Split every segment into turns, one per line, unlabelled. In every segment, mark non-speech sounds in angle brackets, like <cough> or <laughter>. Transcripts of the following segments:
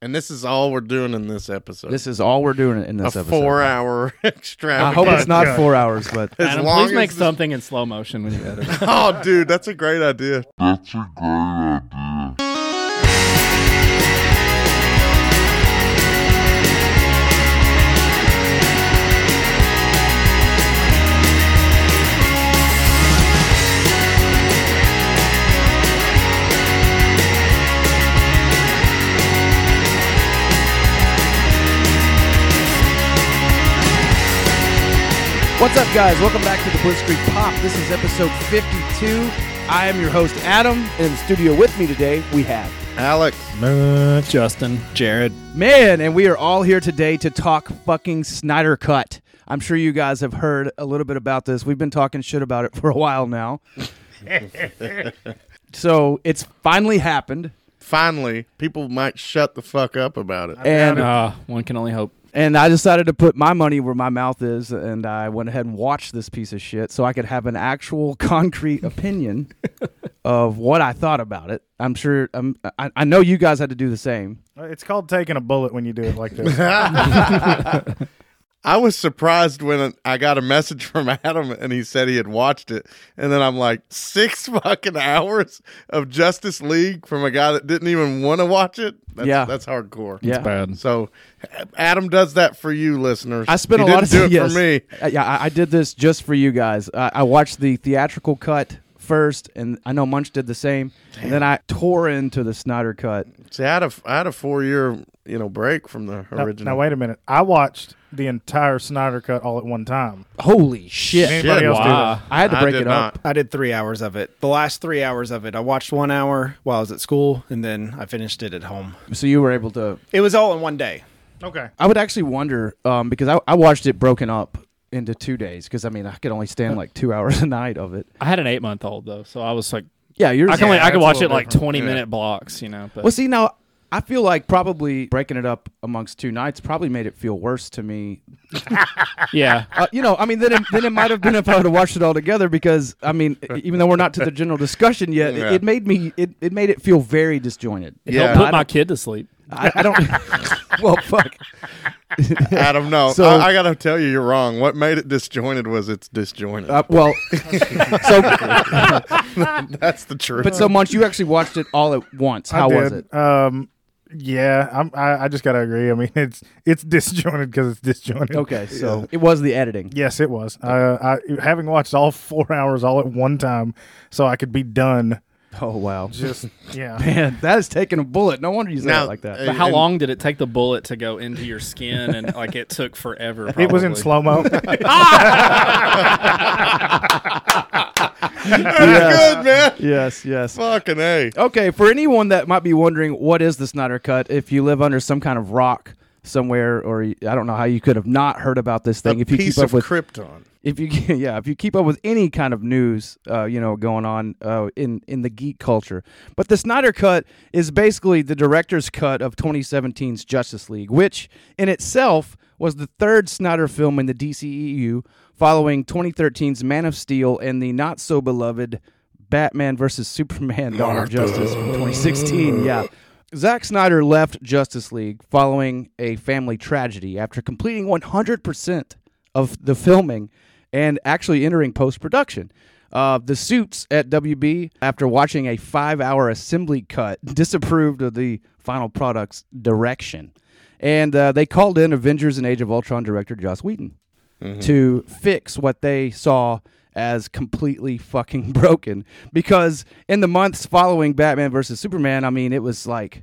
And this is all we're doing in this episode.
This is all we're doing in
a
this episode.
four-hour <laughs> extravaganza.
I hope it's not
God.
four hours, but
As
Adam,
long
please make
as this-
something in slow motion when you edit.
<laughs> Oh, dude, that's a great idea.
That's a great idea.
what's up, guys? Welcome back to the Bliss Creek Pop. This is episode 52. I am your host, Adam.
And in the studio with me today, we have.
Alex,
Justin, Jared,
Man, and we are all here today to talk fucking Snyder Cut. I'm sure you guys have heard a little bit about this. We've been talking shit about it for a while now. so it's finally happened.
finally, people might shut the fuck up about it.
And
uh, one can only hope.
and I decided to put my money where my mouth is, and I went ahead and watched this piece of shit so I could have an actual <laughs> concrete opinion
<laughs>
of what I thought about it. I'm sure. I'm, I, I know you guys had to do the same.
It's called taking a bullet when you do it like
<laughs>
this.
I was surprised when I got a message from Adam and he said he had watched it. And then I'm like, six <laughs> fucking hours of Justice League from a guy that didn't even want to watch it? That's,
Yeah.
That's hardcore.
Yeah.
Bad.
So Adam does that for you, listeners.
I spent
He
a lot of
didn't
<laughs>
do it
yes.
for me.
Uh, Yeah, I, I did this just for you guys. I, I watched the theatrical cut first, and I know Munch did the same. And then I tore into the Snyder cut.
See, I had a, I had a four year you know break from the
now,
original.
now, wait a minute. I watched the entire Snyder Cut all at one time.
Holy shit!
Anybody else do
Wow.
that?
I had to
I
break
did
it up.
not.
I did three hours of it. The last three hours of it, I watched one hour while I was at school, and then I finished it at home.
So you were able to
It was all in one day.
Okay.
I would actually wonder um, because I, I watched it broken up into two days because I mean I could only stand like two <laughs> hours a night of it.
I had an eight month old though, so I was like,
Yeah, you're.
I can only, I
that's
could
a
watch it
little
like
different.
twenty
Yeah.
minute blocks, you know. But
<laughs>
well, see now I feel like probably breaking it up amongst two nights probably made it feel worse to me.
yeah,
Uh, you know, I mean, then it, then it might have been if I would have watched it all together because I mean, e, even though we're not to the general discussion yet,
Yeah.
it, it made me it, it made it feel very disjointed.
Yeah.
Don't put
I
my
don't-
kid to sleep.
I, I don't. <laughs> well, fuck.
Adam, no.
<laughs>
<laughs>
So-
I, I gotta tell you, you're wrong. What made it disjointed was it's disjointed.
Uh, well, <laughs>
<laughs>
so
That's the truth.
but so much you actually watched it all at once. How
I did.
was it?
Um, yeah, I'm, I, I just gotta agree. I mean, <laughs> it's it's disjointed because it's disjointed.
Okay, so it was the editing.
Yes, it was. Uh, I having watched all four <laughs> hours all at one time, so I could be done.
<laughs> Oh wow,
Just yeah.
man, that is taking a bullet. No wonder you say
Now-
it like that.
But how
And-
long did it take the bullet to go into your skin? And like it took forever.
It was in
probably.
slow mo.
<laughs>
<laughs>
yes,
good man.
yes, yes.
Fucking a.
Okay, for anyone that might be wondering, what is the Snyder Cut? If you live under some kind of rock somewhere, or y- I don't know how you could have not heard about this thing.
A
if you
piece
keep up
of
with,
Krypton.
if you <laughs> yeah, if you keep up with any kind of news, uh, you know, going on uh, in in the geek culture. But the Snyder Cut is basically the director's cut of 2017's Justice League, which in itself was the third Snyder film in the DCEU following 2013's Man of Steel and the not so beloved Batman versus Superman Dawn of Justice from 2016. Yeah. Zack Snyder left Justice League following a family tragedy after completing 100% of the filming and actually entering post production. Uh, the suits at WB, after watching a five hour assembly cut, <laughs> disapproved of the final product's direction. And uh, they called in Avengers and Age of Ultron director Joss Whedon to fix what they saw as completely <laughs> fucking broken. Because in the months following Batman versus Superman, I mean, it was like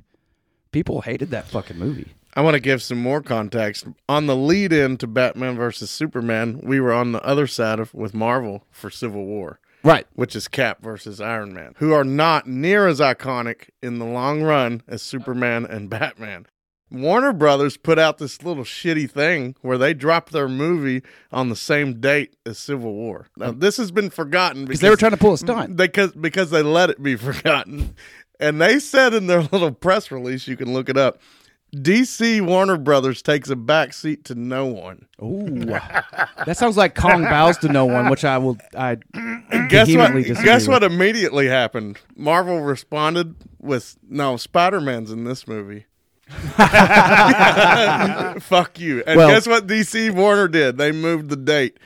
people hated that fucking movie.
I want to give some more context. On the lead in to Batman versus Superman, we were on the other side of with Marvel for Civil War.
Right.
Which is Cap versus Iron Man, who are not near as iconic in the long run as Superman and Batman. Warner Brothers put out this little shitty thing where they dropped their movie on the same date as Civil War. Now, this has been forgotten
Because Um, they were trying to pull a stunt.
because because they let it be <laughs> forgotten. And they said in their little press release, you can look it up. DC Warner Brothers takes a backseat to no one.
Ooh, <laughs> that sounds like Kong bows to no one, which I will. I
Guess what?
vehemently disagree
Guess
with.
what immediately happened? Marvel responded with, "No, Spider Man's in this movie." <laughs> Fuck you. And
Well-
guess what DC Warner did? They moved the date.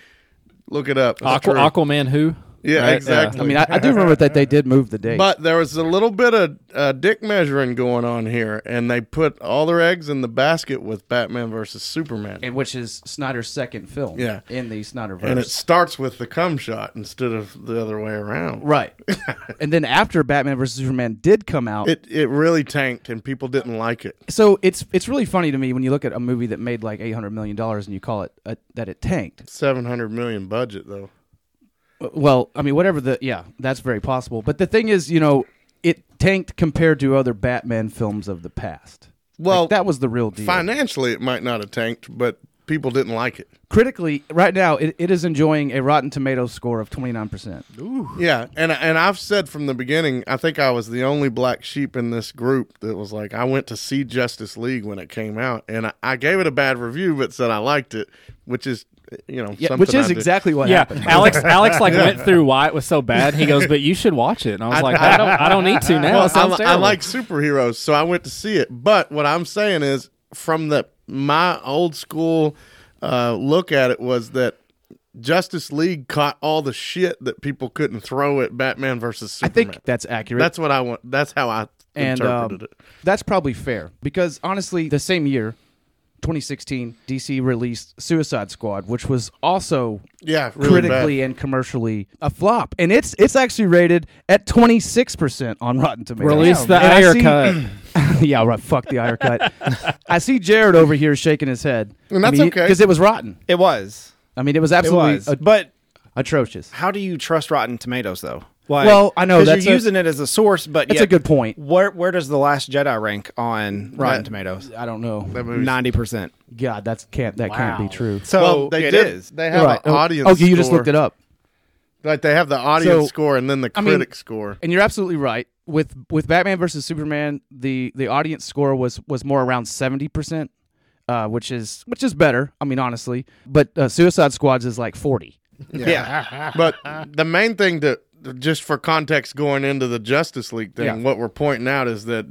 Look it up. It's
Aqua,
true.
Aquaman who?
Yeah,
Right?
exactly.
I mean, I, I do remember that they did move the date.
But there was a little bit of uh, dick measuring going on here, and they put all their eggs in the basket with Batman versus Superman.
and which is Snyder's second film.
Yeah.
in the Snyderverse.
and it starts with the cum shot instead of the other way around.
right.
<laughs>
and then after Batman vs Superman did come out,
It it really tanked, and people didn't like it.
so it's it's really funny to me when you look at a movie that made like eight hundred million dollars and you call it uh that it tanked.
Seven hundred million budget though.
Well, I mean, whatever the yeah, that's very possible. But the thing is, you know, it tanked compared to other Batman films of the past.
Well,
Like, that was the real deal.
Financially, it might not have tanked, but people didn't like it.
Critically, right now, it, it is enjoying a Rotten Tomatoes score of twenty nine percent.
Yeah, and and I've said from the beginning, I think I was the only black sheep in this group that was like, I went to see Justice League when it came out, and I, I gave it a bad review, but said I liked it, which is, you know,
Yeah,
something
which is
I do.
exactly what
Yeah,
happened.
Alex. Alex like went through why it was so bad. He goes, "But you should watch it." And I was like, "I don't. I don't need to now.
Well,
it sounds
I, li- I
terrible."
like superheroes, so I went to see it. But what I'm saying is, from the my old school uh, look at it was that Justice League caught all the shit that people couldn't throw at Batman versus
I
Superman.
think that's accurate.
that's what I want. That's how I
and
interpreted
um,
it.
that's probably fair because honestly, the same year, 2016, DC released Suicide Squad, which was also
Yeah, really bad.
critically uh, and commercially a flop, and it's it's actually rated at 26 percent on Rotten Tomatoes.
Release the
And I
air
see-
cut.
<clears throat> yeah, right. Fuck the
<laughs>
ire cut. I see Jared over here shaking his head,
And that's okay.
because it was rotten.
It was.
I mean, it was
It
absolutely
was.
at-
but
atrocious.
how do you trust Rotten Tomatoes though? Like,
Well, I know,
'cause
that's a-
you're using it as a source, but
That's
yet-
a good point.
Where where does the Last Jedi rank on Rotten
That-
Tomatoes?
I don't know.
Ninety percent.
God, that's can't that can't be true.
So
well, they
it
did.
is.
They have
Right.
an
Oh,
audience.
Okay, you just
score.
looked it up.
Like they have the audience
So,
score and then the
I mean-
critic score.
And you're absolutely right. With with Batman versus Superman, the the audience score was was more around seventy percent, uh, which is which is better. I mean, honestly, but uh, Suicide Squad's is like forty.
yeah.
<laughs>
But the main thing that just for context going into the Justice League thing,
Yeah.
what we're pointing out is that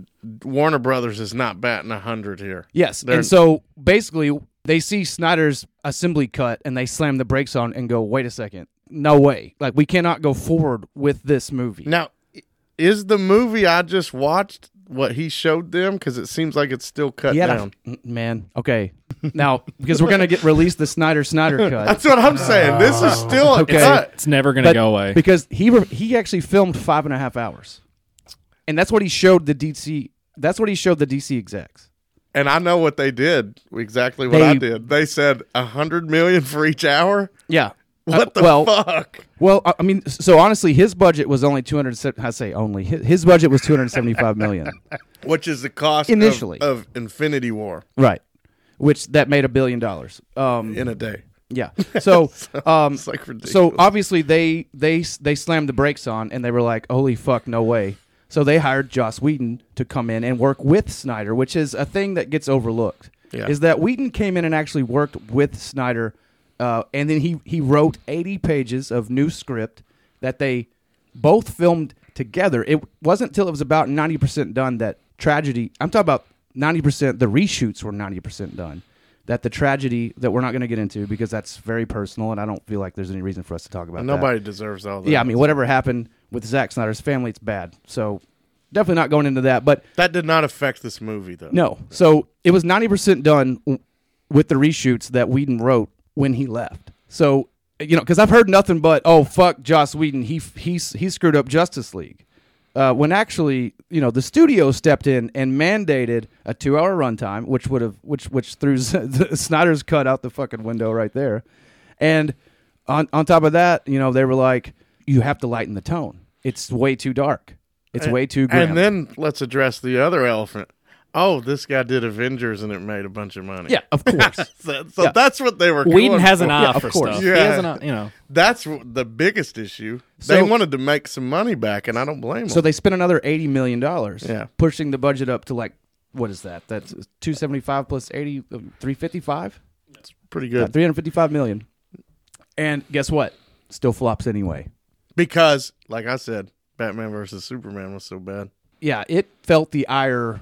Warner Brothers is not batting a hundred here.
Yes,
They're-
and so basically they see Snyder's assembly cut and they slam the brakes on and go, wait a second, no way, like we cannot go forward with this movie.
Now, i- is the movie I just watched what he showed them? Because it seems like it's still cut
Yeah,
down.
man. Okay, now because we're gonna get released the Snyder Snyder cut.
That's what I'm saying. This is still a
Oh, Okay.
cut.
It's never gonna
But-
go away.
because he re- he actually filmed five and a half hours, and that's what he showed the DC. That's what he showed the DC execs.
And I know what they did. Exactly what I
They-
did. They said a hundred million for each hour.
Yeah.
What the
Uh, well,
fuck?
Well, I- I mean, so honestly, his budget was only two hundred. I say only his, his budget was two hundred seventy-five
<laughs>
million.
Which is the cost of-
Initially.
of, Infinity War
right. Which that made a billion dollars. Um,
in a day.
yeah.
<laughs>
So, um,
It's like ridiculous.
so obviously they they they slammed the brakes on and they were like, "Holy fuck, no way!" So they hired Joss Whedon to come in and work with Snyder, which is a thing that gets overlooked.
Yeah.
Is that Whedon came in and actually worked with Snyder, uh, and then he he wrote eighty pages of new script that they both filmed together. It wasn't until it was about ninety percent done that tragedy. I'm talking about ninety percent. The reshoots were ninety percent done that the tragedy that we're not going to get into because that's very personal and I don't feel like there's any reason for us to talk about that.
Nobody deserves all that.
Yeah, I mean whatever happened with Zack Snyder's family, it's bad. So definitely not going into that. But
that did not affect this movie though.
no, so it was ninety percent done w- with the reshoots that Whedon wrote when he left. So you know, because I've heard nothing but oh fuck Joss Whedon, he f- he s- he screwed up Justice League. Uh, when actually, you know, the studio stepped in and mandated a two-hour runtime, which would have, which which threw <laughs> Snyder's cut out the fucking window right there. And on on top of that, you know, they were like, you have to lighten the tone. It's way too dark. It's way too. Grim.
And then let's address the other elephant. Oh, this guy did Avengers and it made a bunch of money.
yeah, of course.
So, so
Yeah.
that's what they were.
Whedon
going
has
for.
an eye
Yeah, of
for
course.
stuff.
Yeah.
He has an eye, you know.
That's w- the biggest issue. they
So-
wanted to make some money back, and I don't blame
So
them.
they spent another eighty million dollars.
Yeah.
pushing the budget up to like what is that? That's two seventy five plus eighty, uh, three fifty five,
Pretty
three
good
hundred fifty five million. And guess what? Still flops anyway.
because, like I said, Batman versus Superman was so bad.
Yeah, it felt the ire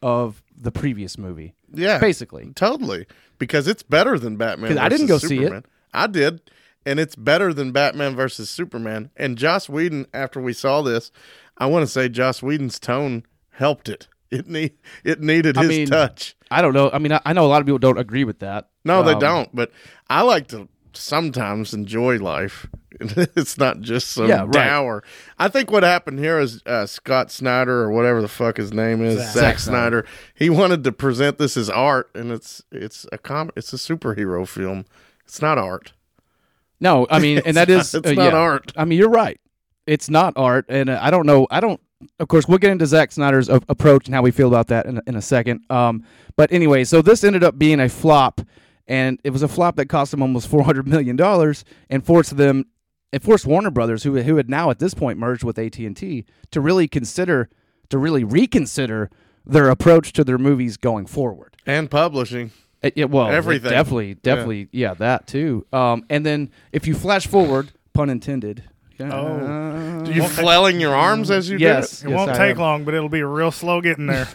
of the previous movie,
Yeah,
basically.
totally, because it's better than Batman.
'Cause I didn't
versus
go see it.
Superman. I did, and it's better than Batman versus Superman. And Joss Whedon, after we saw this, I want to say Joss Whedon's tone helped it. It need it needed
I
his
mean,
touch.
I don't know. I mean, I, I know a lot of people don't agree with that.
No, they
Um,
don't. But I like to sometimes enjoy life. <laughs> it's not just some
Yeah, right.
dour. I think what happened here is uh, Scott Snyder or whatever the fuck his name is, Zack, Snyder. He wanted to present this as art, and it's it's a com- it's a superhero film. It's not art.
No, I mean,
<laughs>
and that
It's
is
not-
uh,
it's not
yeah.
art.
I mean, you're right. It's not art, and uh, I don't know. I don't. Of course, we'll get into Zack Snyder's a- approach and how we feel about that in, a- in a second. Um, but anyway, so this ended up being a flop, and it was a flop that cost them almost four hundred million dollars, and forced them, and forced Warner Brothers, who who had now at this point merged with AT and T, to really consider, to really reconsider their approach to their movies going forward.
And publishing.
It, it- Uh, well, it
Everything.
definitely, definitely, yeah. that too. Um, and then if you flash forward, pun intended. Oh,
Do you flailing your arms
Mm,
as you
yes,
It
yes,
won't
I
take
am.
long, but it'll be real slow
<laughs>
getting there.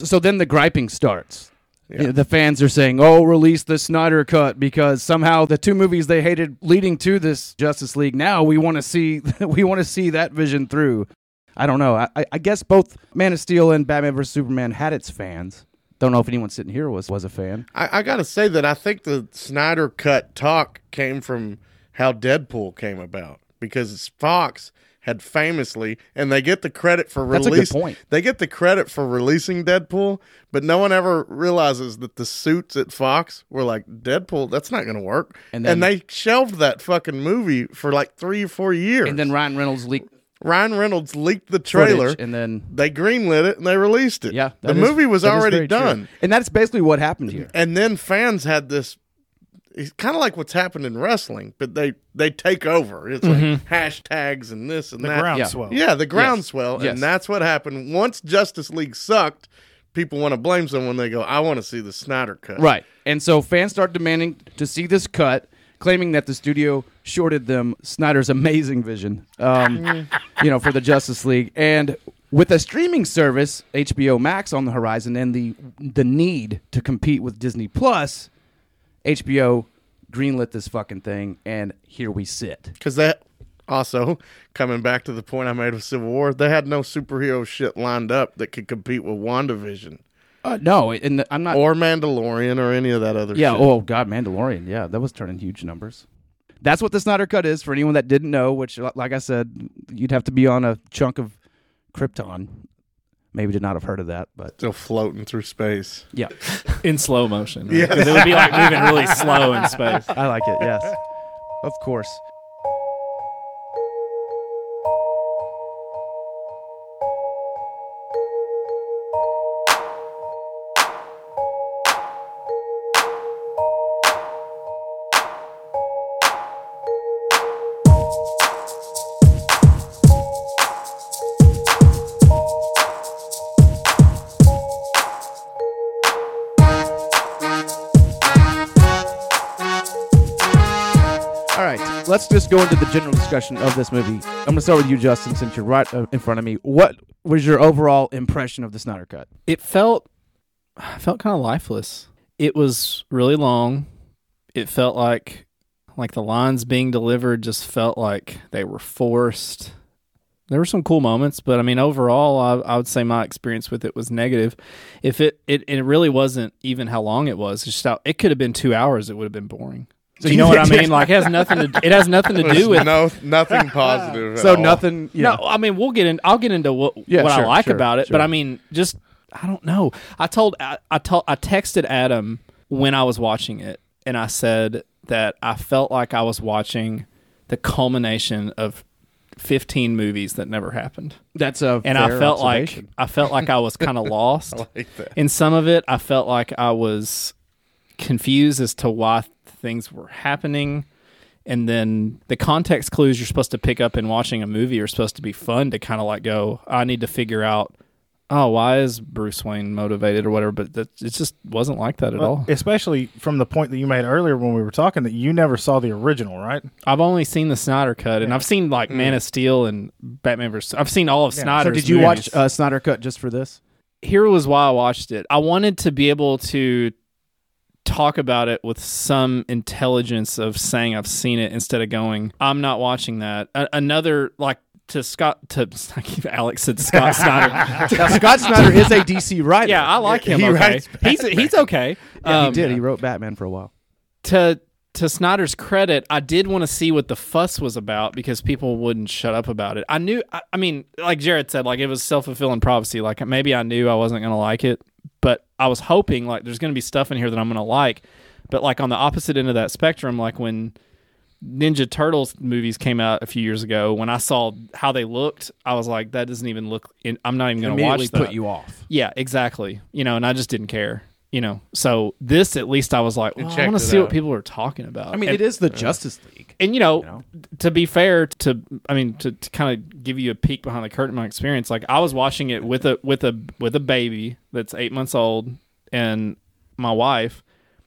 So then the griping starts. You know, The fans are saying, "Oh, release the Snyder cut because somehow the two movies they hated leading to this Justice League. Now we want to see, <laughs> we want to see that vision through." I don't know. I, I- I guess both Man of Steel and Batman vs Superman had its fans. Don't know if anyone sitting here was was a fan.
do it? I, I gotta say that I think the Snyder cut talk came from how Deadpool came about because Fox had famously and they get the credit for
That's a good
release
point.
they get the credit for releasing Deadpool, but no one ever realizes that the suits at Fox were like Deadpool, that's not gonna work. And,
And then-
they shelved that fucking movie for like three or four years.
And then Ryan Reynolds leaked
Ryan Reynolds leaked the
footage,
trailer
and then
they greenlit it and they released it.
Yeah,
The
that is-
movie was
that is
already
very true.
done.
and that's basically what happened here.
and then fans had this it's kind of like what's happened in wrestling but they they take over it's like hashtags and this and
The
that
groundswell.
yeah the groundswell
Mm-hmm. Yes.
and that's what happened once justice league sucked people want to blame someone they go i want to see the snyder cut
Right. And so fans start demanding to see this cut, claiming that the studio shorted them Snyder's amazing vision, <laughs> um, you know, for the Justice League. And with a streaming service, HBO Max, on the horizon, and the the need to compete with Disney Plus, HBO greenlit this fucking thing, and here we sit.
because that also coming back to the point i made with civil war they had no superhero shit lined up that could compete with wandavision
Uh, no, and I'm not.
or mandalorian or any of that other
Yeah.
shit.
Oh God, Mandalorian. Yeah, that was turning huge numbers. That's what the Snyder Cut is for anyone that didn't know. Which, li- like I said, you'd have to be on a chunk of Krypton, maybe to not have heard of that. But
still floating through space
yeah,
in slow motion. Right? 'Cause it would be like moving really slow in space.
I like it. Yes, of course. All right, let's just go into the general discussion of this movie. I'm gonna start with you, Justin, since you're right uh, in front of me. What was your overall impression of the Snyder Cut?
<laughs> It felt I felt kind of lifeless. It was really long. It felt like like the lines being delivered just felt like they were forced. There were some cool moments, but I mean overall I, I would say my experience with it was negative. If it, it it really wasn't even how long it was. It's just how, it could have been 2 hours it would have been boring. So you know what I mean? Like it has nothing to it has nothing to do
<laughs>
with
no nothing
<laughs>
positive at
So
all.
nothing. Yeah.
no, I mean we'll get in. I'll get into what
Yeah,
what
sure,
I like
sure,
about it,
sure.
but I mean, just I don't know. I told I, I told I texted Adam when I was watching it, and I said that I felt like I was watching the culmination of fifteen movies that never happened,
that's a.
and
fair
I felt like
observation.
I felt like I was kind
<laughs>
of lost
Like that.
in some of it. I felt like I was confused as to why things were happening. And then the context clues you're supposed to pick up in watching a movie are supposed to be fun to kind of like go, I need to figure out, oh, why is Bruce Wayne motivated or whatever? But that, it just wasn't like that at all.
Especially from the point that you made earlier when we were talking that you never saw the original, right?
I've only seen the Snyder Cut and I've seen like Man of Steel and Batman vs. I've seen all of Snyder's.
Mm. So did you
movies.
watch uh, Snyder Cut just for this? <laughs>
here was why I watched it. I wanted to be able to talk about it with some intelligence of saying I've seen it instead of going, I'm not watching that. A- another like to Scott to <laughs> I keep- Alex said Scott
<laughs>
Snyder.
Now, Scott Snyder is a DC writer.
yeah, I like him.
He
okay,
writes
he's he's okay.
Yeah, he
Um,
did. He wrote Batman for a while.
to to Snyder's credit, I did want to see what the fuss was about because people wouldn't shut up about it. I knew, I, I mean, like Jared said, like it was self fulfilling prophecy. Like maybe I knew I wasn't going to like it, but I was hoping like there's going to be stuff in here that I'm going to like. But like on the opposite end of that spectrum, like when Ninja Turtles movies came out a few years ago, when I saw how they looked, I was like, that doesn't even look. In, I'm not even going to watch
Immediately
that.
put you off.
Yeah, exactly. You know, and I just didn't care. You know, so this at least I was like, well, I
checked
want to
it
see
out.
what people are talking about.
I mean,
and,
it is the Justice League.
and you know,
know?
to be fair, to I mean, to, to kind of give you a peek behind the curtain, of my experience, like I was watching it with a with a with a baby that's eight months old, and my wife,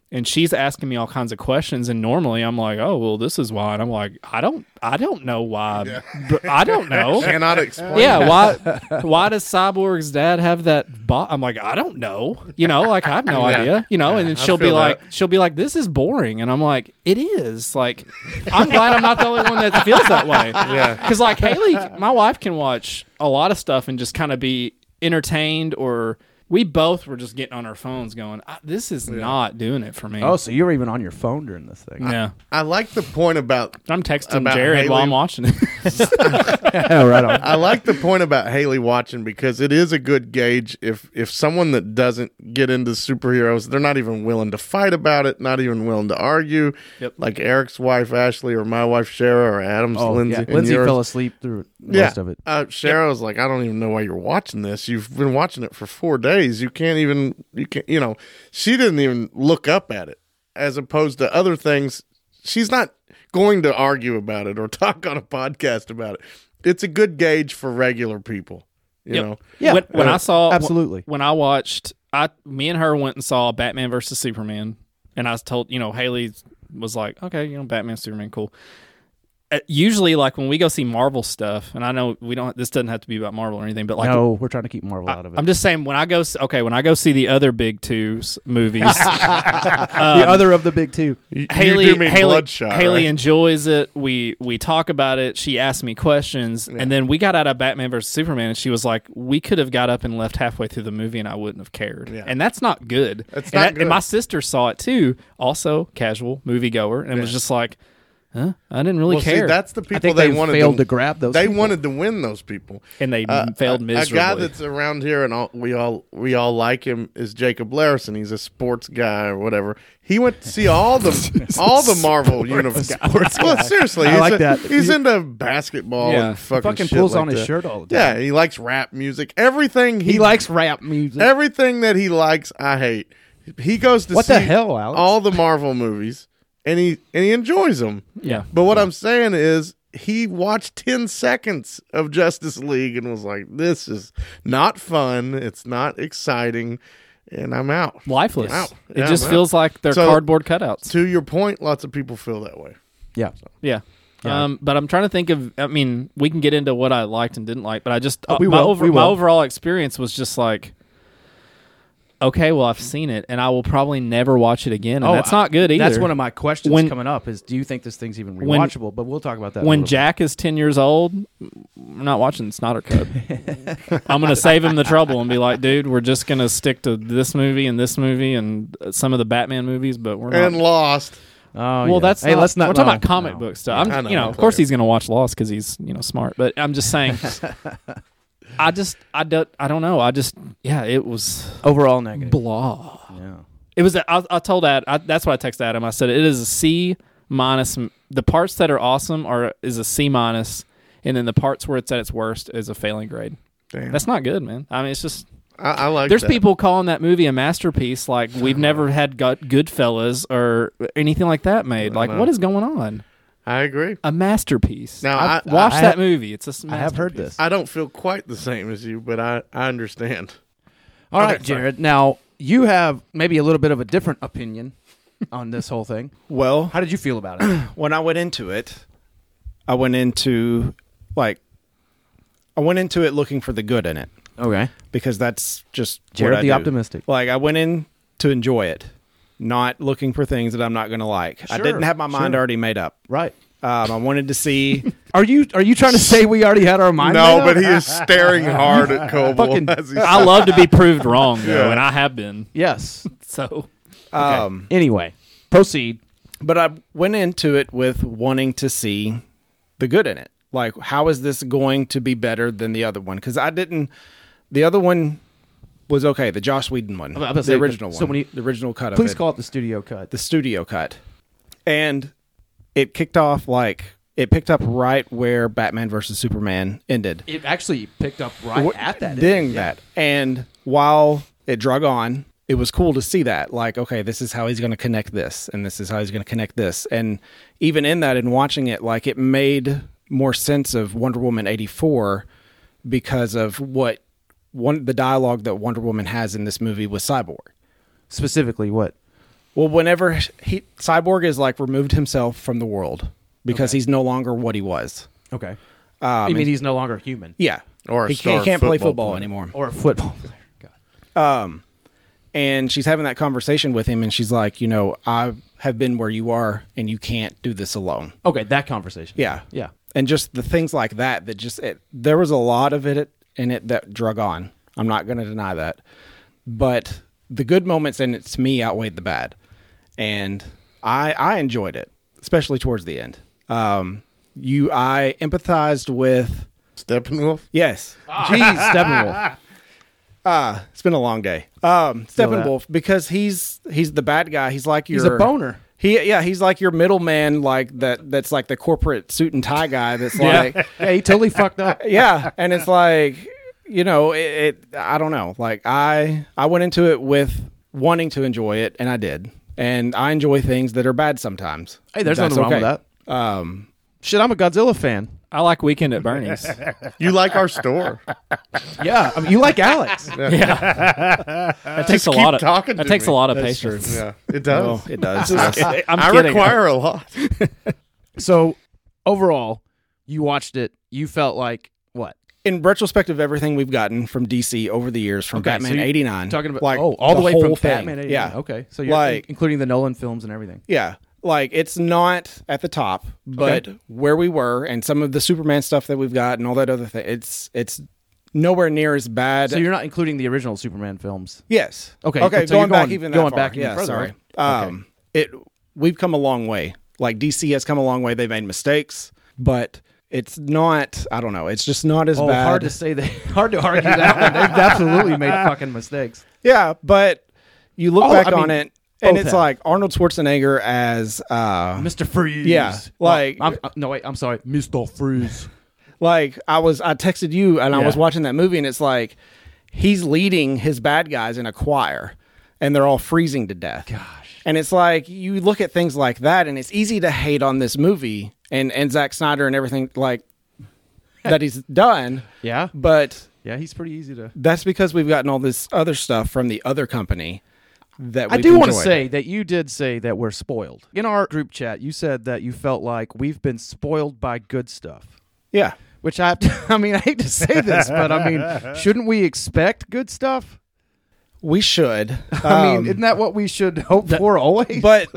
and she's asking me all kinds of questions. And normally, I'm like, oh well, this is why, and I'm like, I don't, I don't know why, but I don't know.
Cannot explain.
Yeah, why <laughs> why does Cyborg's dad have that bo I'm like, I don't know. You know, like I have no
<laughs> Yeah.
idea. You know, and then
I
she'll be
feel
like she'll be like, This is boring and I'm like, It is. Like I'm glad I'm not the only one that feels
<laughs>
that way. Yeah. Cause like Haley my wife can watch a lot of stuff and just kind of be entertained or we both were just getting on our phones going, "I- this is not doing it for me.
<laughs> Oh, so you were even on your phone during this thing?
yeah.
I like the point about
I'm texting
About
Jared while
Haley-
I'm watching it. <laughs>
Yeah, <laughs> right on.
I like the point about Haley watching because it is a good gauge if if someone that doesn't get into superheroes, they're not even willing to fight about it, not even willing to argue.
Yep.
Like Eric's wife Ashley or my wife Shara or Adam's <laughs>
Oh,
Lindsay.
yeah.
and
Lindsay
yours.
fell asleep through most of it.
Uh, Shara was like, I don't even know why you're watching this. You've been watching it for four days. You can't even, you can't, you know, she didn't even look up at it as opposed to other things. She's not going to argue about it or <laughs> talk on a podcast about it. It's a good gauge for regular people, you
Yep.
know.
Yeah,
when, when
uh,
I saw
absolutely.
when I watched I me and her went and saw Batman versus Superman, and I was told you know Haley was like okay you know Batman Superman cool. Uh, usually like when we go see Marvel stuff, and I know we don't this doesn't have to be about Marvel or anything, but like
no, we're trying to keep Marvel
I,
out of it.
am just saying when I go s- okay when I go see the other big two s-
<laughs>
movies,
the other of the big two.
You-
Haley,
you do mean
Haley,
bloodshot.
Haley
right?
enjoys it. We we talk about it. She asked me questions, and then we got out of Batman versus Superman, and she was like, "We could have got up and left halfway through the movie, and I wouldn't have cared."
Yeah.
And that's not good.
That's
and
not
And
good.
my sister saw it too, also casual moviegoer, and was just like, "Huh? I didn't really
Well, see,
care."
that's the
I
people
think
they,
they,
wanted
failed to grab those.
They
people.
wanted to win those people.
and they
Uh,
failed
a-
miserably.
A guy that's around here, and all, we all we all like him is Jacob Larison. He's a sports guy or whatever. He went to see all
<laughs>
the all the Marvel universe. Well, seriously,
I
he's
like
a-
that.
He's into basketball
Yeah.
and
He
fucking,
fucking
shit
pulls
like
on his
that.
shirt all the time.
Yeah, he likes rap music. Everything he,
He likes rap music.
everything that he likes, I hate. He goes to
What
see
the hell, Alex?
all the Marvel movies, and he and he enjoys them.
yeah.
But what I'm saying is he watched 10 seconds of Justice League and was like, this is not fun. It's not exciting. And I'm out.
Lifeless.
Wow.
It
Yeah,
just
wow.
feels like they're
So-
cardboard cutouts.
To your point, lots of people feel that way.
yeah.
Yeah.
Yeah.
Um, but I'm trying to think of. I mean, we can get into what I liked and didn't like, but I just uh,
Oh, we
my,
will.
over,
We
my
will.
overall experience was just like, okay, well, I've seen it, and I will probably never watch it again, and that's
I-
not good either.
Oh, That's one of my questions
When-
coming up. Is do you think this thing's even
When-
rewatchable? but we'll talk about that in a
when
little bit.
Jack is ten years old. I'm not watching Snyder
<laughs>
Cut. I'm gonna save him the trouble and be like, dude, we're just gonna stick to this movie and this movie and uh, some of the Batman movies, but we're
And
not.
lost.
Oh,
well,
yeah.
that's
hey.
not,
let's not.
We're talking
no,
about comic
no.
book stuff.
I
I'm,
know,
you know,
I'm
of course
clear.
he's going to watch Lost because he's you know smart. But I'm
<laughs>
just saying, I just I don't I don't know. I just yeah, it was
Overall negative.
blah.
yeah.
It was. a- I, I told that. I, that's what I texted Adam. I said it is a C minus. m- The parts that are awesome are is a C minus, and then the parts where it's at its worst is a failing grade.
Damn.
That's not good, man. I mean, it's just
I, I like
there's
that.
people calling that movie a masterpiece. Like
<laughs>
we've never had gut Goodfellas or anything like that made. Like what is going on?
I agree.
A masterpiece.
Now,
I've
I-
watched
I-
that movie. It's a s-
I have heard
masterpiece.
this.
I don't feel quite the same as you, but I, I understand.
All right,
sorry.
Jared. Now you have maybe a little bit of a different opinion on this whole thing.
Well,
How did you feel about it?
when I went into it, I went into like I went into it looking for the good in it.
Okay.
because that's just what I
Jared the
do.
optimistic.
Like I went in to enjoy it, not looking for things that I'm not going to like. I
Sure,
didn't have my mind
sure.
already made up.
Right.
Um, I wanted to see.
<laughs> Are you are you trying to say we already had our mind?
no,
made up?
but he is staring hard
<laughs>
at Coble.
Fucking-
as he
I love to be proved wrong, though, and I have been.
yes.
So
um,
Anyway, proceed.
but I went into it with wanting to see the good in it. Like, how is this going to be better than the other one? Because I didn't. The other one was okay. The Josh Whedon one,
about to
the
say,
original
so
one,
when you-
the original cut of
Please
it,
call it the studio cut.
the studio cut, and it kicked off like it picked up right where Batman versus Superman ended.
it actually picked up right
What-
at that.
ding that. And while it drug on, it was cool to see that. Like, okay, this is how he's going to connect this, and this is how he's going to connect this. And even in that, in watching it, like it made more sense of Wonder Woman eighty four because of what one the dialogue that Wonder Woman has in this movie with Cyborg.
Specifically, what?
Well, whenever he Cyborg is like removed himself from the world because he's no longer what he was.
Okay.
Um,
I mean, he's no longer human
yeah,
Or a
he
star
can't, can't play
football
football
player.
anymore.
or a football player. God.
and she's having that conversation with him and she's like you know i have been where you are and you can't do this alone
Okay, that conversation.
yeah
Yeah.
and just the things like that that just it, there was a lot of it in it that drug on i'm not going to deny that but the good moments in it to me outweighed the bad and i i enjoyed it especially towards the end um you i empathized with
<laughs> Steppenwolf.
yes
Jeez, Steppenwolf.
ah it's been a long day um
Feel that.
steppenwolf because he's he's the bad guy he's like your
He's a boner.
He yeah, he's like your middleman, like that. That's like the corporate suit and tie guy. That's like
<laughs> Yeah, he totally fucked up.
yeah, and it's like you know, it, it. I don't know. Like I I went into it with wanting to enjoy it, and I did. And I enjoy things that are bad sometimes.
Hey, there's
That's
nothing wrong
okay. Um,
with that. Shit, I'm a Godzilla fan.
I like Weekend
<laughs>
at Bernie's.
You like our store.
<laughs> Yeah, I mean, you like Alex.
That takes a
keep
lot of
talking
That
to
takes
me.
a lot of
That's
patience.
Yeah, it
Um, <laughs>
does.
<laughs>
it does. yes.
I'm
I
kidding.
require a lot.
so, overall, you watched it. You felt like what?
In retrospect of everything we've gotten from DC over the years, from
Okay, so
Batman
you-
'89,
Talking about oh, all the, way from Batman. 89.
yeah,
Okay. So you're
Like-
including the Nolan films and everything.
Yeah. Like it's not at the top, but where we were and some of the Superman stuff that we've got and all that other thing, it's it's nowhere near as bad.
So you're not including the original Superman films.
yes.
Okay,
Okay.
so you're
going back
going-
even that
going
far.
back even
yeah.
further,
sorry.
right?
Um, it we've come a long way. Like DC has come a long way. They made mistakes, but it's not. I don't know. It's just not as
Oh,
bad.
hard to say that. <laughs> Hard to argue that one. They've absolutely <laughs> made fucking mistakes.
Yeah, but you look
Oh,
back
I mean,
on it, and
both
it's
have.
like Arnold Schwarzenegger as uh,
Mr. Freeze.
Yeah, like-
I'm, I'm- no, wait, I'm sorry, Mr. Freeze.
like I was I texted you and I was
Yeah.
watching that movie and it's like he's leading his bad guys in a choir and they're all freezing to death. Gosh. And it's like you look at things like that and it's easy to hate on this movie and and Zack Snyder and everything like that he's done,
<laughs> Yeah,
but
yeah, he's pretty easy to.
that's because we've gotten all this other stuff from the other company that
I
we've
do want to
enjoyed.
say that you did say that we're spoiled in our group chat. You said that you felt like we've been spoiled by good stuff.
Yeah.
Which I, <laughs> I mean, I hate to say this, but I <laughs> mean, shouldn't we expect good stuff?
We should.
<laughs> I mean,
Um,
isn't that what we should <laughs> hope for always?
but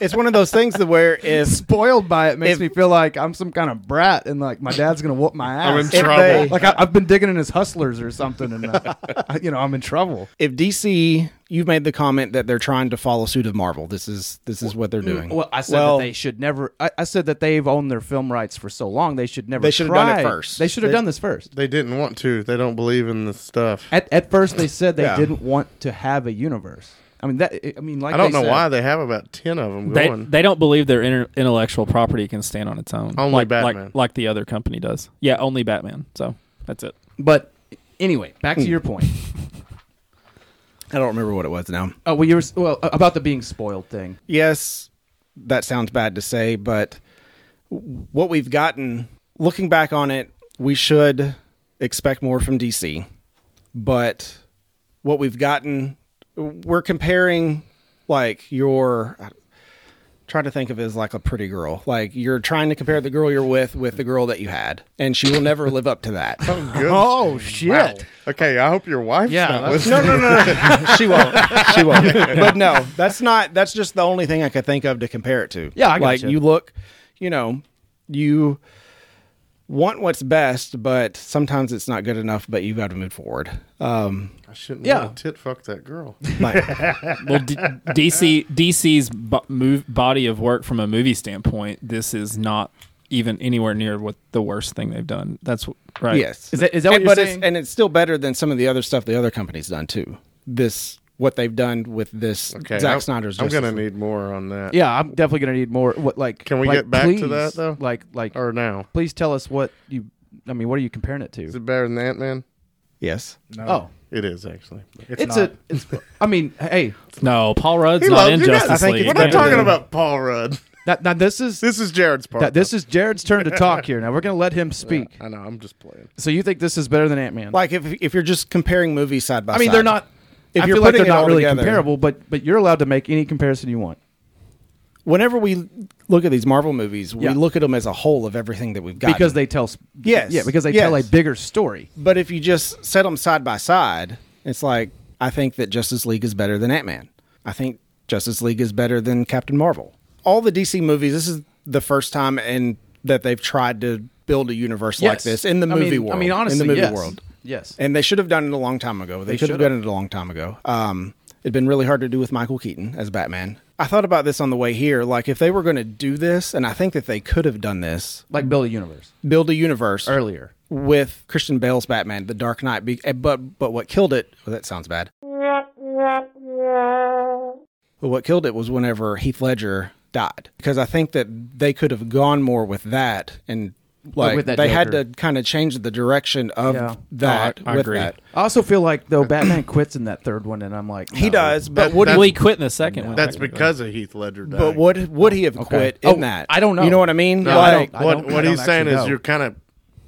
it's one of those things that where
<laughs>
if
spoiled by it makes
if-
me feel like I'm some kind of brat and like my dad's gonna whoop my ass.
I'm in
If
trouble.
they-
like I, I've been digging in his hustlers or something, and uh, <laughs> you know I'm in trouble.
if DC, you've made the comment that they're trying to follow suit of Marvel. This is this is what they're doing.
Well, I said
Mm, Well,
that they should never. I, I said that they've owned their film rights for so long they should never.
They should have done it
try-
first.
They should have done this first.
They didn't want to. They don't believe in this stuff.
At, at first, they said they
Yeah.
didn't want to have a universe. I mean that. I mean, like
I don't
they
know
said-
why they have about ten of them
They,
going.
they don't believe their inter- intellectual property can stand on its own.
Only
like,
Batman.
Like, like the other company does. Yeah, only Batman. So
<laughs>
that's it.
But anyway, back to your point.
I don't remember what it was now.
Oh well, you were well about the being spoiled thing.
Yes, that sounds bad to say, but what we've gotten, looking back on it, we should expect more from DC. But what we've gotten, we're comparing like your. I'm try to think of it as like a pretty girl. Like you're trying to compare the girl you're with with the girl that you had, and she will never live up to that.
Good.
<laughs> Oh shit!
Wow. Okay, I hope your wife's
Yeah,
not
that's-
listening. No, no, no.
she won't. She won't. <laughs> But no, that's not. That's just the only thing I could think of to compare it to.
Yeah, I
like
gotcha.
you look, you know, you want what's best, but sometimes it's not good enough. But you got to move forward. Um,
<laughs> I shouldn't
Yeah.
want to tit fuck that girl.
like,
Well, D- DC DC's bo- move, body of work from a movie standpoint, this is not even anywhere near what the worst thing they've done. That's wh- right.
yes,
Is that- is that what
And-
you're
but
saying?
It's, and it's still better than some of the other stuff the other company's done too. This what they've done with this
Okay,
Zack
I'm-
Snyder's.
I'm
Justice
gonna
League.
need more on that.
Yeah, I'm definitely gonna need more. What like?
Can we
like,
get back to
please,
that, though?
Like like,
Or now,
please tell us what you. I mean, what are you comparing it to?
is it better than Ant Man?
Yes,
No,
oh,
It is actually.
it's,
it's,
not.
a. It's. I mean, hey,
No, Paul Rudd's
He
not
loves
in
you guys.
Justice
I think
League.
it's
We're not
better
talking
than-
about Paul Rudd. <laughs>
now, now this is
This is Jared's part.
that, this is Jared's turn to talk here. Now we're
<laughs>
gonna let him speak.
I know. I'm just playing.
So you think this is better than Ant Man?
like if if you're just comparing movies side by
I
side.
mean, they're not.
If
I
you're
feel like
putting
they're
it
not
all
really
together-
comparable, but but you're allowed to make any comparison you want.
whenever we look at these Marvel movies, we
Yeah.
look at them as a whole of everything that we've got.
because they tell s-
Yes.
yeah because they tell a
Yes.
bigger story
but if you just set them side by side, it's like I think that Justice League is better than Ant Man. I think Justice League is better than Captain Marvel. All the DC movies. This is the first time and that they've tried to build a universe like
Yes.
this in the
I
movie
mean-
world.
I mean honestly
in the movie
yes.
world.
yes
And they should have done it a long time ago. They, could have done it a long time ago. Um, it'd been really hard to do with Michael Keaton as Batman. I thought about this on the way here. Like, if they were going to do this, and I think that they could have done this,
like build a universe
build a universe
earlier
with Christian Bale's Batman, The Dark Knight. Be- eh, But but what killed it? Well, that sounds bad. But what killed it was whenever Heath Ledger died, because I think that they could have gone more with that and. Like
with that
they had
Joker.
to kind of change the direction of
Yeah.
that
I- I
with
agree.
that.
I also feel like though Batman quits in that third one and I'm like
He
no.
does, but
That-
what
that-
well, he quit in the second one.
That's because of Heath Ledger. Dying.
But would would he have quit in
Oh,
that?
I don't know.
You know what I mean?
No,
like,
I
what
don't- I
what
don't
he's saying
actually
is
know.
you're kind of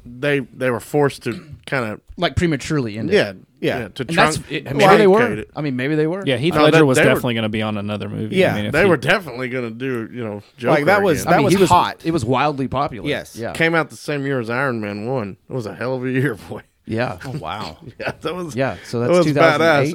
they they were forced to kind of
like prematurely ended
yeah
Yeah.
to
and
trunk,
that's it, maybe they
truncate
were
it.
I mean maybe they were
yeah, Heath
No,
Ledger
they-
was
they were-
definitely going to be on another movie.
Yeah,
I mean, if
They
he- <laughs>
were definitely gonna do you know Joker
Like, that was-
again.
I
that
mean,
was
he was
hot.
it was wildly popular
Yes.
yeah
came out the same year as Iron Man one. It was a hell of a year, <laughs> boy.
yeah
Oh, wow.
Yeah, that was
Yeah, so
that
that's
was
2008.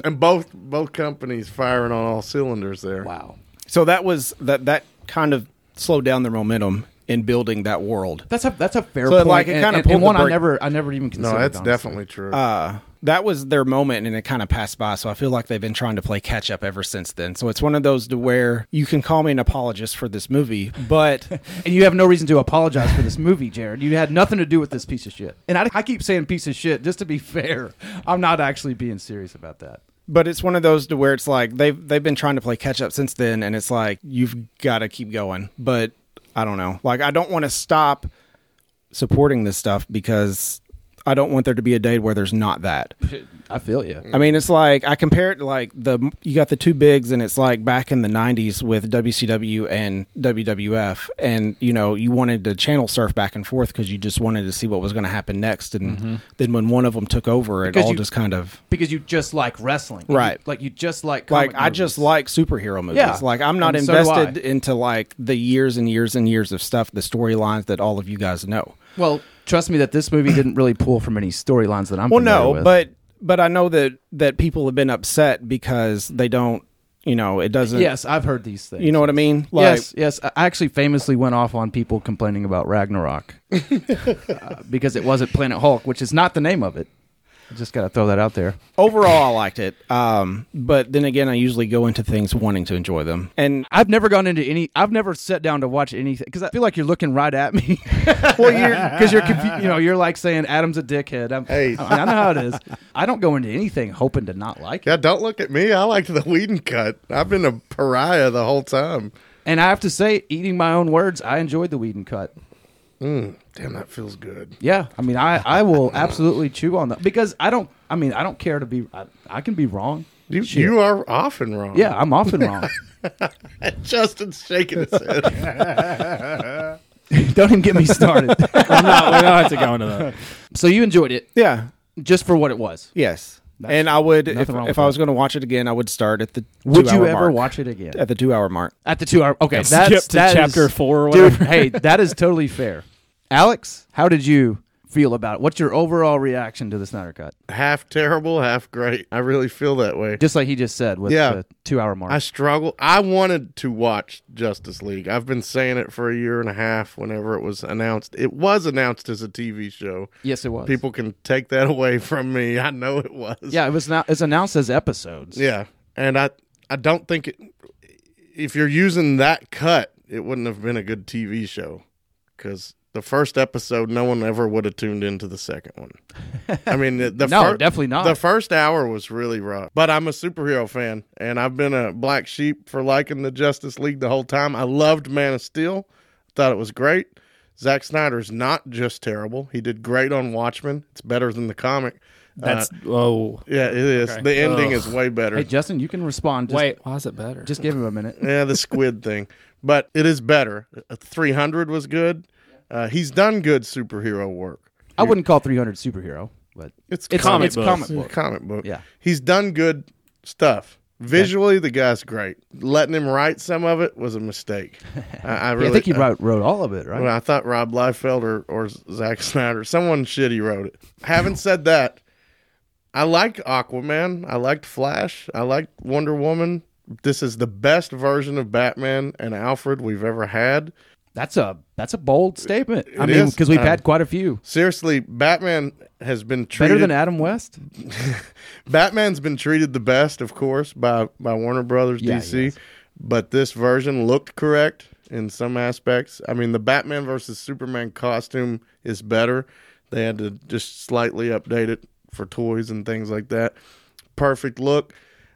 badass. And both both companies firing on all cylinders there.
wow
So that was that that kind of slowed down their momentum in building that world.
that's a that's a fair
So,
point
like, it
and- and-
kinda
and
pulled the
one I
brake.
never I never even considered
No, that's
honestly.
definitely true.
Uh, that was their moment, and it kind of passed by. So I feel like they've been trying to play catch up ever since then. So it's one of those to where you can call me an apologist for this movie, but
<laughs> And you have no reason to apologize for this movie, Jared. You had nothing to do with this piece of shit. And I, I keep saying piece of shit just to be fair. I'm not actually being serious about that.
but it's one of those to where it's like they've they've been trying to play catch up since then, and it's like you've got to keep going. But I don't know. Like I don't want to stop supporting this stuff because I don't want there to be a day where there's not that.
I feel you.
I mean, it's like I compare it to like the you got the two bigs, and it's like back in the '90s with WCW and WWF, and you know you wanted to channel surf back and forth because you just wanted to see what was going to happen next, and then when one of them took over, it
Mm-hmm. Because
all
you-
just kind of
Because you just like wrestling.
Right.
You- like you just like
like
comic
I just
movies.
like superhero movies.
Yeah.
Like I'm not
And so do
invested
I.
into like the years and years and years of stuff, the storylines that all of you guys know.
Well, trust me that this movie didn't really pull from any storylines that I'm
Well,
familiar
no,
with.
but but I know that that people have been upset because they don't, you know, it doesn't.
Yes, I've heard these things.
You know what I mean?
yes, yes. I actually famously went off on people complaining about
<laughs>
Ragnarok Uh, because it wasn't Planet Hulk, which is not the name of it. I just got to throw that out there.
overall, I liked it. Um, but then again, I usually go into things wanting to enjoy them, and
I've never gone into any. I've never sat down to watch anything because I feel like you're looking right at me. <laughs> well, you're because you're confu- you know you're like saying Adam's a dickhead. I'm,
Hey.
I, mean, I know how it is. I don't go into anything hoping to not like it.
yeah, don't look at me. I liked the Whedon cut. I've been a pariah the whole time.
And I have to say, eating my own words, I enjoyed the Whedon cut.
Damn, that feels good.
Yeah, I mean, I I will absolutely chew on that because I don't. I mean, I don't care to be. I, I can be wrong.
You, you are often wrong.
Yeah, I'm often <laughs> wrong.
Justin's shaking his head.
don't even get me <laughs> started.
We're not- we don't have to go into that.
so you enjoyed it
yeah,
just for what it was.
yes,
That's-
and I would if,
nothing wrong with
if I
that.
was going to watch it again, I would start at the
Would you
two-hour
ever
mark.
watch it again?
at the two hour mark?
At the two hour. Okay,
Yeah,
that's
skip to
that is-
chapter four or
dude,
whatever.
hey, that is totally fair. Alex, how did you feel about it? What's your overall reaction to the Snyder Cut?
<laughs> half terrible, half great. I really feel that way.
Just like he just said with
Yeah.
the two hour mark.
I struggle. I wanted to watch Justice League. I've been saying it for a year and a half whenever it was announced. It was announced as a TV show.
yes, it was.
People can take that away from me. I know it was.
yeah, it was now. It's announced as episodes.
Yeah. And I I don't think it if you're using that cut, it wouldn't have been a good TV show cuz the first episode no one ever would have tuned into the second one. I mean, the, the
<laughs> no,
fir-
definitely not.
the first hour was really rough, but I'm a superhero fan, and I've been a black sheep for liking the Justice League the whole time. I loved Man of Steel; thought it was great. Zack Snyder's not just terrible; he did great on Watchmen. It's better than the comic.
That's oh
Yeah, it is.
Okay.
The ending is way better.
hey, Justin, you can respond. Just,
wait, why is it better?
just give him a minute.
yeah, the squid thing, but it is better. Uh, 300 was good. Uh, he's done good superhero work.
I wouldn't call 300 superhero, but
It's
it's
comic,
it's
books.
comic
book.
book.
comic book.
Yeah.
he's done good stuff. Visually, the guy's great. Letting him write some of it was a
<laughs>
mistake. I, I really
yeah, I think he
I-
wrote, wrote all of it, Uh, right?
well, I thought Rob Liefeld or, or Zack Snyder, someone shitty wrote it. Having said that, I liked Aquaman. I liked Flash. I liked Wonder Woman. This is the best version of Batman and Alfred we've ever had.
that's a that's a bold statement. I
It
mean,
is.
because we've
Uh,
had quite a few.
Seriously, Batman has been
Better
treated
than Adam West.
Batman's been treated the best, of course, by by Warner Brothers
Yeah,
DC,
yes.
but this version looked correct in some aspects. I mean, the Batman versus Superman costume is better. They had to just slightly update it for toys and things like that. Perfect look.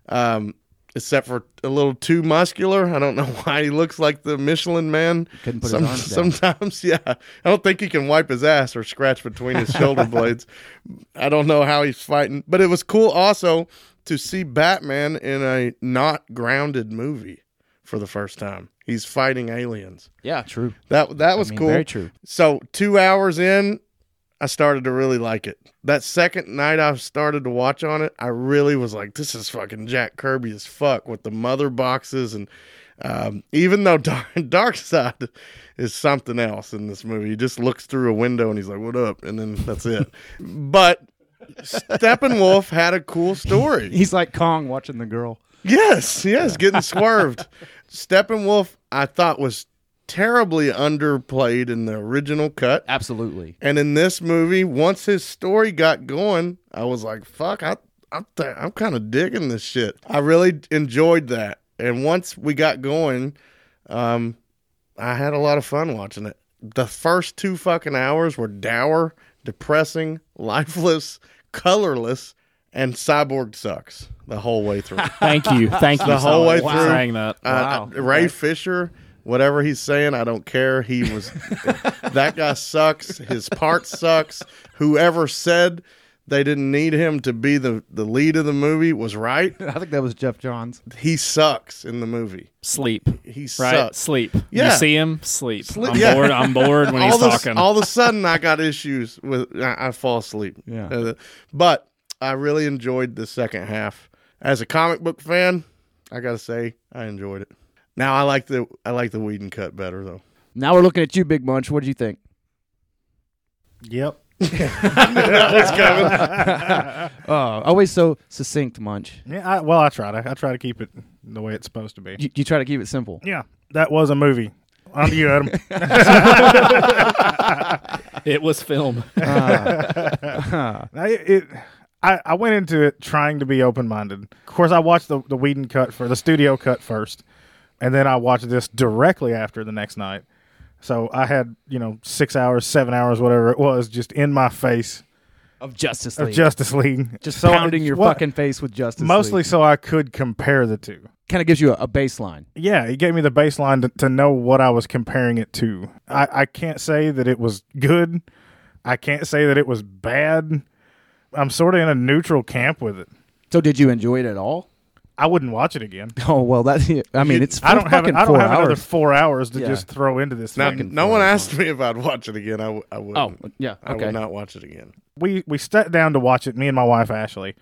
Um Except for a little too muscular, I don't <laughs> know why he looks like the Michelin Man.
Couldn't put his
Some-
arms down.
Sometimes, <laughs> yeah, I don't think he can wipe his ass or scratch between his shoulder blades. I don't know how he's fighting, but it was cool also to see Batman in a not grounded movie for the first time. He's fighting aliens.
Yeah, true.
That that was
I mean,
cool.
Very true.
So two hours in, I started to really like it. That second night I started to watch on it, I really was like, "This is fucking Jack Kirby as fuck with the mother boxes." And um, even though <laughs> Dark, Dark Side is something else in this movie, he just looks through a window and he's like, "What up?" And then that's it. but Steppenwolf had a cool story.
He's like Kong watching the girl.
Yes, yes, getting swerved. Steppenwolf, I thought was terribly underplayed in the original cut.
Absolutely.
And in this movie, once his story got going, I was like, "Fuck, I, I'm, th- I'm kind of digging this shit." I really enjoyed that. And once we got going, um, I had a lot of fun watching it. The first two fucking hours were dour, depressing, <laughs> lifeless, colorless, and Cyborg sucks the whole way through.
<laughs> Thank you, thank you.
The whole way
for
through.
saying that.
Uh, uh, Ray Fisher, whatever he's saying, I don't care. He
<laughs>
was that guy sucks. His part sucks. Whoever said they didn't need him to be the the lead of the movie was right.
<laughs> I think that was Jeff Johns.
He sucks in the movie.
Sleep,
He
right?
sucks.
Sleep.
Yeah.
You see him sleep.
Sleep,
I'm
yeah.
bored. I'm bored
<laughs>
when
all
he's
of a-
talking.
all of a sudden, I got issues with I, I fall asleep.
Yeah.
Uh, but I really enjoyed the second half. As a comic book fan, I gotta say I enjoyed it. Now I like the I like the Whedon cut better though.
Now we're looking at you, Big Munch. What do you think?
Yep.
that was coming.
Uh, always so succinct, Munch.
Yeah. I, well, I tried. I, I try to keep it the way it's supposed to be.
You, you try to keep it simple.
Yeah. That was a movie. On to you, Adam.
<laughs>
it was film.
<laughs> I, it, I, I went into it trying to be open minded. Of course, I watched the, the Whedon cut for the studio cut first, and then I watched this directly after the next night. So I had, you know, six hours, seven hours, whatever it was, just in my face
Of Justice
of
League.
Justice League.
Just
So-
pounding your
what-
fucking face with Justice
Mostly so I could compare the two.
Kind of gives you a, a baseline.
Yeah, he gave me the baseline to, to know what I was comparing it to. I, I can't say that it was good. I can't say that it was bad. I'm sort of in a neutral camp with it.
So did you enjoy it at all?
I wouldn't watch it again.
<laughs> Oh, well, that, I mean, it's
I don't have
fucking
I don't
four
have another
hours.
four hours to
Yeah.
just throw into this.
Now,
thing.
no one asked me if I'd watch it again. I, w- I wouldn't.
oh, yeah,
I
okay.
would not watch it again.
we we sat down to watch it. Me and my wife Ashley,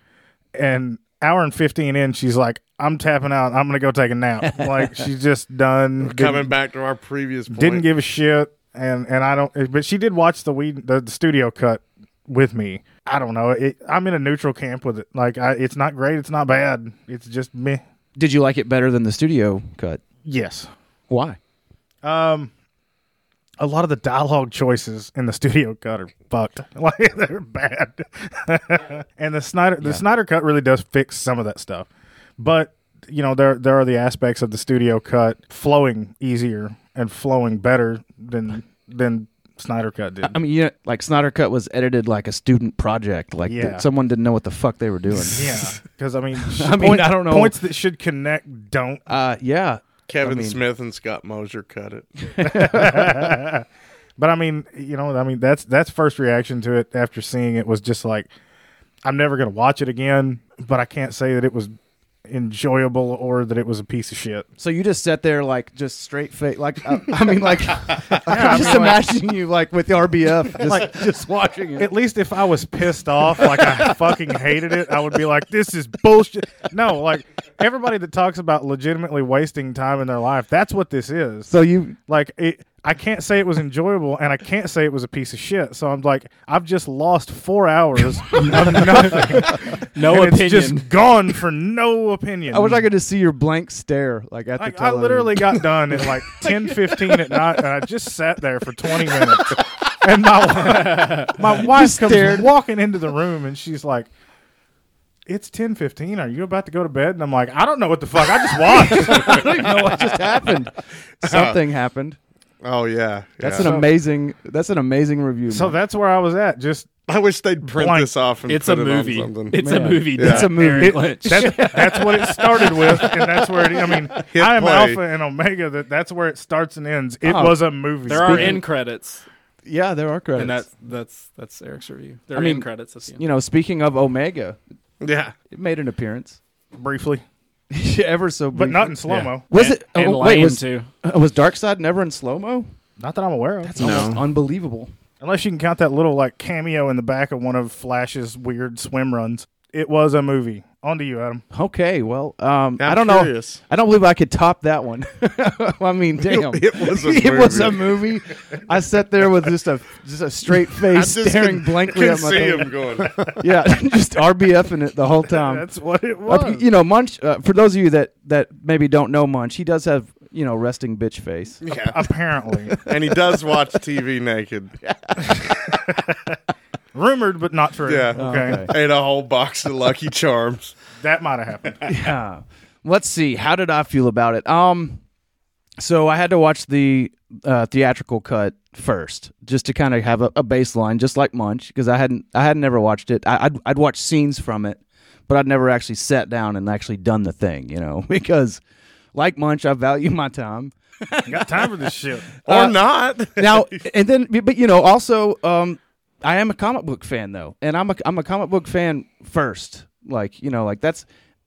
and hour and 15 in she's like i'm tapping out i'm gonna go take
<laughs>
a nap like she's just done
Coming
didn't,
back to our previous point.
didn't give a shit and and i don't but she did watch the weed the, the studio cut with me i don't know it, i'm in a neutral camp with it like I, it's not great it's not bad it's just me
Did you like it better than the studio cut?
yes
Why?
um a lot of the dialogue choices in the studio cut are fucked. <laughs> Like they're bad. <laughs> and the Snyder the Snyder cut really does fix some of that stuff. But you know, there there are the aspects of the studio cut flowing easier and flowing better than than Snyder cut did.
I mean, yeah, like Snyder Cut was edited like a student project. Like
Yeah.
someone didn't know what the fuck they were doing.
<laughs> yeah, because I mean,
<laughs> I mean, I don't know.
points that should connect don't.
Uh, yeah.
Kevin
I mean-
Smith and Scott Mosier cut it.
But I mean, you know, I mean that's that's first reaction to it after seeing it was just like, I'm never gonna watch it again. But I can't say that it was enjoyable or that it was a piece of shit.
So you just sat there like just straight face. Like uh, I mean,
<laughs>
like <laughs> I'm just imagining you like with RBF, just just
<laughs>
watching it.
At least if I was pissed off, like I <laughs> fucking hated it, I would be like, this is bullshit. No, like everybody that talks about legitimately wasting time in their life, that's what this is.
So you
like it i can't say it was enjoyable and i can't say it was a piece of shit so i'm like i've just lost four hours of nothing
No opinion.
and it's just gone for no opinion
I wish I could just see your blank stare, like at the
like, I
television.
literally got done at
<laughs>
like ten fifteen at night, and I just sat there for
<laughs>
20 minutes. And my my wife comes
stared.
walking into the room, and she's like, "It's ten fifteen. Are you about to go to bed?" And I'm like, "I don't know what the fuck. I just
<laughs>
watched."
I don't even know what just happened. <laughs> Something happened.
Oh yeah,
That's
yeah.
an amazing. That's an amazing review.
so
man.
that's where I was at. Just
I wish they'd print
Blank.
this off and
It's a
put it on
movie.
something.
It's
Yeah.
a movie.
Yeah.
it's a movie.
It-
<laughs>
<laughs> that's, that's what it started with, and that's where it. I mean,
Hit
I am
play.
Alpha and Omega. That that's where it starts and ends. It
Oh.
was a movie.
There are end credits,
yeah, there are credits.
and that's that's that's Eric's review. There
I
are
mean,
end credits. At the end.
you know, speaking of Omega,
<laughs> yeah.
it made an appearance. <laughs>
briefly,
Yeah, ever so,
but
briefly.
not in slow mo.
Was it?
and
oh,
Lion
wait, was,
too.
uh, was Darkseid never in slow mo?
Not that I'm aware of.
That's almost unbelievable.
Unless you can count that little like cameo in the back of one of Flash's weird swim runs. It was a movie. On to you, Adam.
Okay, well, um,
I'm
I do not
curious.
know. I don't believe I could top that one. <laughs> I mean, damn,
<laughs> It was a
It was
movie.
a movie. I sat there with just a just a straight
<laughs>
face,
I just
staring
can-
blankly
can
at my
see
thing.
him going.
<laughs> Yeah, <laughs> just RBF in it the whole time.
That's what it
Uh,
was.
you know, Munch. Uh, for those of you that that maybe don't know Munch, he does have you know resting bitch face.
yeah,
Apparently,
and he does watch TV naked.
rumored but not true.
Yeah.
Okay.
Okay.
Ate a whole box of
<laughs>
Lucky Charms.
That might have happened.
Yeah. Let's see. How did I feel about it? Um, so I had to watch the uh, theatrical cut first, just to kind of have a, a baseline, just like Munch, because I hadn't I had never watched it. I, I'd I'd watched scenes from it, but I'd never actually sat down and actually done the thing, you know, <laughs> because like Munch, I value my time.
Got time for this shit.
Or
Uh,
not.
<laughs> now and then but you know also um i am a comic book fan though and i'm a i'm a comic book fan first like you know like that's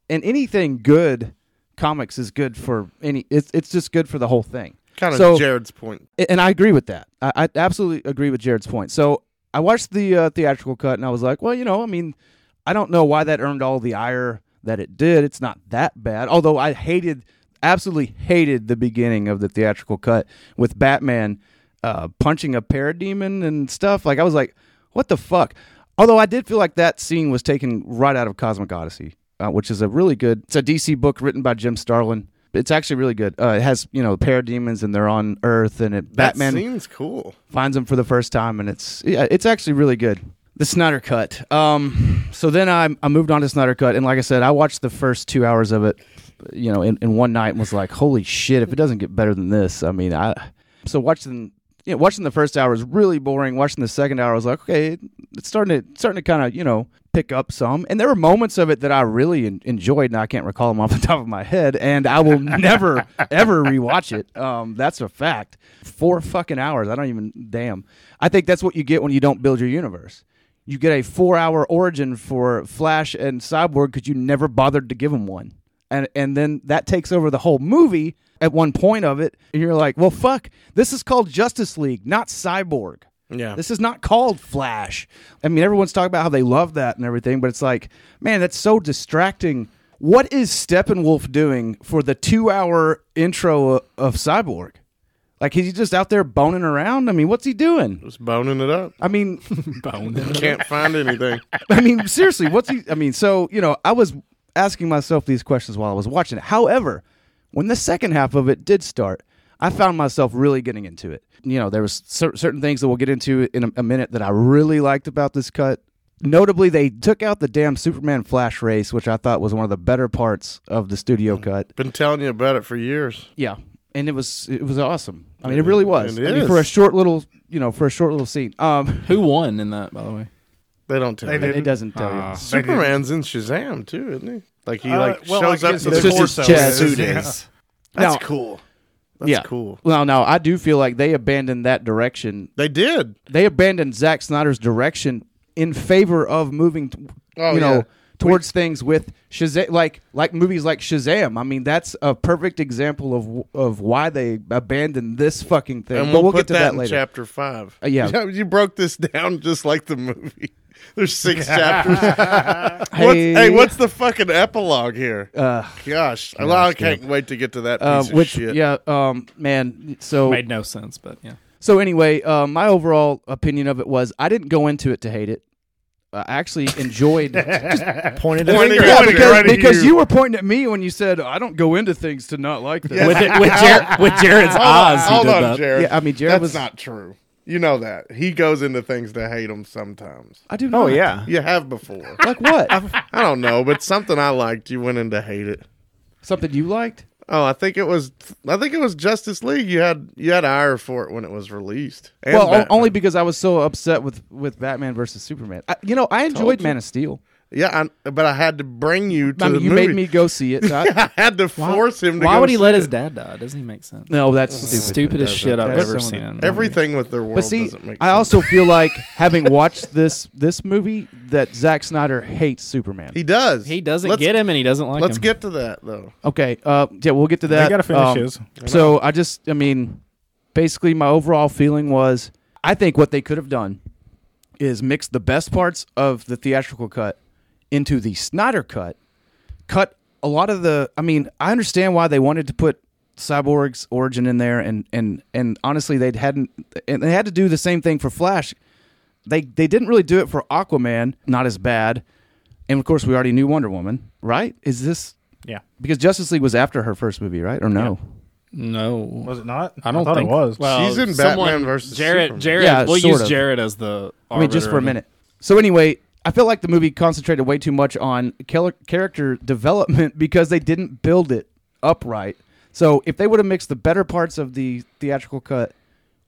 and anything good comics is good for any it's it's just good for the whole thing
kind of
so-
Jared's point.
A- and i agree with that i, I absolutely agree with jared's point so i watched the uh, theatrical cut and i was like well you know i mean i don't know why that earned all the ire that it did it's not that bad although i hated absolutely hated the beginning of the theatrical cut with batman uh, punching a parademon and stuff. Like I was like, what the fuck? Although I did feel like that scene was taken right out of Cosmic Odyssey, uh, which is a really good. It's a DC book written by Jim Starlin. It's actually really good. Uh, it has you know parademons and they're on Earth and it, Batman
That seems cool.
finds him for the first time, and it's yeah, it's actually really good. The Snyder Cut. Um, so then I, I moved on to Snyder Cut, and like I said, I watched the first two hours of it, you know, in, in one night, and was like, holy shit! If it doesn't get better than this, I mean, I so watching. You know, watching the first hour was really boring. Watching the second hour, I was like, okay, it- it's starting to starting to kind of you know pick up some. And there were moments of it that I really en- enjoyed, and I can't recall them off the <laughs> top of my head. And I will never ever rewatch it. Um, that's a fact. Four fucking hours. I don't even. Damn. I think that's what you get when you don't build your universe. You get a four hour origin for Flash and Cyborg because you never bothered to give them one. And, and then that takes over the whole movie at one point of it. And you're like, well, fuck, this is called Justice League, not Cyborg.
Yeah.
This is not called Flash. I mean, everyone's talking about how they love that and everything, but it's like, man, that's so distracting. What is Steppenwolf doing for the two hour intro of, of Cyborg? Like, he's just out there boning around? I mean, what's he doing?
Just boning it
<laughs>
up.
I mean,
Can't find anything.
<laughs> I mean, seriously, what's he? I mean, so you know, I was asking myself these questions while I was watching it. However, when the second half of it did start, I found myself really getting into it. You know, there was cer- certain things that we'll get into in a, a minute that I really liked about this cut. Notably, they took out the damn Superman Flash race, which I thought was one of the better parts of the studio cut.
Been telling you about it for years.
Yeah, and it was it was awesome. I mean, it really was.
It
I mean,
is.
for a short little, you know, for a short little scene. Um,
Who won in that, by the way?
They don't tell
They
you.
did.
<laughs> it doesn't tell you.
Superman's in Shazam too, isn't he? Like he
Uh,
like
well,
shows
I
up
guess
to
it's
the
just
torso.
his chest.
suit.
Yeah.
That's
Now-
cool. That's
Yeah.
cool.
Well, no, I do feel like they abandoned that direction
They did.
they abandoned Zack Snyder's direction in favor of moving, t-
Oh,
you know,
yeah.
towards things with Shazam, like like movies like Shazam. I mean, that's a perfect example of w- of why they abandoned this fucking thing.
And
but
we'll,
we'll
put
get to
that,
that,
in
later.
chapter five.
Uh, yeah.
<laughs> You, you broke this down just like the movie. <laughs> There's six chapters.
<laughs>
What's,
Hey.
hey, what's the fucking epilogue here?
Uh,
Gosh, I, I can't wait to get to that piece
uh,
of
which
shit.
yeah, um, man. So
Made no sense, but yeah.
So anyway, uh, my overall opinion of it was I didn't go into it to hate it. I actually
<laughs>
enjoyed.
Pointed
Pointing
at
at
yeah,
you.
because,
Right at
because
you.
you. were pointing at me when you said I don't go into things to not like this.
With,
<laughs>
it, with, Jar- with Jared's
Hold on,
eyes, he
hold
did
on,
that.
Jared.
Yeah, I mean, Jared
That's
was-
not true. You know that he goes into things to hate him sometimes.
I do.
Oh
not.
yeah.
You have before.
Like what?
I don't know, but something I liked, you went in to hate it.
Something you liked?
Oh, I think it was. I think it was Justice League. You had you had ire for it when it was released. And
well, o-
Batman.
only because I was so upset with with Batman versus Superman. I, you know, I enjoyed Man of Steel.
yeah, I, but I had to bring you to
I
the
mean, you
movie.
made me go see it. I-
<laughs> I had to force him. to
Why
go
would he
see
let
it.
his dad die? Doesn't he make sense?
no, that's stupid.
Stupidest shit I've
That's
ever
so
seen. in a movie.
Everything with their world
But see,
doesn't make.
I
sense.
also feel like having watched this this movie that Zack Snyder hates Superman.
he does.
He doesn't
Let's-
get him, and he doesn't like
Let's
him.
get to that though.
Okay, uh, yeah, we'll get to that. um,
gotta finish his.
So I just, I mean, basically, my overall feeling was, I think what they could have done is mix the best parts of the theatrical cut into the Snyder cut, cut a lot of the. I mean, I understand why they wanted to put Cyborg's origin in there, and and and honestly, they hadn't, and they had to do the same thing for Flash. They they didn't really do it for Aquaman, not as bad, and of course, we already knew Wonder Woman, right? Is this
Yeah.
because Justice League was after her first movie, right? Or no?
No,
Was it not?
I don't
thought
think
it was.
Well,
She's in
someone-
Batman versus Superman.
Jared. Jared.
Yeah,
we'll
sort
use
of.
Jared as the.
I mean, just
arbiter
for a
of it.
minute. So anyway, I feel like the movie concentrated way too much on char- character <laughs> development because they didn't build it upright. So if they would have mixed the better parts of the theatrical cut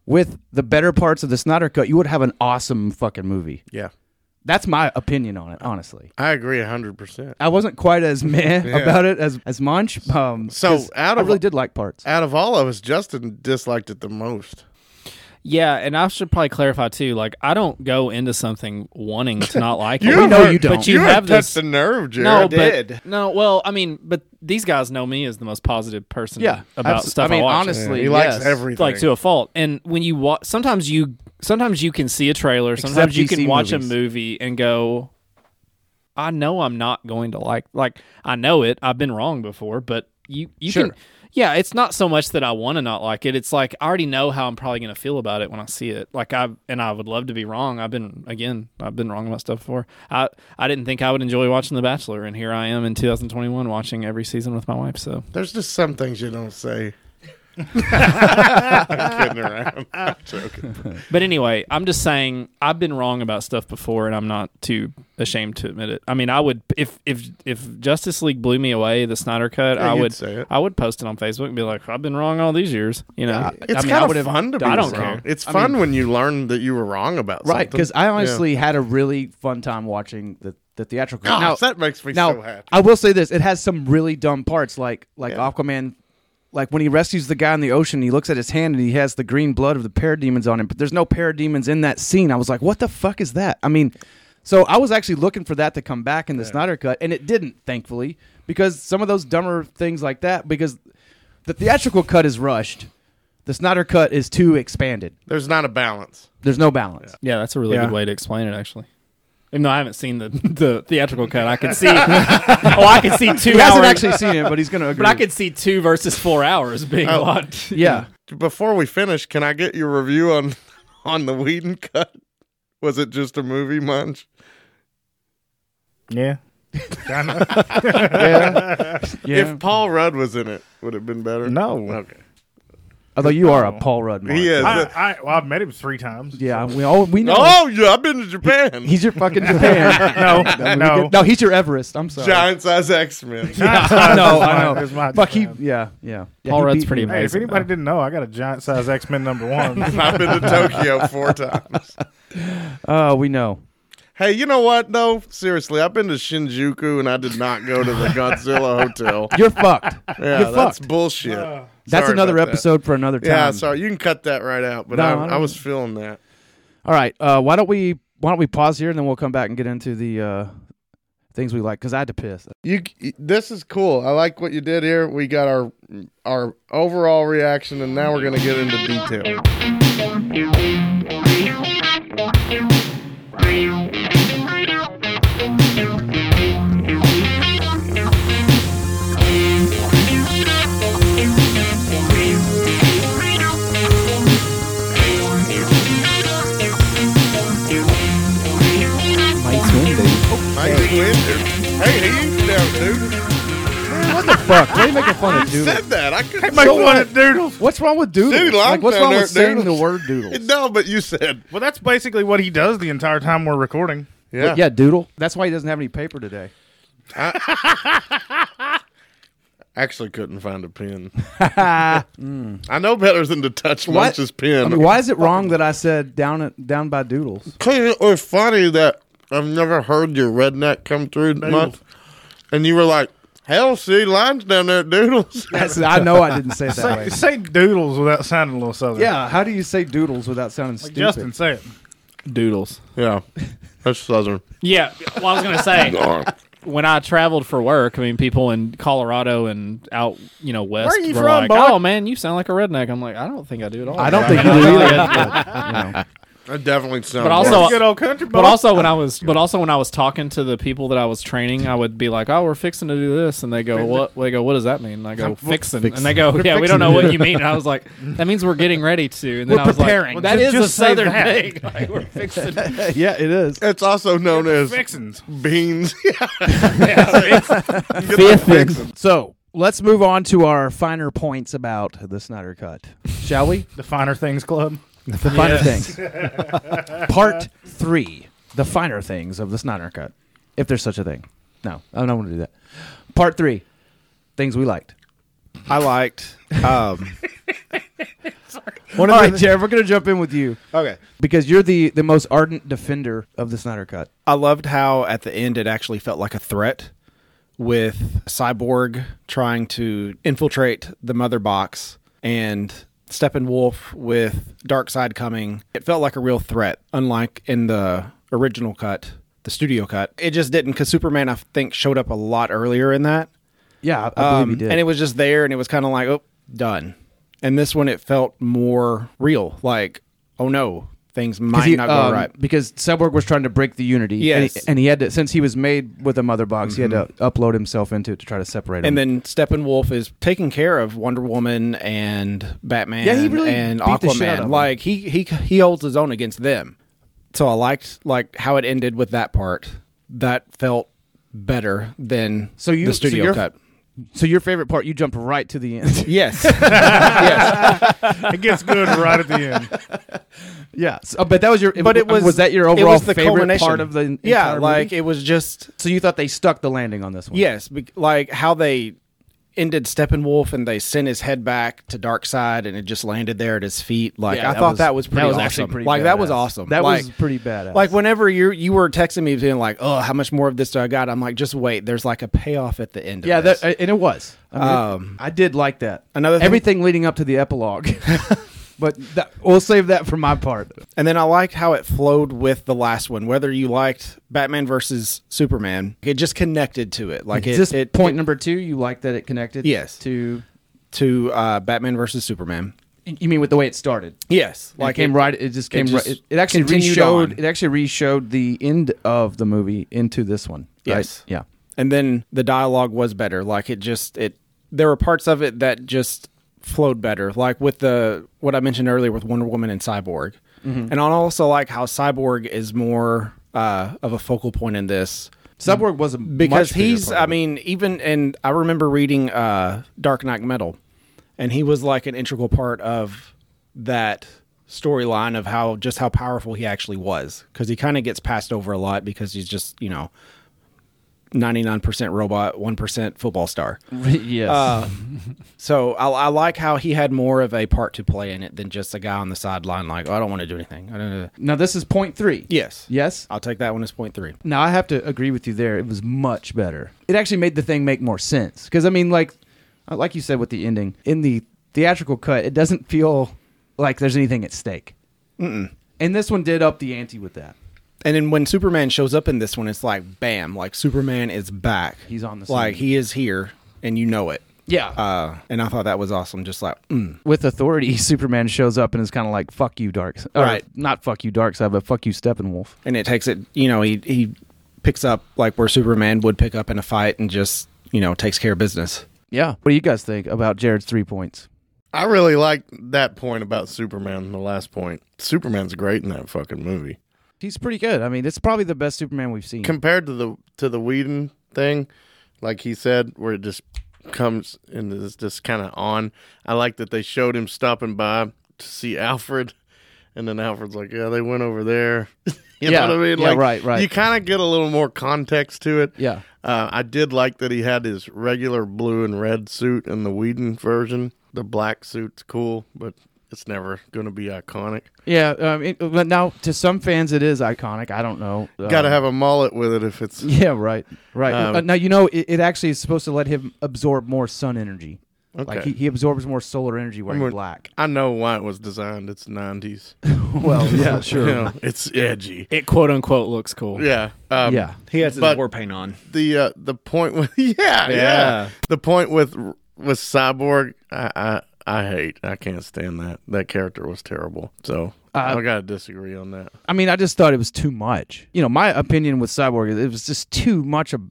with the better parts of the Snyder cut, you would have an awesome fucking movie.
Yeah,
That's my opinion on it, honestly.
I agree hundred percent.
I wasn't quite as <laughs> meh
Yeah.
about it as as Munch. Um,
So,
'cause
out
I
of-
really did like parts.
Out of all of us, Justin disliked it the most.
Yeah, and I should probably clarify too. Like, I don't go into something wanting to not
<laughs>
like it.
We know
have-
you don't.
But you,
have
have
touched
this.
the nerve, Jared.
no, but
did.
no. Well, I mean, but these guys know me as the most positive person.
Yeah,
about
abso-
stuff.
I mean,
watch.
honestly,
he likes
yes.
everything.
like to a fault. And when you watch, sometimes you sometimes you can see a trailer. Sometimes you
DC
can watch
movies.
a movie and go, I know I'm not going to like. Like I know it. I've been wrong before, but you you
Sure.
can. Yeah, it's not so much that I want to not like it. It's like I already know how I'm probably going to feel about it when I see it. Like I and I would love to be wrong. I've been again. I've been wrong about stuff before. I I didn't think I would enjoy watching The Bachelor, and here I am in 2021 watching every season with my wife. So
There's just some things you don't
<laughs>
say. I'm kidding around. I'm joking.
But anyway, I'm just saying I've been wrong about stuff before, and I'm not too ashamed to admit it. I mean, I would if if if Justice League blew me away, the Snyder cut,
Yeah,
I
you'd
would
say it.
I would post it on Facebook and be like, I've been wrong all these years, you know.
It's
mean, I
kind of
would've-
fun to be
I don't
wrong.
care.
It's fun when you learn that you were wrong about
Right,
something.
because I honestly had a really fun time watching the, the theatrical.
Gosh,
now,
that makes me
now,
so happy.
I will say this: it has some really dumb parts, like like Aquaman, like when he rescues the guy in the ocean, he looks at his hand and he has the green blood of the parademons on him. But there's no parademons in that scene. I was like, what the fuck is that? I mean, so I was actually looking for that to come back in the Snyder cut, and it didn't, thankfully, because some of those dumber things like that, because the theatrical cut is rushed. The Snyder Cut is too expanded.
There's not a balance.
There's no balance.
Yeah, that's a really
Yeah.
good way to explain it, actually. Even though I haven't seen the, <laughs> the theatrical cut, I
<laughs>
can see. oh, I can see two
He hasn't
hours.
actually seen it, but he's
<laughs>
going to agree.
but I could see two versus four hours being a
Oh.
lot.
Yeah.
Before we finish, can I get your review on <laughs> on the Whedon cut? Was it just a movie, Munch?
Yeah. <laughs>
yeah.
If Paul Rudd was in it, would it have been better?
No.
Okay.
Although you are a
Oh.
Paul Rudd man.
He is.
I, I, well, I've met him three times.
Yeah, we all we know.
oh, yeah. I've been to Japan.
He's your
<laughs>
fucking Japan.
<laughs> No,
We
no. <laughs>
get- no, he's your Everest. I'm sorry.
Giant size X Men.
<laughs> I know,
It's
I
my-
know.
it's my
Fuck, he,
Japan.
yeah, yeah. yeah
Paul
he
Rudd's
beat
pretty
you.
Hey, if
amazing.
anybody
though.
didn't know, I got a giant size X Men number <laughs> one.
I've been to Tokyo four times.
Oh, we know.
Hey, you know what though? Seriously, I've been to Shinjuku and I did not go to the
<laughs>
Godzilla Hotel. <laughs>
You're fucked.
Yeah,
You're
that's
fucked.
bullshit.
That's
Sorry
another
about that.
episode for another time.
Yeah, sorry. You can cut that right out, but
No,
I,
I don't-
I, was feeling that.
All right. Uh, why don't we why don't we pause here and then we'll come back and get into the uh, things we like because I had to piss.
You, this is cool. I like what you did here. We got our our overall reaction, and now we're gonna get into detail.
Mike's windy.
Mike Winder. Hey, he used to have a doodle.
Fuck. Why are you making
<laughs>
fun of doodle?
Said that. I couldn't. <laughs>
Make
So-
fun of Doodles.
What's wrong with doodle?
Dude, I'm
like, what's wrong
down
with
there-
saying the
doodles.
word doodle?
no, but you said.
Well, that's basically what he does the entire time we're recording.
Yeah.
Yeah, doodle. That's why he doesn't have any paper today.
Actually, couldn't find a
<laughs>
pen. I know better than to touch
Hmm. What?
Munch's pen.
I mean, why is it wrong that I said down at, down by doodles?
Cause it was funny that I've never heard your redneck come through much, and you were like, "Hell, see lines down there at Doodles." <laughs>
That's, <laughs> I know I didn't say it that
Say,
way.
say Doodles without sounding a little southern.
<laughs> Yeah, how do you say doodles without sounding
Like
stupid?
Justin, say it.
Doodles.
yeah, that's southern.
Yeah. Well, I was gonna
<laughs>
say when I traveled for work, I mean, people in Colorado and out, you know, west
you
were
from,
like,
boy?
"Oh man, you sound like a redneck." I'm like, I don't think I do at all.
I don't think you
<laughs>
do either. but, you know.
I definitely sound.
But
worse.
also,
Good old country
<laughs>
boy.
But also when I was, but also when I was talking to the people that I was training, I would be like, "Oh, we're fixing to do this," and they go, "What?" They go, "What does that mean?" And I go, "Fixing," and they go, "Yeah, we don't know what you mean." And I was like, "That means we're getting ready to." And then
We're
I was
preparing.
like, "That
Just-
is
just
a
say
southern
that.
thing. Like, we're fixing."
<laughs> yeah, it is.
it's also known as
<laughs>
Fixins.
beans. <laughs> yeah,
<laughs>
So let's move on to our finer points about the Snyder Cut, shall <laughs> we?
The Finer Things Club.
The finer things. Part three: the finer things of the Snyder Cut, if there's such a thing. No, I don't want to do that. Part three: things we liked.
I liked.
<laughs>
Um, one
All
of
right, <laughs>
the,
Jared, we're gonna jump in with you
okay.
because you're the the most ardent defender of the Snyder Cut.
I loved how at the end it actually felt like a threat with Cyborg trying to infiltrate the mother box and Steppenwolf with Darkseid coming. It felt like a real threat, unlike in the original cut, the studio cut. It just didn't because Superman, I think, showed up a lot earlier in that.
Yeah, I, I
Um,
believe he did.
And it was just there, and it was kind of like, oh, done. And this one, it felt more real. Like, oh no, things might
'Cause he,
not go
um,
right.
Because Cyborg was trying to break the unity. And he,
Yes.
and he had to, since he was made with a mother box, he had to upload himself into it to try to separate him.
And then Steppenwolf is taking care of Wonder Woman and Batman
Yeah, he really
and
beat the shit out of
Aquaman.
them.
Like he he he holds his own against them. So I liked like how it ended with that part. That felt better than
So you-
the
so
studio
you're- <laughs>
cut.
so your favorite part, you jumped right to the end.
Yes.
It gets good right at the end.
<laughs> yeah. So, but that was your,
but it was
was that your
it
overall
was the
favorite
culmination.
part of the en-
Yeah,
entire
like
movie?
it was just
so you thought they stuck the landing on this one?
Yes, bec- like how they ended Steppenwolf and they sent his head back to Darkseid and it just landed there at his feet. Like
Yeah,
I
that
thought
was-
that was pretty
that was
awesome.
actually pretty
like that was
badass.
awesome.
That
Like-
was pretty badass.
Like whenever you you were texting me being like, "Oh, how much more of this do I got?" I'm like, "Just wait. There's like a payoff at the end." Of
Yeah,
this.
that, uh, and it was. I, mean, it-
Um,
I did like that.
another thing-
everything leading up to the
<laughs>
epilogue, but that, we'll save that for my part.
And then I liked how it flowed with the last one. Whether you liked Batman versus Superman, it just connected to it. Like it,
Just
it
point number two, you like that it connected?
Yes.
To
to uh, Batman versus Superman.
You mean with the way it started?
Yes,
Like it came right. It just came.
just
right, it, it actually
continued
re-showed.
on.
It actually re-showed the end of the movie into this one. right?
Yes.
Yeah.
and then the dialogue was better like it just it there were parts of it that just flowed better like with the what i mentioned earlier with wonder woman and cyborg and i also like how cyborg is more uh, of a focal point in this
Subwork was a
because
much bigger
he's
part
i
of it.
mean even and i remember reading uh dark knight metal and he was like an integral part of that storyline of how just how powerful he actually was because he kind of gets passed over a lot because he's just you know 99% robot 1% football star
<laughs> yes.
uh, so I, I like how he had more of a part to play in it than just a guy on the sideline like oh, i don't want to do anything I don't know.
now this is point three.
yes
Yes.
i'll take that one as point three
Now I have to agree with you there. It was much better. It actually made the thing make more sense because I mean, like, uh, like you said with the ending in the theatrical cut, it doesn't feel like there's anything at stake. Mm-mm. And this one did up the ante with that.
And then when Superman shows up in this one, it's like bam, like Superman is back.
He's on the scene.
like he is here, and you know it.
Yeah.
Uh, and I thought that was awesome. Just like mm.
with authority, <laughs> Superman shows up and is kind of like "fuck you, Dark." Or,
Right.
Not "fuck you, Dark Side," but "fuck you, Steppenwolf."
and it takes it. You know, he he picks up like where Superman would pick up in a fight, and just you know takes care of business.
Yeah. What do you guys think about Jared's three points?
I really like that point about Superman, the last point. Superman's great in that fucking movie.
He's pretty good. I mean, it's probably the best Superman we've seen.
Compared to the to the Whedon thing, like he said, where it just comes and is just kinda on. I like that they showed him stopping by to see Alfred and then Alfred's like, Yeah, they went over there. <laughs> you
Yeah,
know what I mean?
yeah,
like
right, right.
you kinda get a little more context to it.
yeah.
Uh, I did like that he had his regular blue and red suit in the Whedon version. The black suit's cool, but it's never going to be iconic.
Yeah. Um, it- but now, to some fans, it is iconic. I don't know. Um,
Got to have a mullet with it if it's.
Yeah. Right. Right.
Um,
Uh, now you know it, it actually is supposed to let him absorb more sun energy. Like
Okay.
he, he absorbs more solar energy wearing
gonna-
black.
I know why it was designed. It's 90s.
<laughs> Well, yeah,
<laughs> You know, it's edgy.
<laughs> It quote unquote looks cool.
Yeah. Um,
yeah.
He has
his But- war
paint on.
The uh, the point with <laughs> yeah, yeah
Yeah.
the point with with cyborg I, I I hate I can't stand that that character was terrible so
Uh,
I gotta disagree on that
I mean, I just thought it was too much. You know, my opinion with Cyborg, it was just too much. Of,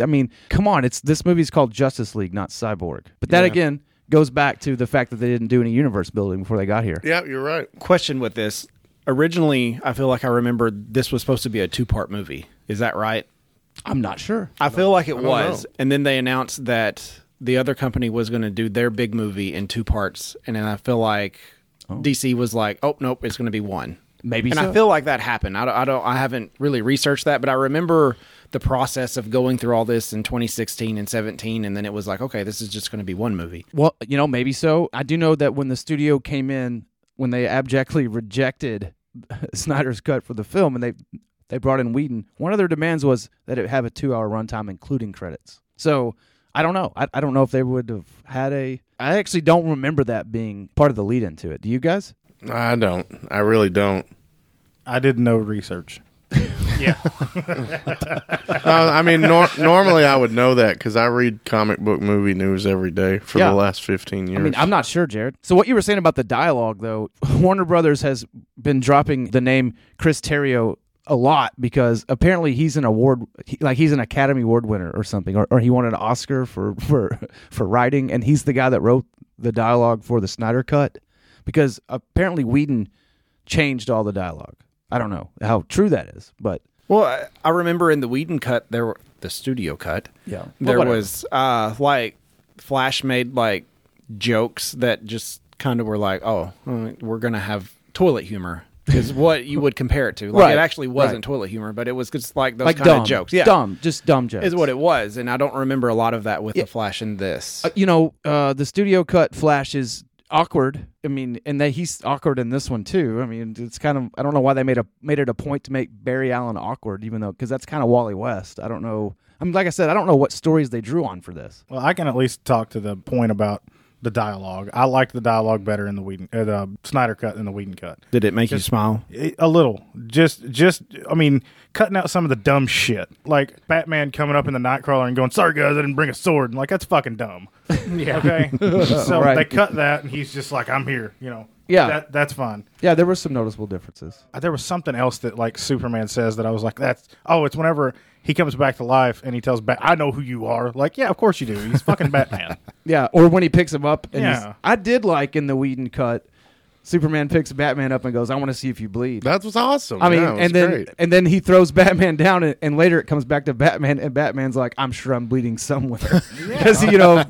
I mean, come on, it's this movie's called Justice League, not Cyborg. But that again goes back to the fact that they didn't do any universe building before they got here.
yeah you're right
Question with this: Originally, I feel like I remember this was supposed to be a two-part movie. Is that right?
I'm not sure.
I feel like it was. And then they announced that the other company was going to do their big movie in two parts. And then I feel like DC was like, oh, nope, it's going to be one.
Maybe
And
so.
I feel like that happened. I don't, I don't, I haven't really researched that, but I remember the process of going through all this in 2016 and 17. And then it was like, okay, this is just going to be one movie.
Well, you know, maybe so. I do know that when the studio came in, when they abjectly <laughs> rejected Snyder's cut for the film, and they they brought in Whedon, one of their demands was that it have a two hour runtime, including credits. So I don't know. I, I don't know if they would have had a. I actually don't remember that being part of the lead into it. Do you guys?
I don't I really don't
<laughs> I did no research.
Uh, I mean,
<laughs>
nor- normally I would know that because I read comic book movie news every day for
Yeah.
the last 15 years.
I mean, I'm not sure, Jared. So what you were saying about the dialogue, though, <laughs> Warner Brothers has been dropping the name Chris Terrio a lot because apparently he's an award, he, like he's an Academy Award winner or something, or, or he won an Oscar for <laughs> for for writing, and he's the guy that wrote the dialogue for the Snyder Cut because apparently Whedon changed all the dialogue. I don't know how true that is, but
Well, I, I remember in the Whedon cut, there were the studio cut.
Yeah.
there
Well, whatever.
was uh, like Flash made like jokes that just kind of were like, oh, uh, we're gonna have toilet humor
<laughs>
is what you would compare it to. Like
Right,
it actually wasn't
right.
toilet humor, but it was just like those
like
kind
dumb
of jokes. Yeah,
dumb, just dumb jokes
is what it was, and I don't remember a lot of that with the Flash in this.
uh, you know, uh, the studio cut Flash is awkward. I mean, and that he's awkward in this one too. I mean, it's kind of I don't know why they made a made it a point to make Barry Allen awkward, even though because that's kind of Wally West. I don't know. I mean, like I said, I don't know what stories they drew on for this.
Well, I can at least talk to the point about the dialogue. I liked the dialogue better in the Whedon, uh, the Snyder cut than the Whedon cut.
Did it make you smile?
It- a little just just i mean cutting out some of the dumb shit like batman coming up in the nightcrawler and going sorry guys i didn't bring a sword and like that's fucking dumb yeah okay so
Right.
they cut that and he's just like i'm here you know
Yeah.
that, that's fine
Yeah, there were some noticeable differences.
Uh, there was something else that like superman says that i was like that's oh it's whenever he comes back to life and he tells bat i know who you are like yeah of course you do he's
<laughs>
fucking batman <laughs>
Yeah, or when he picks him up. And he's-
Yeah.
I did like in the Whedon cut, Superman picks Batman up and goes, "I want to see if you bleed."
That was awesome.
I mean,
Yeah, it was
and then
great.
and then he throws <laughs> Batman down, and, and later it comes back to Batman, and Batman's like, "I'm sure I'm
<laughs>
bleeding somewhere," <laughs> because you know.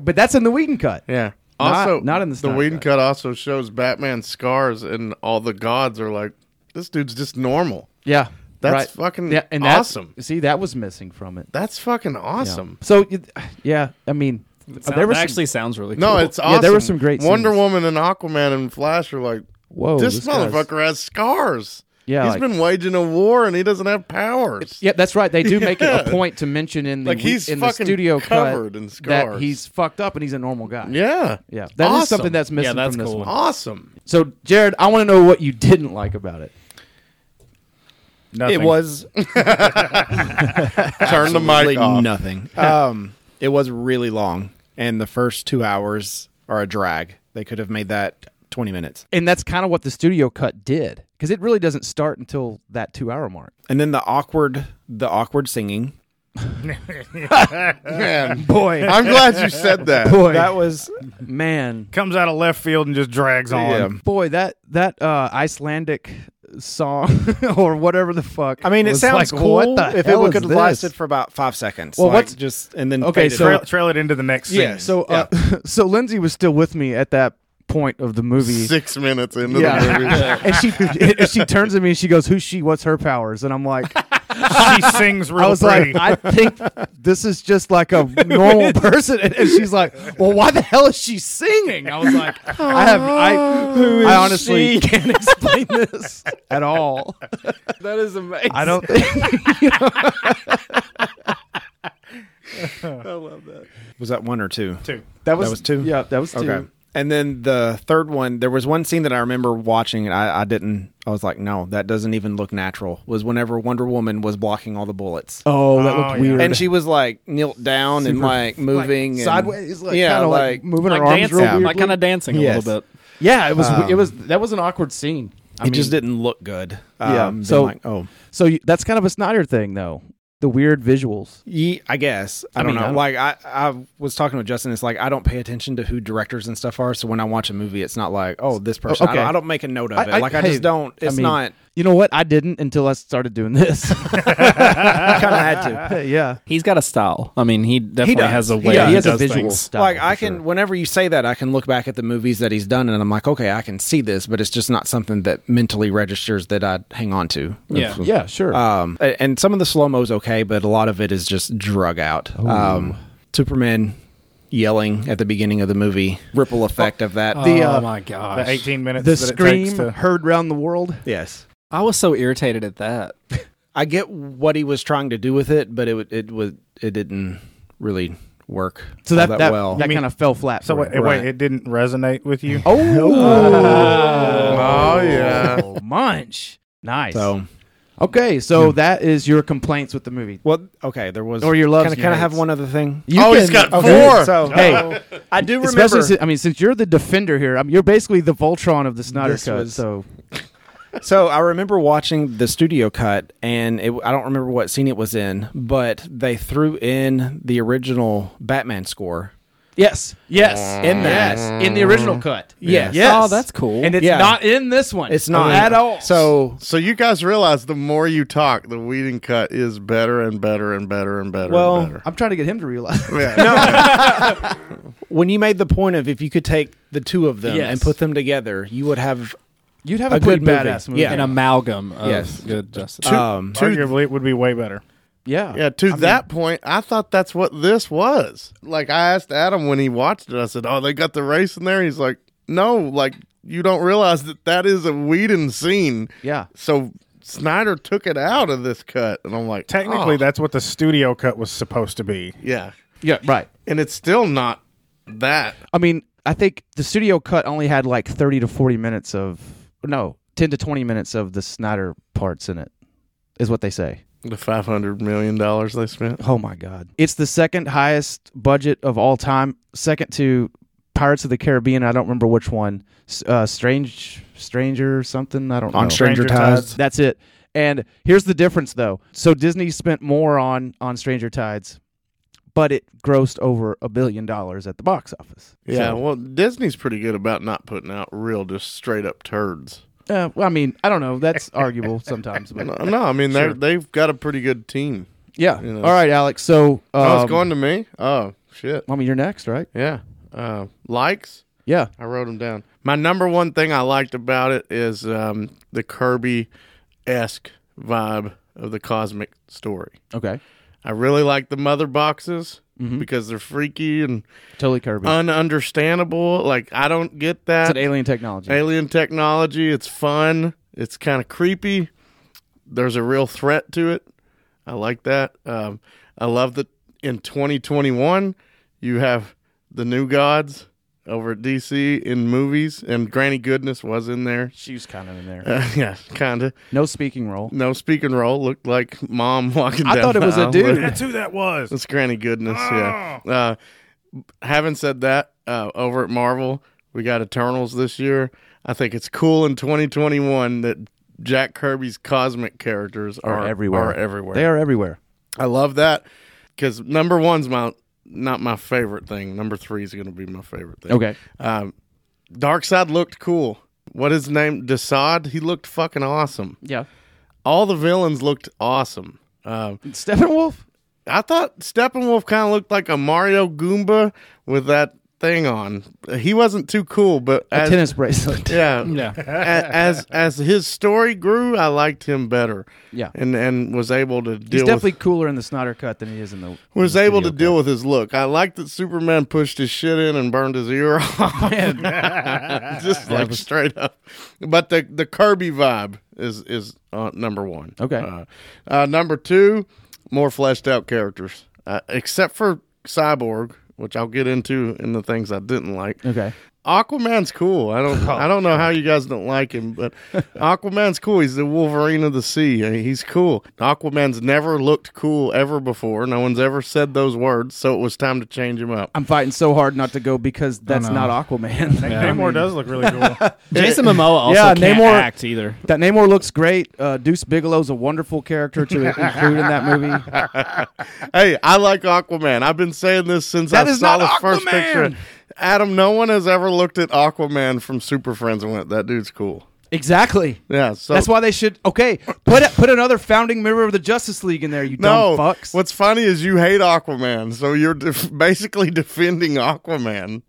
But that's in the Whedon cut.
Yeah.
Not-
Also,
not in the
the
Snyder
Whedon
Cut.
cut also shows Batman's scars, and all the gods are like, "This dude's just normal."
Yeah,
That's
right.
fucking
yeah, and that-
awesome.
see, that was missing from it.
That's fucking
Yeah.
awesome.
So, it- yeah, I mean, uh,
Sound-
there was
that
some-
actually sounds really cool.
No, it's awesome.
Yeah, there were some great
Wonder
scenes.
Woman and Aquaman and Flash are like,
whoa,
this,
guy's-
motherfucker has scars.
Yeah,
He's
like-
been waging a war and he doesn't have powers.
Yeah, that's right. They do make
<laughs>
it a point to mention in the
Like,
we-
he's
in the
fucking
studio
covered
cut
in
that
scars.
he's fucked up and he's a normal guy.
Yeah.
yeah, that is
Awesome.
something that's missing
that's
from this
cool.
one.
awesome.
So, Jared, I want to know what you didn't like about it.
Nothing.
It
<laughs>
was
Turn the mic
absolutely
off.
nothing. <laughs> Um, it was really long, and the first two hours are a drag. They could have made that twenty minutes,
And that's kind of what the studio cut did because it really doesn't start until that two hour mark.
and then the awkward, the awkward singing.
<laughs> Man, boy. I'm glad you said that.
Boy,
That was
man,
comes out of left field and just drags on
yeah.
boy, that that uh, Icelandic song <laughs> or whatever the fuck.
I mean, it
was
sounds
like,
cool
what the
if it
hell
would
is
have
this?
lasted for about five seconds.
Well,
like,
what's-
just and then
Okay,
faded
so-
out.
trail, trail it into the next scene
Yeah,
So, uh, <laughs> so Lindsay was still with me at that point of the movie.
Six minutes into
Yeah.
the movie.
<laughs> and she and she turns at me and she goes, "Who's she? What's her powers?" And I'm like,
she sings
<laughs>
real
I was
pretty.
like, I think this is just like a normal person. And, and she's like, Well, why the hell is she singing? I was like, I have, I, I honestly can't explain this <laughs> at all.
that is amazing.
I don't. think
was that one or two?
Two.
that was,
was two?
Yeah, that was two.
Okay. And then the third one, there was one scene that I remember watching, and I, I didn't. I was like, "No, that doesn't even look natural." Was whenever Wonder Woman was blocking all the bullets,
Oh, that
Oh,
looked
yeah.
weird.
and she was like knelt down and like moving and-
sideways, like, kind of like, moving
like
her arms
dancing,
real
Yeah.
weirdly.
like kind of dancing a
Yes.
little bit.
yeah, it was.
Um,
it was that was an awkward scene. I
it just
mean,
didn't look good.
Yeah.
Um,
So-
so like, oh,
So you, that's kind of a Snyder thing, though. The weird visuals.
ye, I guess I,
I
don't
mean,
know.
I don't-
like I, I was talking with Justin. It's like I don't pay attention to who directors and stuff are. So when I watch a movie, it's not like, oh, this person. I,
okay.
don't, I don't make a note of
I-
it.
I-
like I,
hey,
just don't. It's
mean,
not.
You know what? I didn't until I started doing
<laughs>
this.
I kind of had to.
<laughs> yeah.
He's got a style. I mean, he definitely
does.
has a
He
way.
does. He has a
does
visual
things.
style.
like
for
I can,
sure.
whenever you say that, I can look back at the movies that he's done, and I'm like, okay, I can see this, but it's just not something that mentally registers that I hang on to.
Yeah.
Yeah, sure.
Um, a- and some of the slow mo's okay, but a lot of it is just drug out. Um, Superman yelling at the beginning of the movie, ripple effect of that.
The, uh,
oh my gosh!
the 18 minutes
the
that it
scream
takes to
heard round the world.
yes,
I was so irritated at that.
I get what he was trying to do with it, but it wa- it was it didn't really work
So
all
that that, that,
well.
mean-
kind of fell flat.
So
for Oh,
wait,
him.
Right.
wait, it didn't resonate with you? <laughs>
Oh,
Oh, yeah.
munch. Nice.
so
okay, so
Hmm.
that is your complaints with the movie.
well, okay, there was
Or your loves
Can I
and
kind
your
of have
hates.
one other thing?
You
Oh, he's
can-
got four.
So
Hey,
I do remember.
especially si- I mean, since you're the defender here, I mean, you're basically the Voltron of the Snyder
This
cut.
was-
so
So I remember watching the studio cut, and it, I don't remember what scene it was in, but they threw in the original Batman score
yes, yes,
in that.
in the original cut,
Yes.
yes.
Oh, that's cool.
and it's
Yeah.
not in this one.
It's not
at all.
So
So you guys realize the more you talk, the Whedon cut is better and better and better and better
Well,
and better.
I'm trying to get him to realize. <laughs>
when you made the point of if you could take the two of them
Yes.
and put them together, you would have
You'd have
A
a, pretty
good movie.
badass movie.
Yeah.
An amalgam of
Yes.
good uh, justice.
um,
Arguably, it would be way better.
yeah.
Yeah, to that point, I thought that's what this was. Like I asked Adam when he watched it, I said, "Oh, they got the race in there." He's like, "No, like you don't realize that that is a Whedon scene."
Yeah.
So Snyder took it out of this cut, and I'm like,
Technically,
"Oh,
that's what the studio cut was supposed to be.
yeah."
Yeah, right.
And it's still not that.
I mean, I think the studio cut only had like 30 to 40 minutes of no, 10 to 20 minutes of the Snyder parts in it. Is what they say.
The five hundred million dollars they spent.
Oh my god. It's the second highest budget of all time, second to Pirates of the Caribbean, I don't remember which one. S- Uh Strange Stranger something, I don't know.
on Stranger,
Stranger
Tides.
Tides.
That's it. And here's the difference though. So Disney spent more on on Stranger Tides, but it grossed over a billion dollars at the box office.
Yeah,
So-
well, Disney's pretty good about not putting out real, just straight up turds.
Uh, well, I mean, I don't know. That's <laughs> arguable sometimes,
No,
but
no, I mean they're they've got a pretty good team.
<laughs> yeah.
You know.
All right, Alex. So, um,
oh, it's going to me. Oh shit,
I mean, you're next, right?
yeah. Uh, likes,
Yeah.
I wrote them down. My number one thing I liked about it is um, the Kirby esque vibe of the cosmic story.
Okay.
I really like the mother boxes
Mm-hmm.
because they're freaky and
Totally Kirby.
Uh, ununderstandable. Like I don't get that.
it's an alien technology.
alien technology. It's fun. It's kind of creepy. There's a real threat to it. I like that. Um, I love that in 2021 you have the new gods over at DC in movies, and Granny Goodness was in there. <laughs>
She's kind of in there.
Uh, yeah, kind of.
No speaking role.
No speaking role. Looked like mom walking.
I
down
thought it
the
was a
aisle.
dude.
That's who that was.
It's Granny Goodness, yeah. Uh, having said that, uh, over at Marvel, we got Eternals this year. I think it's cool in 2021 that Jack Kirby's cosmic characters are,
Are everywhere.
Are everywhere.
They are everywhere.
I love that because number one's my not my favorite thing. Number three is going to be my favorite thing.
Okay.
Um, Dark Side looked cool. What is his name? Desaad. He looked fucking awesome.
Yeah.
All the villains looked awesome. Um,
Steppenwolf.
I thought Steppenwolf kind of looked like a Mario Goomba with that thing on. He wasn't too cool, but
A
as, <laughs>
tennis bracelet.
yeah, A- as as his story grew, I liked him better.
Yeah.
and and was able to
He's
deal
definitely
with,
cooler in the Snyder cut than he is in the.
was
in the
able to
studio
deal with his look. I liked that Superman pushed his shit in and burned his ear <laughs> off, just like straight up. But the the Kirby vibe is is uh, number one.
Okay.
Uh, uh, number two, more fleshed out characters, uh, except for Cyborg, which I'll get into in the things I didn't like.
cut. Okay.
Aquaman's cool. I
<laughs>
don't
Oh,
I don't know how you guys don't like him, but Aquaman's cool. He's the Wolverine of the sea. I mean, He's cool. Aquaman's never looked cool ever before. No one's ever said those words, so it was time to change him up.
I'm fighting so hard not to go because that's not
<laughs>
Aquaman.
Namor does
<laughs>
look really cool.
Jason Momoa also
Yeah,
can't
Namor-
act either.
That Namor looks great. Uh, Deuce Bigelow's a wonderful character
<laughs>
to include in that movie.
Hey, I like Aquaman. I've been saying this since
That
I
is
saw
not
the first
Aquaman!
picture. Adam, no one has ever looked at Aquaman from Super Friends and went, "That dude's cool."
Exactly.
Yeah, so
That's why they should. Okay, put put another founding member of the Justice League in there. You
No,
dumb fucks.
what's funny is you hate Aquaman, so you're def- <laughs> basically defending Aquaman.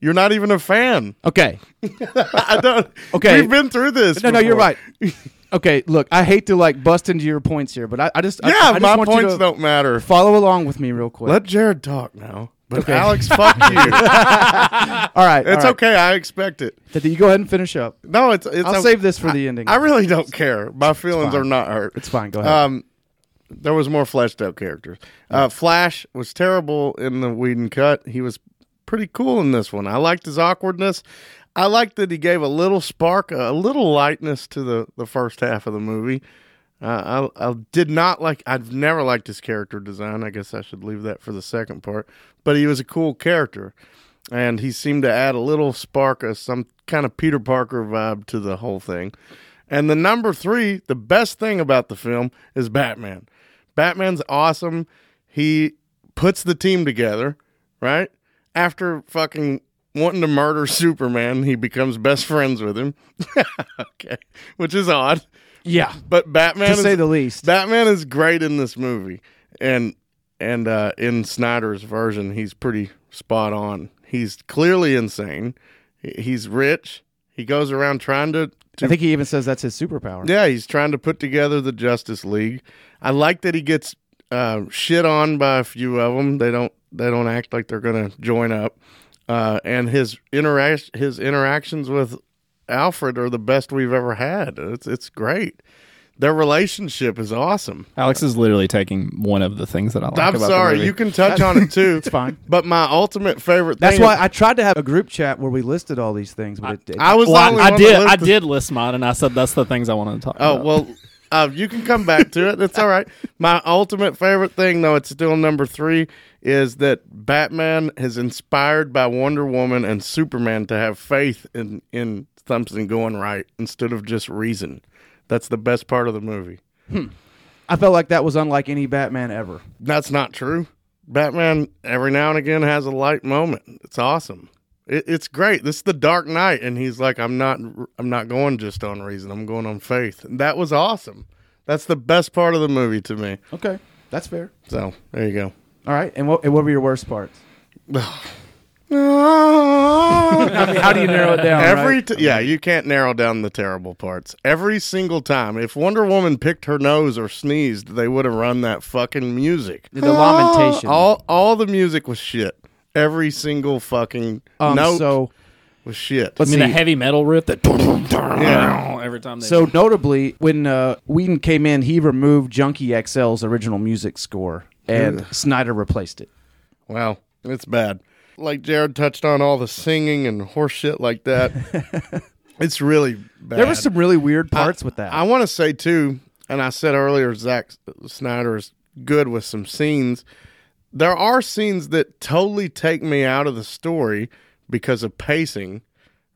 You're not even a fan.
okay?
I don't.
<laughs> Okay.
we've been through this.
No, no, you're
before. <laughs>
right. Okay, look, I hate to like bust into your points here, but I, I just I-
Yeah,
I, just
my
want you
points
to
don't matter.
Follow along with me real quick.
Let Jared talk now. But
<laughs>
Alex, fuck you.
all right,
It's
all right.
okay. I expect it.
Th- You go ahead and finish up.
No, it's. it's
I'll
o-
save this for the <laughs> ending.
I really don't care. My feelings
fine.
are not hurt.
it's fine. Go ahead.
Um, there was more fleshed out characters. Uh, Flash was terrible in the Whedon cut. He was pretty cool in this one. I liked his awkwardness. I liked that he gave a little spark, a little lightness to the the first half of the movie. Uh, I, I did not like. I've never liked his character design. I guess I should leave that for the second part. But he was a cool character, and he seemed to add a little spark of some kind of Peter Parker vibe to the whole thing. And the number three, the best thing about the film is Batman. Batman's awesome. He puts the team together, right? After fucking wanting to murder <laughs> Superman, he becomes best friends with him. <laughs> okay, which is odd,
yeah,
but Batman
to
is
say the least.
Batman is great in this movie, and and uh, in Snyder's version, he's pretty spot on. He's clearly insane. He- He's rich. He goes around trying to. to
I think he even says that's his superpower.
yeah, he's trying to put together the Justice League. I like that he gets uh, shit on by a few of them. They don't they don't act like they're gonna join up. Uh, and his interact his interactions with Alfred are the best we've ever had. It's it's great. Their relationship is awesome.
Alex is literally taking one of the things that I like.
I'm
about The
sorry,
movie.
you can touch on
<laughs>
it too.
It's fine.
But my ultimate favorite
That's
thing
why I tried to have a group chat where we listed all these things, but it, it,
I was the
Well,
only
I, I
one that
did. I
listed-
did list mine, and I said that's the things I wanted to talk
Oh
about.
well, uh, you can come back to it. That's all right. My ultimate favorite thing, though, it's still number three, is that Batman is inspired by Wonder Woman and Superman to have faith in in something going right instead of just reason. That's the best part of the movie.
I felt like that was unlike any Batman ever.
That's not true. Batman every now and again has a light moment. It's awesome. It, it's great. This is the Dark Knight, and he's like, "I'm not, I'm not going just on reason. I'm going on faith." And that was awesome. That's the best part of the movie to me.
Okay, that's fair.
So there you go.
All right, and what, and what were your worst parts?
Every
I mean, how do you narrow it down? right?
t- yeah, you can't narrow down the terrible parts. Every single time, if Wonder Woman picked her nose or sneezed, they would have run that fucking music.
the lamentation.
All all the music was shit. Every single fucking
um,
note
so
was shit.
let's
I mean, the
see.
heavy metal riff that
Yeah.
every time they
So notably, when uh, Whedon came in, he removed Junkie XL's original music score, and Snyder replaced it.
Wow, it's bad. Like Jared touched on all the singing and horseshit like
<laughs>
that. it's really bad.
There were some really weird parts with that.
I want to say too, and I said earlier, Zack Snyder is good with some scenes. There are scenes that totally take me out of the story because of pacing,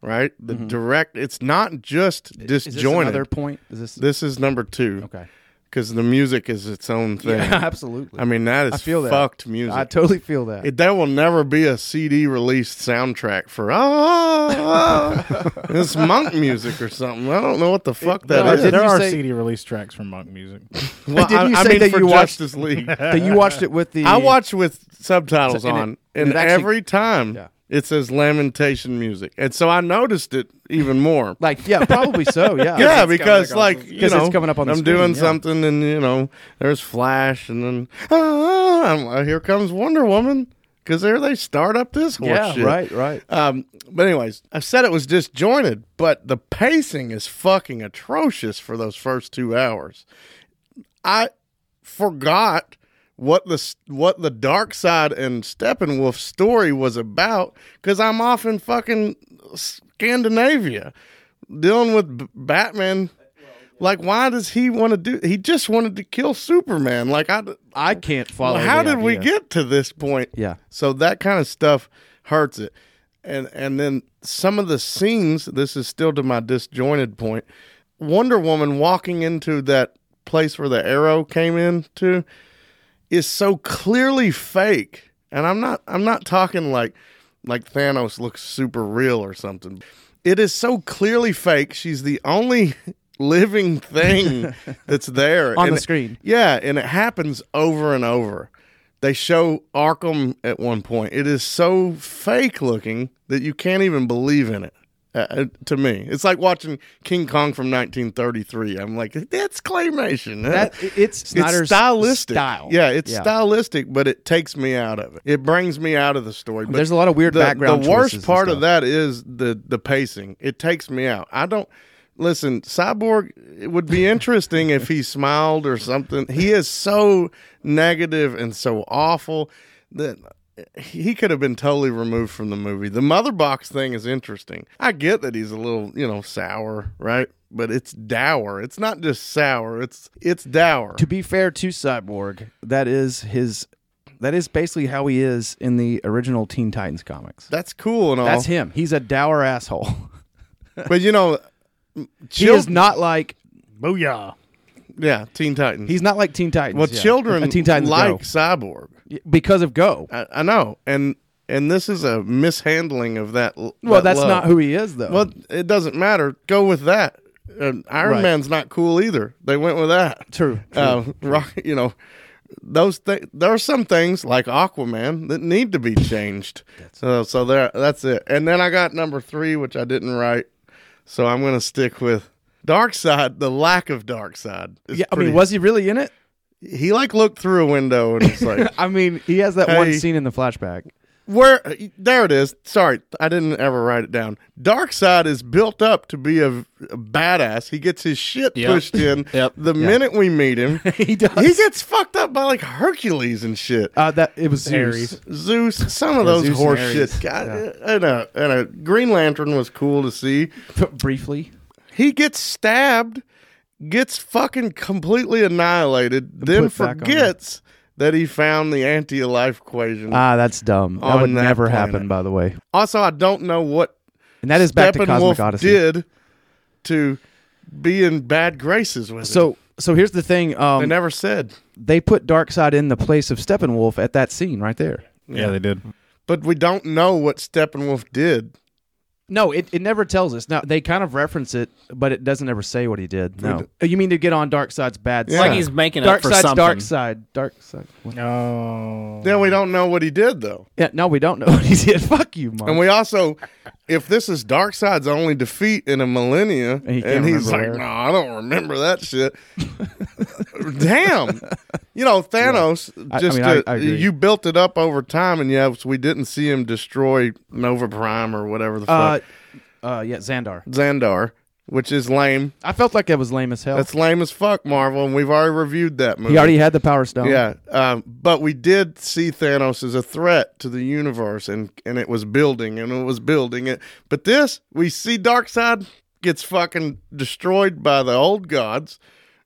right? The direct, it's not just
Mm-hmm. Is this
disjointed.
another point? Is this
this is number two.
okay?
Because the music is its own thing.
<laughs> absolutely.
I mean, that is
I feel that.
fucked music.
I totally feel that.
It- there will never be a CD released soundtrack for ah,
<laughs>
ah, it's monk music or something. I don't know what the fuck that
no,
is.
didn't
there
you
are
say-
CD release tracks from Monk Music.
Well,
Didn't
I,
you
I
say
mean
that
for
you watched-
Justice
<laughs>
League?
that you watched it with the.
I watch with subtitles
So, and it-
on,
and
and,
it actually-
every time
Yeah.
it says lamentation music, and so I noticed it even more.
<laughs> like yeah,
<laughs>
probably so. Yeah,
yeah, because like you
'Cause it's
know,
coming up on the
I'm
screen,
doing
yeah.
something, and you know, there's Flash, and then ah, I'm like, here comes Wonder Woman, because there they start up this horse
yeah,
shit.
right, right.
Um, but anyways, I said it was disjointed, but the pacing is fucking atrocious for those first two hours. I forgot what the what the dark side and Steppenwolf story was about because I'm off in fucking Scandinavia dealing with B- Batman. Like, why does he want to do? He just wanted to kill Superman. Like, I,
I can't follow.
how
the
did we
idea.
get to this point?
Yeah.
So that kind of stuff hurts it. And and then some of the scenes, this is still to my disjointed point. Wonder Woman walking into that place where the arrow came into is so clearly fake. And I'm not I'm not talking like like Thanos looks super real or something. It is so clearly fake. She's the only <laughs> living
<laughs>
thing that's there
On the
And-
screen.
Yeah, and it happens over and over. They show Arkham at one point. It is so fake looking that you can't even believe in it. Uh, Uh, to me, it's like watching King Kong from 1933. I'm like, that's claymation.
That it's Snyder's
it's stylistic.
style.
Yeah, it's
Yeah.
stylistic, but it takes me out of it. It brings me out of the story. But
There's a lot of weird
the,
background
The worst
choices and
part of
stuff.
that is the the pacing. It takes me out. I don't listen. Cyborg. It would be interesting if he <laughs> smiled or something. He is so negative and so awful that he could have been totally removed from the movie. The mother box thing is interesting. I get that he's a little, you know, sour, right? But it's dour. It's not just sour. It's it's dour.
To be fair to Cyborg, that is his. That is basically how he is in the original Teen Titans comics.
That's cool and all.
That's him. He's a dour asshole.
<laughs>
<laughs>
But you know,
He is
children.
not like
Booyah.
yeah, Teen Titans.
he's not like Teen Titans.
well,
yeah.
children
Teen Titans
like
Go.
Cyborg.
Y- because of Go.
I, I know, and and this is a mishandling of that. l-
Well,
that
that's
love.
not who he is though.
Well, it doesn't matter. Go with that. Uh, Iron
Right.
Man's not cool either. They went with that.
true. true.
Uh, <laughs> rock, you know, those th- there are some things like Aquaman that need to be changed. so so there, that's it. And then I got number three, which I didn't write, so I'm going to stick with Dark Side. The lack of Dark Side. is
yeah, I mean,
pretty-
was he really in it?
he like looked through a window and it's like.
<laughs> I mean, he has that one
Hey.
scene in the flashback.
where there it is. Sorry, I didn't ever write it down. Dark Side is built up to be a, a badass. He gets his shit
Yep.
pushed
<laughs>
in
Yep.
the minute we meet him.
he does.
he gets fucked up by like Hercules and shit.
uh, that it was Zeus.
Ares.
Zeus, some of those
Zeus and
horse
Ares.
shit. God, uh, and, a, and a Green Lantern was cool to see.
<laughs> briefly.
He gets stabbed, gets fucking completely annihilated, then
put back on
forgets that he found the anti-life equation.
Ah, that's dumb. That
On
would
that
never
planet.
happen, by the way.
also, I don't know what
And that is back to Cosmic Odyssey.
did to be in bad graces with him.
So, so here's the thing. Um,
They never said,
they put Darkseid in the place of Steppenwolf at that scene right there.
Yeah, they did.
but we don't know what Steppenwolf did.
No, it, it never tells us. Now they kind of reference it, but it doesn't ever say what he did. No, you mean to get on Darkseid's bad
Yeah.
side?
Like he's making up for
Darkseid's
something.
dark side, dark side. What?
Oh,
Then we don't know what he did though.
Yeah, no, we don't know <laughs> what he did. Fuck you, Mark.
And we also, if this is Darkseid's only defeat in a millennia, and,
he can't
he's like,
remember
no,
where.
I don't remember that shit. <laughs> Damn. You know, Thanos,
I- I
just
mean, I-
uh,
I agree.
you built it up over time, and yes, we didn't see him destroy Nova Prime or whatever the
uh,
fuck.
uh, yeah, Xandar.
Xandar, which is lame.
I felt like that was lame as hell.
That's lame as fuck, Marvel, and we've already reviewed that movie.
he already had the Power Stone.
Yeah, um, but we did see Thanos as a threat to the universe, and and it was building, and it was building it. But this, we see Darkseid gets fucking destroyed by the old gods,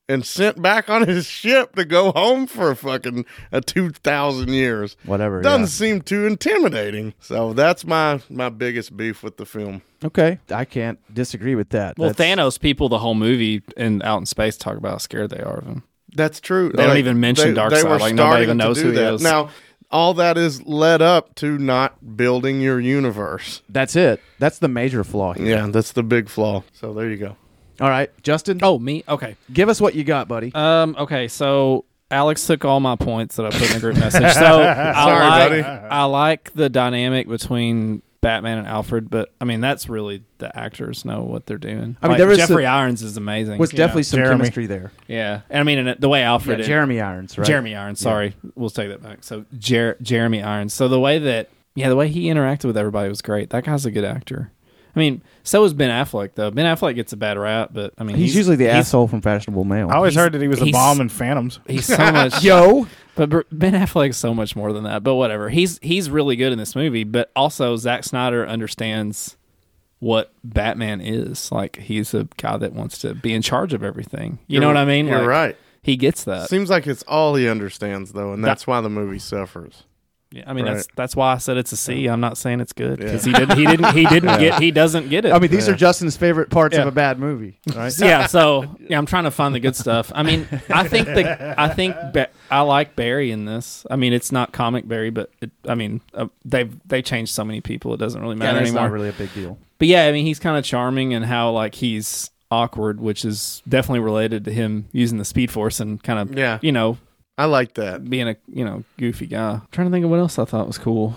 and sent back on <laughs> his ship to go home for fucking uh, two thousand years.
whatever.
Doesn't
yeah.
seem too intimidating. So that's my my biggest beef with the film.
Okay, I can't disagree with that.
Well,
That's-
Thanos people the whole movie and out in space talk about how scared they are of him.
That's true.
They don't even mention Darkseid,
were
like, nobody
starting
even
to
knows
do
who he
that.
is.
Now, all that is led up to not building your universe.
That's it. That's the major flaw. Here.
Yeah, that's the big flaw. So there you go.
All right, Justin.
Oh, me? Okay.
give us what you got, buddy.
Um. Okay. So Alex took all my points that I put in the group message. So I
Sorry,
like
buddy.
I like the dynamic between Batman and Alfred, but I mean that's really the actors know what they're
I
doing.
mean,
Like,
there is
Jeffrey
a-
Irons is amazing.
was
you
definitely some
Jeremy.
chemistry there.
know? yeah. And I mean, and the way
Yeah,
Alfred is-
Jeremy Irons, right?
Jeremy Irons. Sorry, we'll take that back. So Jer- Jeremy Irons. So the way that yeah, the way he interacted with everybody was great. That guy's a good actor. I mean, so is Ben Affleck though. Ben Affleck gets a bad rap, but I mean,
He's, usually the
he's,
asshole from Fashionable Male.
I always
He's-
heard that he was a
he's-
bomb in Phantoms.
He's so much.
Yo,
But Br- Ben Affleck's so much more than that. But whatever. He's he's really good in this movie. But also Zack Snyder understands what Batman is. Like he's a guy that wants to be in charge of everything. You know what I mean?
You're
Like, uh,
right.
He gets that.
Seems like it's all he understands, though, and that's why the movie suffers.
Yeah, I mean
Right.
that's that's why I said it's a C. I'm not saying it's good because he didn't he didn't
<laughs>
he didn't get he doesn't get it.
I mean, these are Justin's favorite parts of
Yeah.
a bad movie. Right?
yeah. So yeah, I'm trying to find the good stuff. I mean, I think the I think ba- I like Barry in this. I mean, it's not comic Barry, but it, I mean uh, they've they changed so many people. It doesn't really matter
that's
anymore.
not really a big deal.
But yeah, I mean he's kind of charming and how like he's awkward, which is definitely related to him using the Speed Force and kind of
Yeah.
you know
I like that. <laughs>
being a you know goofy guy. trying to think of what else I thought was cool.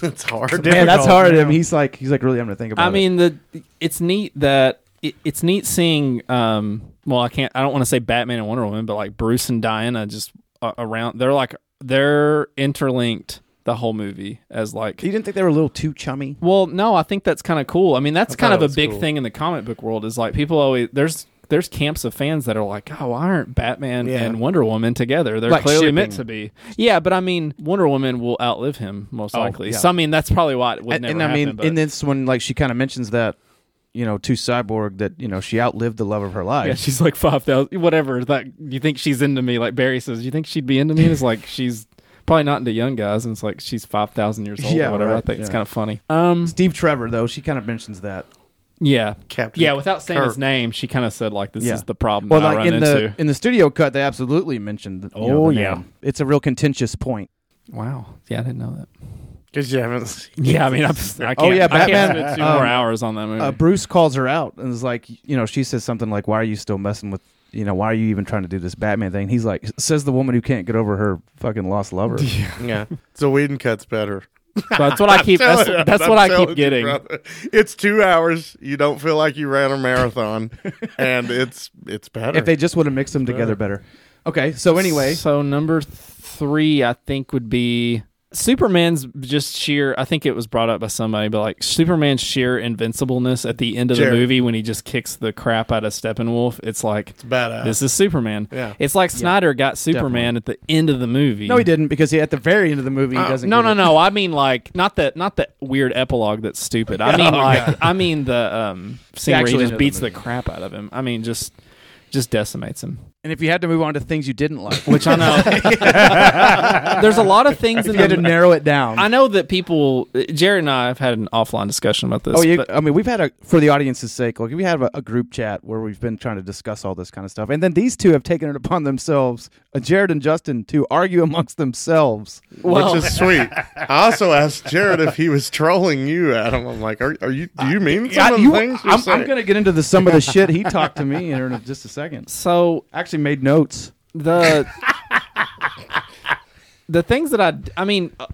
It's hard.
Man, that's
Difficult,
hard.
yeah.
I mean, he's like, he's like, really, I'm gonna think about.
I mean, the it's neat that it, it's neat seeing. Um, well, I can't. I don't want to say Batman and Wonder Woman, but like Bruce and Diana just uh, around. They're like they're interlinked the whole movie as like.
it. you didn't think they were a little too chummy.
Well, no, I think that's kind of cool. I mean, that's kind
thought
of
it
a
was
big
cool.
thing in the comic book world is like people always there's there's camps of fans that are like, oh, why aren't Batman
Yeah.
and Wonder Woman together? They're
Like
clearly
shipping.
meant to be. Yeah, but I mean, Wonder Woman will outlive him most likely.
Oh, yeah.
So I mean, that's probably why it would
And,
never
and I mean,
happen, but-
in this one, like, she kind of mentions that, you know, to Cyborg that you know she outlived the love of her life.
<laughs> Yeah, she's like five thousand, whatever. That you think she's into me? Like Barry says, you think she'd be into me? And it's like she's probably not into young guys, and it's like she's five thousand years old
Yeah,
or whatever. I
right,
think it's
yeah.
kind of funny. Um,
Steve Trevor, though, she kind of mentions that.
yeah,
Captain
yeah. Without saying his
Kirk.
name, she kind of said like, "This
Yeah.
is the problem
Well,
I
like
run
in
into."
the in the studio cut, they absolutely mentioned. The, you know,
Oh,
the
yeah.
name. it's a real contentious point.
wow. Yeah, I didn't know that.
Because you haven't seen
<laughs> Yeah, I mean, I'm, I can't.
Oh, yeah,
I
Batman,
can't spend two
um,
more hours on that movie.
Uh, Bruce calls her out and is like, you know, she says something like, "Why are you still messing with?" You know, why are you even trying to do this Batman thing? He's like, says the woman who can't get over her fucking lost
<laughs>
lover.
Yeah. So Whedon cut's better.
So that's what I keep. That's,
Telling you, <laughs>
that's
I'm
what I
telling you,
keep getting.
brother. It's two hours. You don't feel like you ran a marathon, and it's it's better.
If they just would have mixed them together better. Okay, so anyway,
so number three, I think would be Superman's just sheer. I think it was brought up by somebody, but like Superman's sheer invincibleness at the end of
Jared.
the movie when he just kicks the crap out of Steppenwolf. It's like
It's badass.
this is Superman.
Yeah.
It's like Snyder got Superman at the end of the movie.
No, he didn't because he at the very end of the movie he
Uh,
doesn't.
no,
get
no,
it.
<laughs> no. I mean, like not that, not that weird epilogue. That's stupid. I <laughs> mean, like, I mean the um, scene where Oh, he
actual end
just
of the
beats the,
movie.
crap out of him. I mean, just, just decimates <laughs> him.
And if you had to move on to things you didn't
<laughs>
like,
Which I know. There's a lot of things in
you had to
the.
narrow it down.
I know that people. Jared and I have had an offline discussion about this.
Oh, you,
but-
I mean, we've had a for the audience's sake, like we have a, a group chat where we've been trying to discuss all this kind of stuff, and then these two have taken it upon themselves, uh, Jared and Justin, to argue amongst themselves.
Oh.
which is sweet. I also asked Jared if he was trolling you, Adam. I'm like, are, are you? Do you mean some
I-
of the
you-
things you're
I'm,
saying?
I'm going to get into the some of the shit he talked to me here in just a <laughs> second.
so
I actually made notes. <laughs>
the the things that I I mean uh,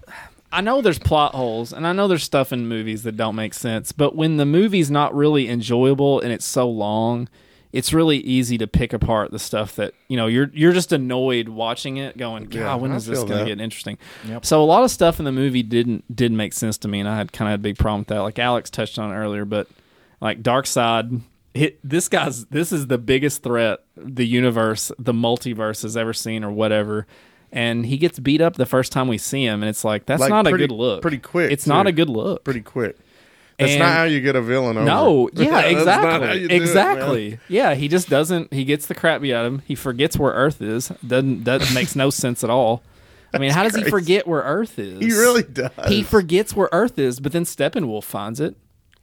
I know there's plot holes and I know there's stuff in movies that don't make sense, but when the movie's not really enjoyable and it's so long, it's really easy to pick apart the stuff that you know you're you're just annoyed watching it, going, God,
Yeah,
when
I
is this
feel
going
that.
to get interesting? So a lot of stuff in the movie didn't did make sense to me, and I had kind of a big problem with that. Like Alex touched on earlier, but like Dark Side, hit this guy's this is the biggest threat the universe, the multiverse has ever seen or whatever. And he gets beat up the first time we see him, and it's like that's
Like,
not
pretty-
a good look.
pretty quick,
It's not
too.
a good look.
Pretty quick. That's
And-
not how you get a villain over. <laughs>
no, yeah,
That's not how
exactly,
you do it, man.
exactly. yeah, he just doesn't. He gets the crap beat out of him. He forgets where Earth is.
<laughs>
Doesn't that makes no sense at all. I mean, how does he
crazy.
forget where Earth is?
He really does.
He forgets where Earth is, but then Steppenwolf finds it.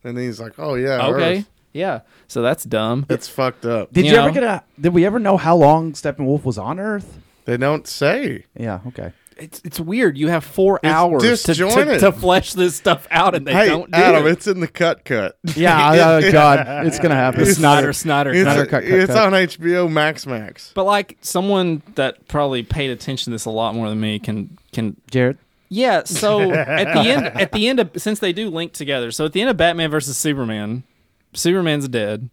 and then he's like, "Oh yeah,
Okay.
Earth.
Yeah. So that's dumb.
it's fucked up."
Did you,
You
ever
know?
get a? Did we ever know how long Steppenwolf was on Earth?
They don't say.
Yeah. Okay.
It's it's weird. You have four hours to, to,
disjointed.
to flesh this stuff out, and they
hey,
don't do
Adam,
it.
it's in the cut. Cut.
<laughs> Yeah. oh, God, it's going to happen.
It's
Snyder, Snyder,
<laughs> It's,
Snyder.
cut, cut,
it's on
cut.
HBO Max Max.
But like someone that probably paid attention to this a lot more than me can can
Jared.
Yeah, so at the
<laughs>
end at the end of since they do link together, so at the end of Batman versus Superman, Superman's dead,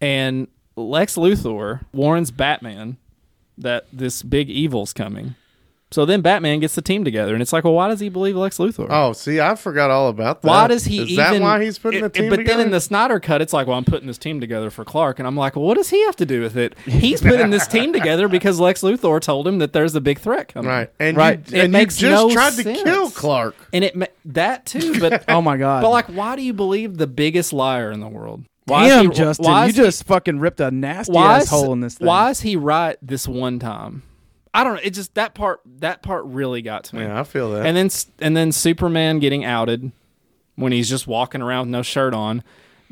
and Lex Luthor warns Batman that this big evil's coming. So then Batman gets the team together, and it's like, well, why does he believe Lex Luthor?
Oh, see, I forgot all about that.
why does he
Is
even?
that why he's putting
it-
the
it-
team
But
together?
then in the Snyder cut, it's like, well, I'm putting this team together for Clark, and I'm like, well, what does he have to do with it? He's putting this team together because Lex Luthor told him that there's a big threat coming.
right, and
Right.
you,
It
and
makes
you just
no
tried
sense.
to kill Clark.
and it ma- that too.
<laughs>
But
Oh my God.
But like, why do you believe the biggest liar in the world? Why is
Damn,
he-
Justin,
why
you
is he-
just fucking ripped a nasty
why
ass
is-
hole in this thing.
Why is he right this one time? I don't know. It just that part that part really got to me.
Yeah, I feel that.
And then s- and then Superman getting outed when he's just walking around with no shirt on.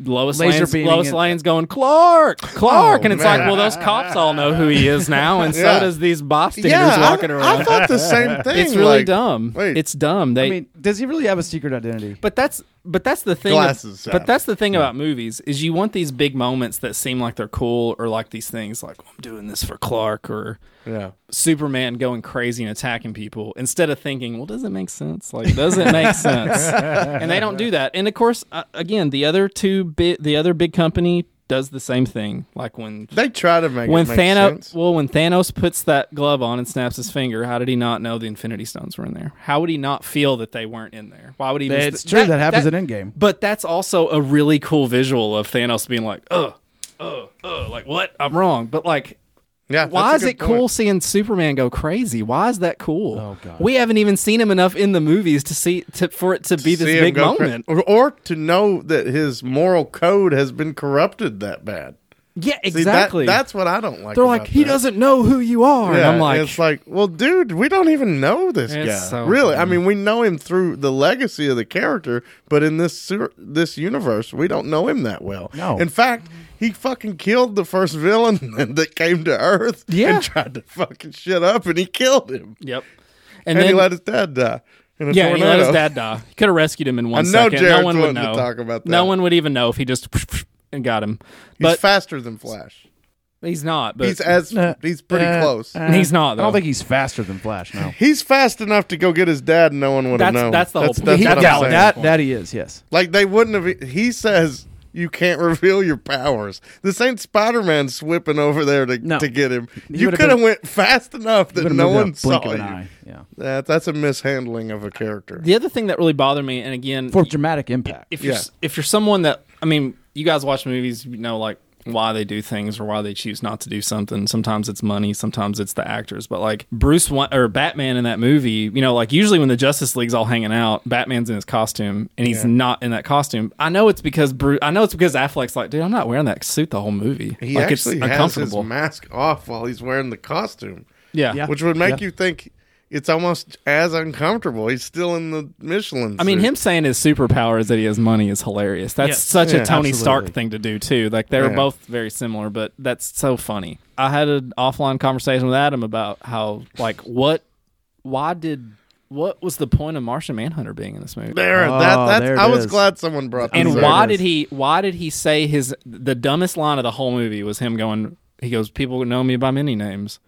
Lois
Laser
Lane's,
beaming
Lois
it.
Lane's going Clark, Clark,
Oh,
and it's
man.
like, well, those cops all know who he is now, and
Yeah.
so does these bystanders
yeah, I-
walking
I,
around.
thought
<laughs>
the same thing.
it's really
like,
dumb.
wait.
it's dumb. They
I mean, does he really have a secret identity?
But that's but that's the thing.
Glasses, Adam.
but that's the thing about movies is you want these big moments that seem like they're cool or like these things like "Oh, I'm doing this for Clark or
Yeah.
Superman going crazy and attacking people instead of thinking, well, does it make sense? Like, does it make sense? and they don't do that. And of course, uh, again, the other two bit the other big company does the same thing. Like when
They try to make
when
it make
Thanos
sense.
well when Thanos puts that glove on and snaps his finger, how did he not know the Infinity Stones were in there? How would he not feel that they weren't in there? Why would he? miss
It's
the-
true, that happens in Endgame.
But that's also a really cool visual of Thanos being like, "Ugh, ugh, ugh," like what? I'm wrong. But like,
yeah,
why
that's
is
a
it
good point.
cool seeing Superman go crazy? Why is that cool?
Oh, God.
We haven't even seen him enough in the movies to see to, for it to be
see
this
him
big
go cra-
moment.
or, or to know that his moral code has been corrupted that bad.
yeah,
See, that-
exactly.
that's what I don't like.
They're like,
about
he
that.
doesn't know who you are. and
Yeah,
I'm like,
it's like, well, dude, we don't even know this
It's
guy.
so
really, I
dumb.
mean, we know him through the legacy of the character, but in this ser- this universe, we don't know him that well.
No.
in fact, he fucking killed the first villain <laughs> that came to Earth.
Yeah.
and tried to fucking shit up, and he killed him,
yep.
and, he let his dad die. in a
Yeah, he let his
tornado.
dad die. He could have rescued him in one
know
second.
Jared's
no one would
wanting to
know.
talk about that.
No one would even know if he just <laughs> and got him.
He's
But he's,
faster than Flash.
not. But
he's
<laughs>
as he's pretty close.
He's not,
Uh, I don't
though.
think he's faster than Flash. <laughs> No,
He's fast enough to go get his dad, and no one would have
That's-
known.
that's the whole
that's,
point.
that's
He-
what I'm
yeah,
saying.
that that he is. Yes.
Like they wouldn't have. e, He says You can't reveal your powers. This ain't Spider Man swipping over there to,
No.
to get him. you
would've
could have
been-
went fast enough that
Would've
no
moved a
one saw
blink of
you.
an eye. Yeah.
That, that's a mishandling of a character.
The other thing that really bothered me, and again,
For dramatic impact.
if you're
Yeah.
if you're someone that I mean, you guys watch movies, you know, like why they do things or why they choose not to do something. Sometimes it's money, sometimes it's the actors. But like Bruce Wa- or Batman in that movie, you know, like usually when the Justice League's all hanging out, Batman's in his costume and he's not in that costume. I know it's because Bruce. I know it's because Affleck's like, dude, I'm not wearing that suit the whole movie.
He actually
like it's
has his
uncomfortable.
mask off while he's wearing the costume,
yeah.
Yeah.
which would make
Yeah.
you think it's almost as uncomfortable. He's still in the Michelin.
I mean,
suit.
him saying his superpower is that he has money is hilarious. That's such
Yeah,
a Tony Stark
absolutely.
thing to do too. Like they were
Yeah.
both very similar, but that's so funny. I had an offline conversation with Adam about how like what, why did, what was the point of Martian Manhunter being in this movie?
There,
Oh,
that, that's,
there it
I was
is.
glad someone brought this
and
up.
why
it is.
did he? Why did he say his the dumbest line of the whole movie was him going? He goes, "People know me by many names,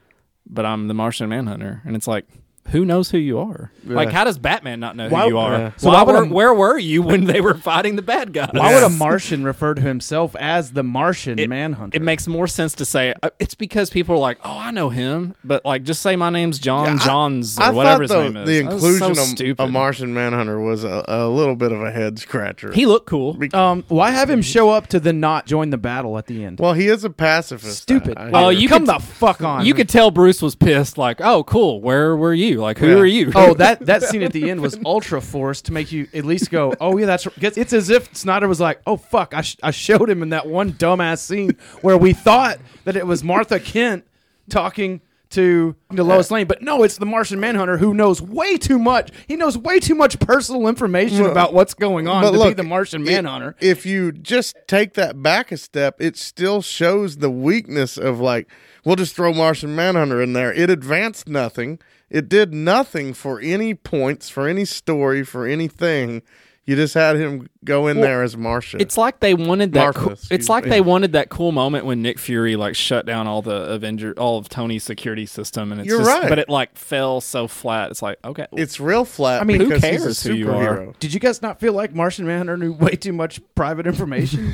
but I'm the Martian Manhunter," and it's like. Who knows who you are? Like, how does Batman not know who
Why-
you are?
Yeah.
So
Why
why
would
were,
a-
where were you when they were fighting the bad guys?
Why would a Martian refer to himself as the Martian Manhunter?
It makes more sense to say uh, it's because people are like, "Oh, I know him," but like, just say my name's John
Yeah, I-
Johns or
I
whatever his
thought
name
the, the
is. That was so
inclusion
stupid.
of a Martian Manhunter was a, a little bit of a head scratcher.
He looked cool.
Be-
um, why have him show up to then not join the battle at the end?
well, he is a pacifist.
Stupid.
I- I
Well,
hear.
Uh, you
come
could-
the fuck on.
You could tell Bruce was pissed. Like, "Oh, cool. Where were you? Like, who
Yeah.
are you?"
Oh, that that scene at the end was ultra forced to make you at least go, oh yeah, that's. Cause it's as if Snyder was like, oh fuck, I, sh- I showed him in that one dumbass scene where we thought that it was Martha Kent talking to to Lois Lane, but no, it's the Martian Manhunter who knows way too much. He knows way too much personal information about what's going on to be the Martian
i-
Manhunter.
If you just take that back a step, it still shows the weakness of like, we'll just throw Martian Manhunter in there. It advanced nothing. It did nothing for any points, for any story, for anything. You just had him go in there as Martian.
It's like they wanted that.
Martha,
cool-
excuse
it's like
me.
they wanted that cool moment when Nick Fury like shut down all the Avenger, all of Tony's security system, and it's
You're
just,
right.
But it like fell so flat. It's like okay,
it's real flat. I
mean, who
because he's a
cares who you are?
superhero.
Did you guys not feel like Martian Manhunter knew way too much private information?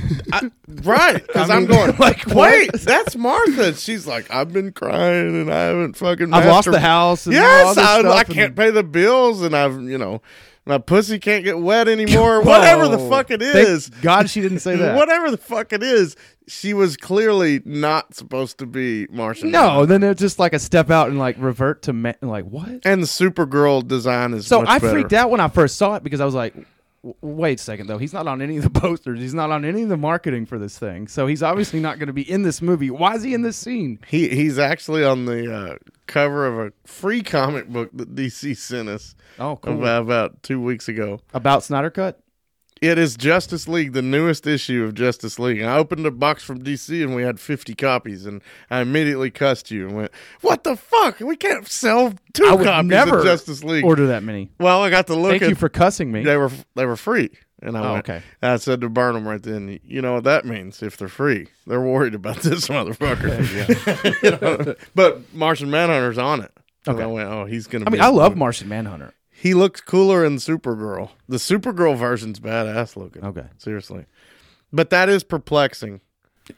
Right, because I'm
mean, <laughs>
going like,
what?
wait, that's Martha. She's like, I've been crying and I haven't fucking.
<laughs> I've lost
master-
the house and all
Yes,
this
I,
stuff
I
and-
can't pay the bills, and I've you know, my pussy can't get
<laughs>
wet anymore. Whatever the
Whoa.
fuck it
Thank
is,
God she didn't say that.
whatever the fuck it is, she was clearly not supposed to be Martian.
<laughs> No,
Manhunter.
then it's just like a step out and like revert to ma- like what?
and the Supergirl design is
So
much
I
better.
freaked out when I first saw it because I was like, "W- wait a second though, he's not on any of the <laughs> posters, he's not on any of the marketing for this thing, so he's obviously not going to be in this movie. Why is he in this scene?
He he's actually on the uh, cover of a free comic book that DC sent us
Oh, cool.
about, about two weeks ago.
About Snyder cut?
It is Justice League, the newest issue of Justice League. I opened a box from DC and we had 50 copies, and I immediately cussed you and went, "What the fuck? We can't sell two
I would
copies
never
of Justice League."
Order that many.
well, I got to look
Thank
at
you for cussing me.
they were they were free, and I
Oh,
went,
okay.
and I said to Barnum right then, "You know what that means? If they're free, they're worried about <laughs> this motherfucker." <laughs> You know? But Martian Manhunter's on it. And I
Okay.
went, "Oh, he's gonna."
I mean,
be
I love Martian Manhunter.
He looks cooler in Supergirl. The Supergirl version's badass looking.
Okay.
Seriously. But that is perplexing.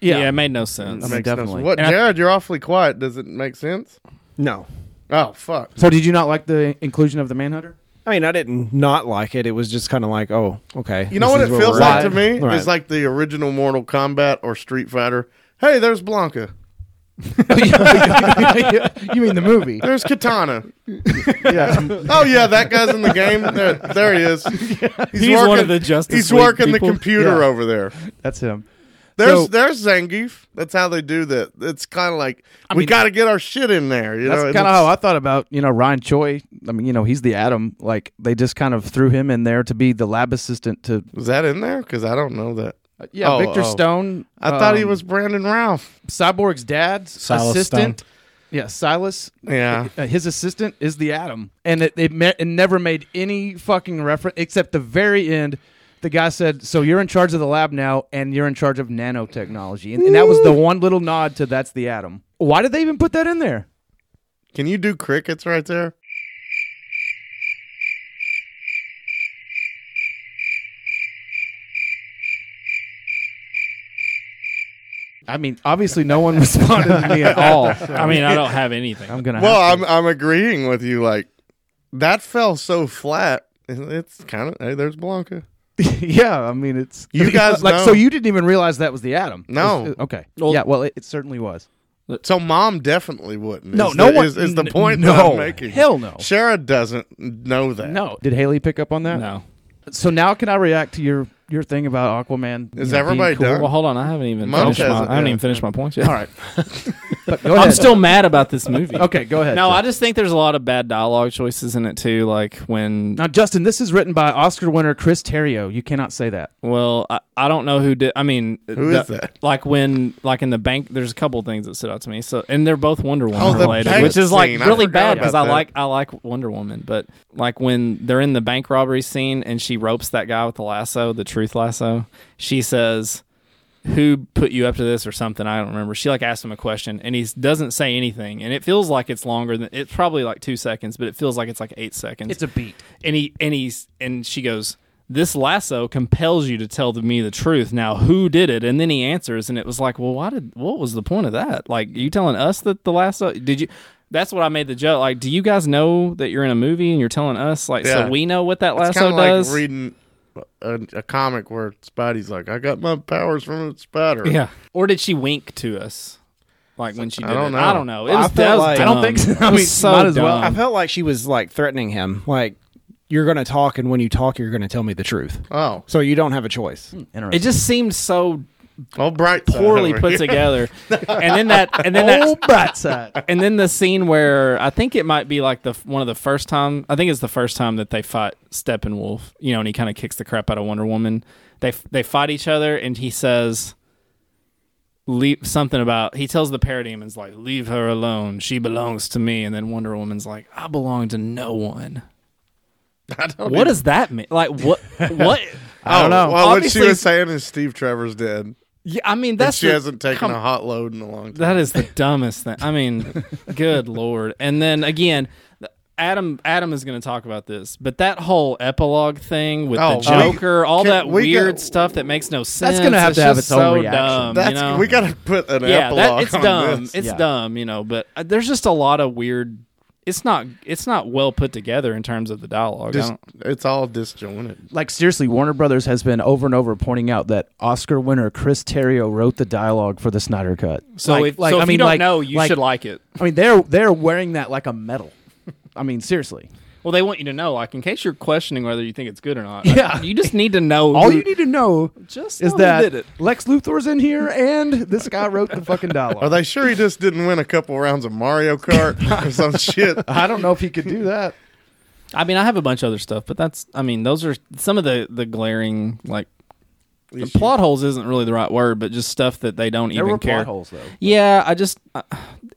yeah, it made no sense.
I mean,
Makes no
definitely.
sense. What,
And I-
Jared? You're awfully quiet. Does it make sense?
No.
Oh fuck.
So did you not like the inclusion of the <laughs> Manhunter?
I mean, I didn't not like it. It was just kind of like, oh, okay.
You know what it feels like to me?
Right.
It's like the original Mortal Kombat or Street Fighter. Hey, there's Blanca.
Oh, <laughs> you mean the movie?
There's Katana. <laughs> yeah. Oh yeah, that guy's in the game. There, there he is.
<laughs>
He's,
He's one of the Justice
He's
League
working
people.
the computer
Yeah.
over there.
<laughs> That's him.
There's
So-
there's Zangief. That's how they do that. It's kind of like we got to get our shit in there. You
That's
know,
kind of how I thought about you know Ryan Choi. I mean, you know, he's the Atom. Like they just kind of threw him in there to be the lab assistant to
was that in there because I don't know that.
yeah
Oh,
Victor
oh.
Stone.
I thought he
um,
was Brandon Ralph.
Cyborg's dad's
Silas
assistant. Yeah, Silas.
Yeah.
Uh, his assistant is the Atom, and it it, met, it never made any fucking reference except the very end. The guy said, "So you're in charge of the lab now, and you're in charge of nanotechnology," and, and that was the one little nod to that's the Atom. Why did they even put that in there?
Can you do crickets right there?
I mean, obviously, no one <laughs> responded to me at all.
I mean, I don't have
<laughs>
anything.
I'm gonna.
Well,
have
I'm I'm agreeing with you. Like that fell so flat. It's kind of hey, there's Blanca.
to- <laughs> yeah. I mean, it's <laughs>
You guys
like
know.
so you didn't even realize that was the atom.
No.
It's- okay.
Well-
yeah. Well, it, it certainly was.
So mom definitely wouldn't.
No,
is
no
the,
one-
is, is the
n-
point that
no.
I'm making.
Hell no.
Shara doesn't know that.
No. Did Haley pick up on that?
No.
So now can I react to your your thing about Aquaman?
Is
you know,
everybody
being
done?
Well, hold on. I haven't even
Mom
finished
has
my,
it,
I haven't
yeah.
even finished my points yet. All right.
But <laughs> go
I'm
ahead.
still mad about this movie.
okay. Go ahead.
No,
Justin.
I just think there's a lot of bad dialogue choices in it too. Like when,
Now, Justin, this is written by Oscar winner Chris Terrio. You cannot say that.
well, I, I don't know who did. I mean,
Who is that?
Like when, like in the bank, there's a couple things that stood out to me. So, and they're both Wonder Woman
Oh, the
related,
bank
which is like
scene. I
really
forgot
bad because I
about that.
like I like Wonder Woman, but like when they're in the bank robbery scene and she ropes that guy with the lasso, the truth lasso, she says. Who put you up to this or something? I don't remember. She like asked him a question and he doesn't say anything. And it feels like it's longer than it's probably like two seconds, but it feels like it's like eight seconds
It's a beat.
and he and he's and she goes this lasso compels you to tell me the truth now who did it and then he answers and it was like well why did what was the point of that like you telling us that the lasso did you that's what I made the joke. Like, do you guys know that you're in a movie and you're telling us, like,
Yeah.
so we know what that
It's
lasso
kind of like
does?
reading a, a comic where Spidey's like, "I got my powers from a spider."
yeah. Or did she wink to us, like when she? Did
I don't
it?
know.
I don't know. It
I
was,
felt
that was
like-
I don't
dumb.
think so.
It
I
was
mean,
so
might as well.
dumb.
I felt like she was like threatening him, like you're going to talk, and when you talk, you're going to tell me the truth.
Oh,
So you don't have a choice.
It
Interesting.
just
<laughs>
seemed so
oh, bright side
poorly
over
put
here.
together, and then that, and then
<laughs>
that,
oh, <laughs> bright side.
and then the scene where I think it might be like the one of the first time. I think it's the first time that they fight Steppenwolf. You know, and he kind of kicks the crap out of Wonder Woman. They they fight each other, and he says, "Leave something about." He tells the parademons like, "Leave her alone. She belongs to me." And then Wonder Woman's like, "I belong to no one."
<laughs> I don't
What
even-
does that mean?
<laughs>
Like what what?
I don't know. Oh, Well, what she
Obviously-
was saying is Steve Trevor's dead.
Yeah, I mean
That
that's
she
the-
hasn't taken
come-
a hot load in a long time.
That
<laughs>
is the dumbest thing. I mean, good lord. And then again, th- Adam Adam is going to talk about this, but that whole epilogue thing with
Oh,
the Joker, all
can-
that
we got-
weird stuff that makes no sense.
gonna have to have
just
its own
so
reaction.
Dumb,
That's
you know?
we got to put an
yeah,
epilogue
that, it's
on
dumb.
this.
It's
Yeah.
dumb, you know. But uh, there's just a lot of weird. It's not. It's not well put together in terms of the dialogue. I
Just,
don't-
it's all disjointed.
Like seriously, Warner Brothers has been over and over pointing out that Oscar winner Chris Terrio wrote the dialogue for the Snyder Cut.
so
like,
if,
like,
so
I
if
mean,
you don't
like,
know, you
like-
should like it.
I mean, they're they're wearing that like a medal. I mean, seriously.
Well, they want you to know, like in case you're questioning whether you think it's good or not.
Yeah.
you just need to know.
All
who-
you need to know
just
is
know who did
that
it.
Lex Luthor's in here and this guy wrote the fucking dialogue.
Are they sure he just didn't win a couple rounds of Mario Kart or
<laughs>
some shit? Uh,
I don't know if he could do that.
I mean, I have a bunch of other stuff, but that's. I mean, those are some of the the glaring like plot holes. Isn't really the right word, but just stuff that they don't
There
<laughs> even
were
care.
plot holes though.
Yeah, I just. Uh,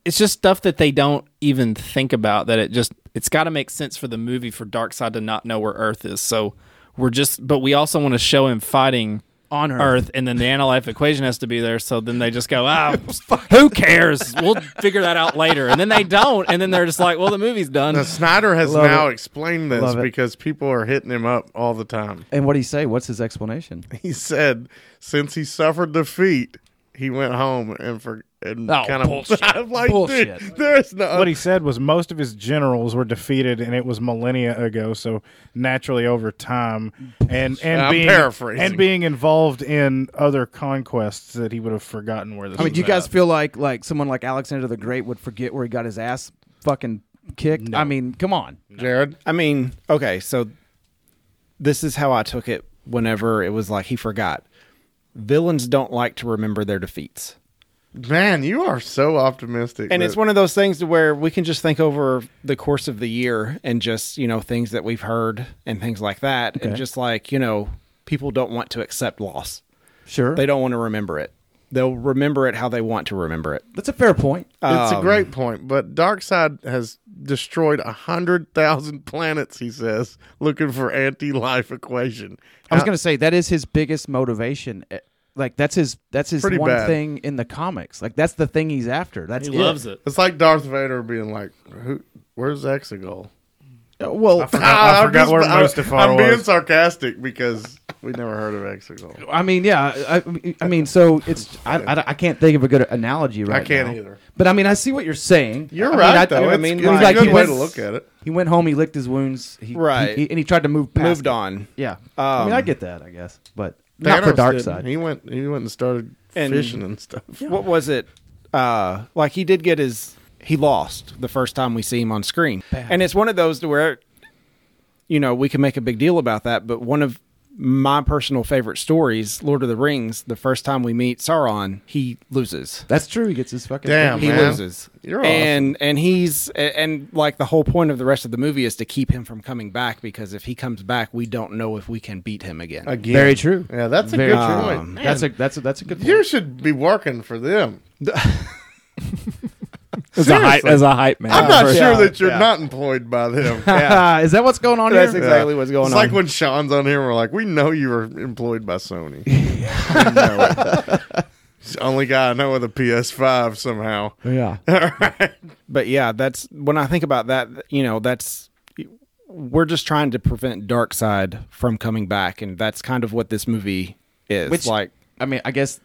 it's just stuff that they don't even think about. That it just. It's got to make sense for the movie for Darkseid to not know where Earth is. So we're just. But we also want to show him fighting.
On Earth.
Earth, and then the anti-life equation has to be there. So then they just
<laughs>
go, ah, who cares? We'll figure that out later. And then they don't, and then they're just like, well, the movie's done.
Now, Snyder has
Love
now
it.
explained this
Love it.
because people are hitting him up all the
<laughs>
time.
And what do you say? What's his explanation?
He said since he suffered defeat, he went home and for and
Oh,
kind of
bullshit.
<laughs> I'm like, dude,
Bullshit.
there's no
What he said was most of his generals were defeated, and it was millennia ago. So naturally, over time,
<laughs>
and and
I'm
being
paraphrasing.
and being involved in other conquests that he would have forgotten where this.
I mean,
was
do you guys
at.
feel like like someone like Alexander the Great would forget where he got his ass fucking kicked? I mean, come on.
Jared.
I mean, okay, so this is how I took it whenever it was like he forgot. Villains don't like to remember their defeats.
Man, you are so optimistic.
And
that-
it's one of those things to where we can just think over the course of the year and just, you know, things that we've heard and things like that. And just like, you know, people don't want to accept loss.
Sure,
They don't want to remember it. They'll remember it how they want to remember it.
that's a fair point.
It's a great point, but Darkseid has destroyed a hundred thousand <laughs> planets. He says, looking for anti-life equation.
I
Uh,
was gonna say that is his biggest motivation. Eh, Like that's his that's his
Pretty
one
bad.
thing in the comics. Like that's the thing he's after. That's
he loves it.
It's like Darth Vader being like, "Who? Where's Exegol?"
Uh, Well,
I forgot
I'm
where
I'm-
Mustafar
I'm being
was.
sarcastic because We never heard of Exegol.
I mean, yeah. I, I mean, so it's I, I, I can't think of a good analogy right
I can't
now.
either.
But I mean, I see what you're saying.
You're
I mean,
right
I-
though.
I
It's-
mean,
it's
like,
a
he
good way
went-
to look at it.
He went home. He licked his wounds. He,
Right.
he- and he tried to move. Past
Moved
it.
on.
Yeah. I
Um,
mean, I get that. I guess, but not for
Thanos
dark
did.
side.
He went. He went and started
And-
fishing and stuff.
What was it? Uh, like he did get his he lost the first time we see him on screen, and it's one of those to where, you know, we can make a big deal about that. But one of my personal favorite stories, Lord of the Rings, the first time we meet Sauron, he loses.
That's true. He gets his fucking.
Damn,
He
man.
loses,
You're awesome.
and and he's a- and like the whole point of the rest of the movie is to keep him from coming back because if he comes back, we don't know if we can beat him again.
Again.
Very true.
Yeah, that's a
Very
good
true.
point.
Um,
Man,
That's a that's a that's a good. Point.
you should be working for them.
As a hype, as a hype man.
I'm not sure that you're not employed by them. <laughs>
<laughs> Is that what's going on
That's
here?
exactly what's going
it's
on.
like when Sean's on here, we're like, we know you were employed by
<laughs>
Sony. We know it. It's the only guy I know with a PS5 somehow.
Yeah.
but yeah, that's when I think about that. You know, that's we're just trying to prevent Dark Side from coming back, and that's kind of what this movie is.
Which-
like,
I mean, I guess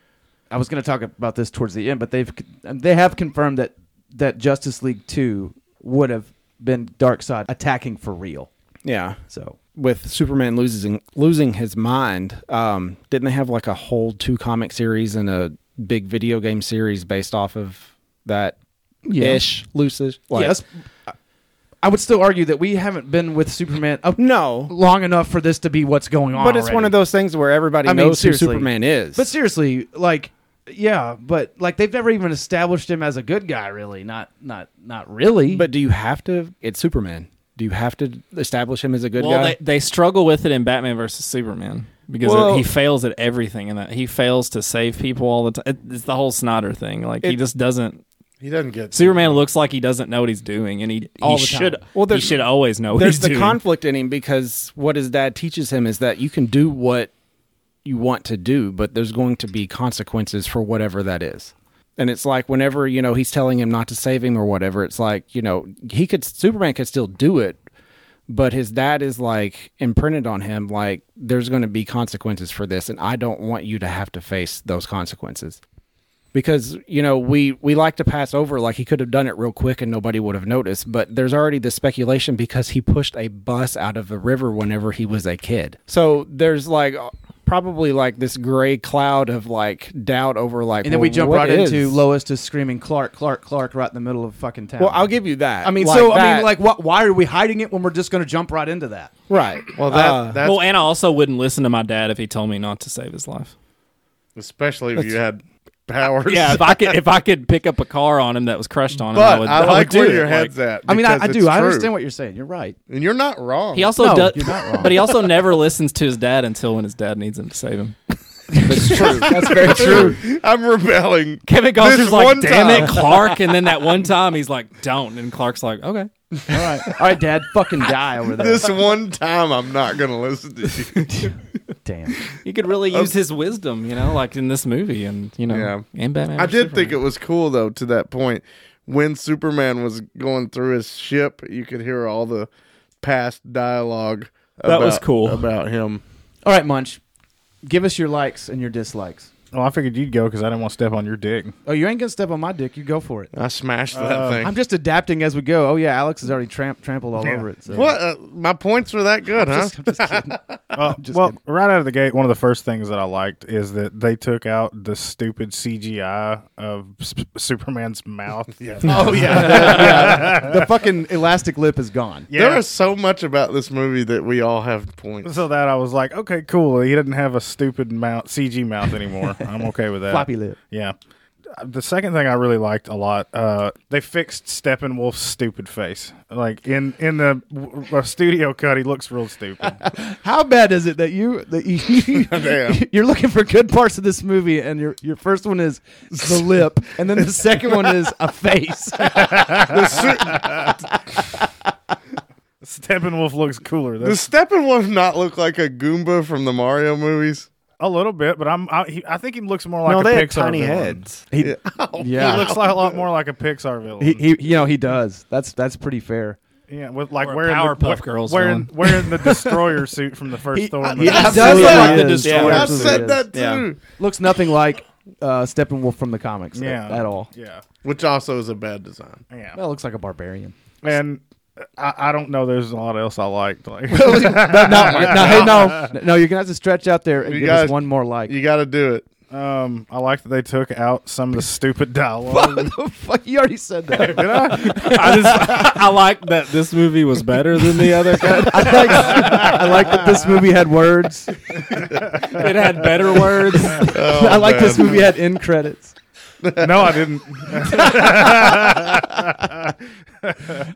I was going to talk about this towards the end, but they've they have confirmed that that Justice League Two would have been Darkseid attacking for real.
yeah,
So
with Superman losing losing his mind, um, didn't they have like a whole two comic series and a big video game series based off of that
Yeah.
ish loosage? Like,
yes, I- I would still argue that we haven't been with Superman up
no,
long enough for this to be what's going on.
but it's one
already.
of those things where everybody
I mean,
knows who
seriously.
Superman is.
But seriously, like, yeah, but like they've never even established him as a good guy, really. Not, not, not really.
but do you have to? It's Superman. Do you have to establish him as a good
Well,
guy?
they, they struggle with it in Batman versus Superman because
Well-
he fails at everything, and that he fails to save people all the time. It's the whole Snyder thing. Like he
It-
just doesn't.
He doesn't get
Superman looks like he doesn't know what he's doing, and he
All
he
the time.
should
Well,
he
there's-
should always know what
there's
he's
the
doing.
conflict in him because what his dad teaches him is that you can do what you want to do, but there's going to be consequences for whatever that is. And it's like whenever you know he's telling him not to save him or whatever, it's like you know he could Superman could still do it, but his dad is like imprinted on him like there's going to be consequences for this, and I don't want you to have to face those consequences because you know we we like to pass over like he could have done it real quick and nobody would have noticed but there's already the speculation because he pushed a bus out of the river whenever he was a kid so there's like probably like this gray cloud of like doubt over like
and then
well,
we jump
what
right
is-
into Lois just screaming Clark, Clark, Clark, right in the middle of fucking town.
well i'll give you that
I mean,
Like
so I
that-
mean, like, what? Why are we hiding it when we're just going to jump right into that?
right
Well, that,
Uh,
that's
well, and I also wouldn't listen to my dad if he told me not to save his life.
especially if you had powers. <laughs>
Yeah, if I could if I could pick up a car on him that was crushed on him, I
but
would.
I,
would
like
do
where
it.
your
Like,
head's at.
I mean, I,
because
I
it's
do. I
true.
understand what you're saying. You're right.
and you're not wrong.
He also
No,
does,
you're not wrong.
but he also never listens to his dad until when his dad needs him to save him.
<laughs>
that's true that's very true
I'm rebelling.
Kevin
This
Costner's like,
one
"Damn
time."
it, Clark!" And then that one time he's like, "Don't," and Clark's like, "Okay."
All right, all right, Dad, <laughs> fucking die over there.
This one time, I'm not going to listen to you.
Damn.
You could really use his wisdom, you know, like in this movie, and you know,
Yeah.
and Batman.
I did think it was cool though. To that point, when Superman was going through his ship, you could hear all the past dialogue.
That was
about-
cool.
about him.
All right, Munch, give us your likes and your dislikes.
Well, I figured you'd go because I didn't want to step on
<laughs>
your dick.
Oh, you ain't gonna step on my dick. You go for it.
I smashed that thing.
I'm just adapting as we go. Oh yeah, Alex has already tramp- trampled all over it. So.
what? Uh, my points were that good, huh?
<laughs> Just- I'm just kidding.
Uh,
just
well, right out of the gate, one of the first things that I liked is that they took out the stupid CGI of Sp-
<laughs>
Superman's mouth. <laughs> yeah.
oh yeah, the fucking elastic lip is gone.
There is so much about this movie that we all have points.
So that I was like, okay, cool. He didn't have a stupid mouth, CG mouth anymore. I'm okay with that.
Floppy lip.
Yeah. Uh, The second thing I really liked a lot, uh, they fixed Steppenwolf's stupid face. Like in in the w- w- studio cut, he looks real stupid.
How bad is it that you that
<laughs>
you
Damn.
<laughs> you're looking for good parts of this movie, and your your first one is the
<laughs>
lip, and then the second one is a face.
Steppenwolf looks cooler.
Does
That's
Steppenwolf not look like a Goomba from the Mario movies?
a little bit, but I'm I, he, I think he looks more like a Pixar villain.
He, yeah,
He looks like a lot more like a Pixar villain.
he, he you know he does. That's that's pretty fair.
Yeah, with like
Or a
wearing
Powerpuff
the,
Girls
Wearing, wearing the destroyer suit from the first
He-
uh,
Thor
I-
movie.
he
does
absolutely
look
is.
like the Destroyer.
I
Absolutely
said
is.
that too.
Yeah.
Looks nothing like uh, Steppenwolf from the comics
Yeah.
at, at all.
Yeah,
Which also is a bad design.
yeah.
Well, it looks like
<laughs>
a barbarian.
and I, I don't know. There's a lot else I
<laughs>
liked. Like,
But no, no, hey,
<laughs>
no, no, you're gonna have to stretch out there and
You
give
guys-
us one more like. <laughs>
You got to do it.
<laughs> um, I like that they took out some of the stupid <laughs> dialogue.
the fuck? You already
<laughs>
said that.
Did I?
I just I like that this movie was better than the other cut.
I like, I like that this movie had words.
It had better words.
Oh,
<laughs> I like
man.
this movie had end credits.
No, I didn't.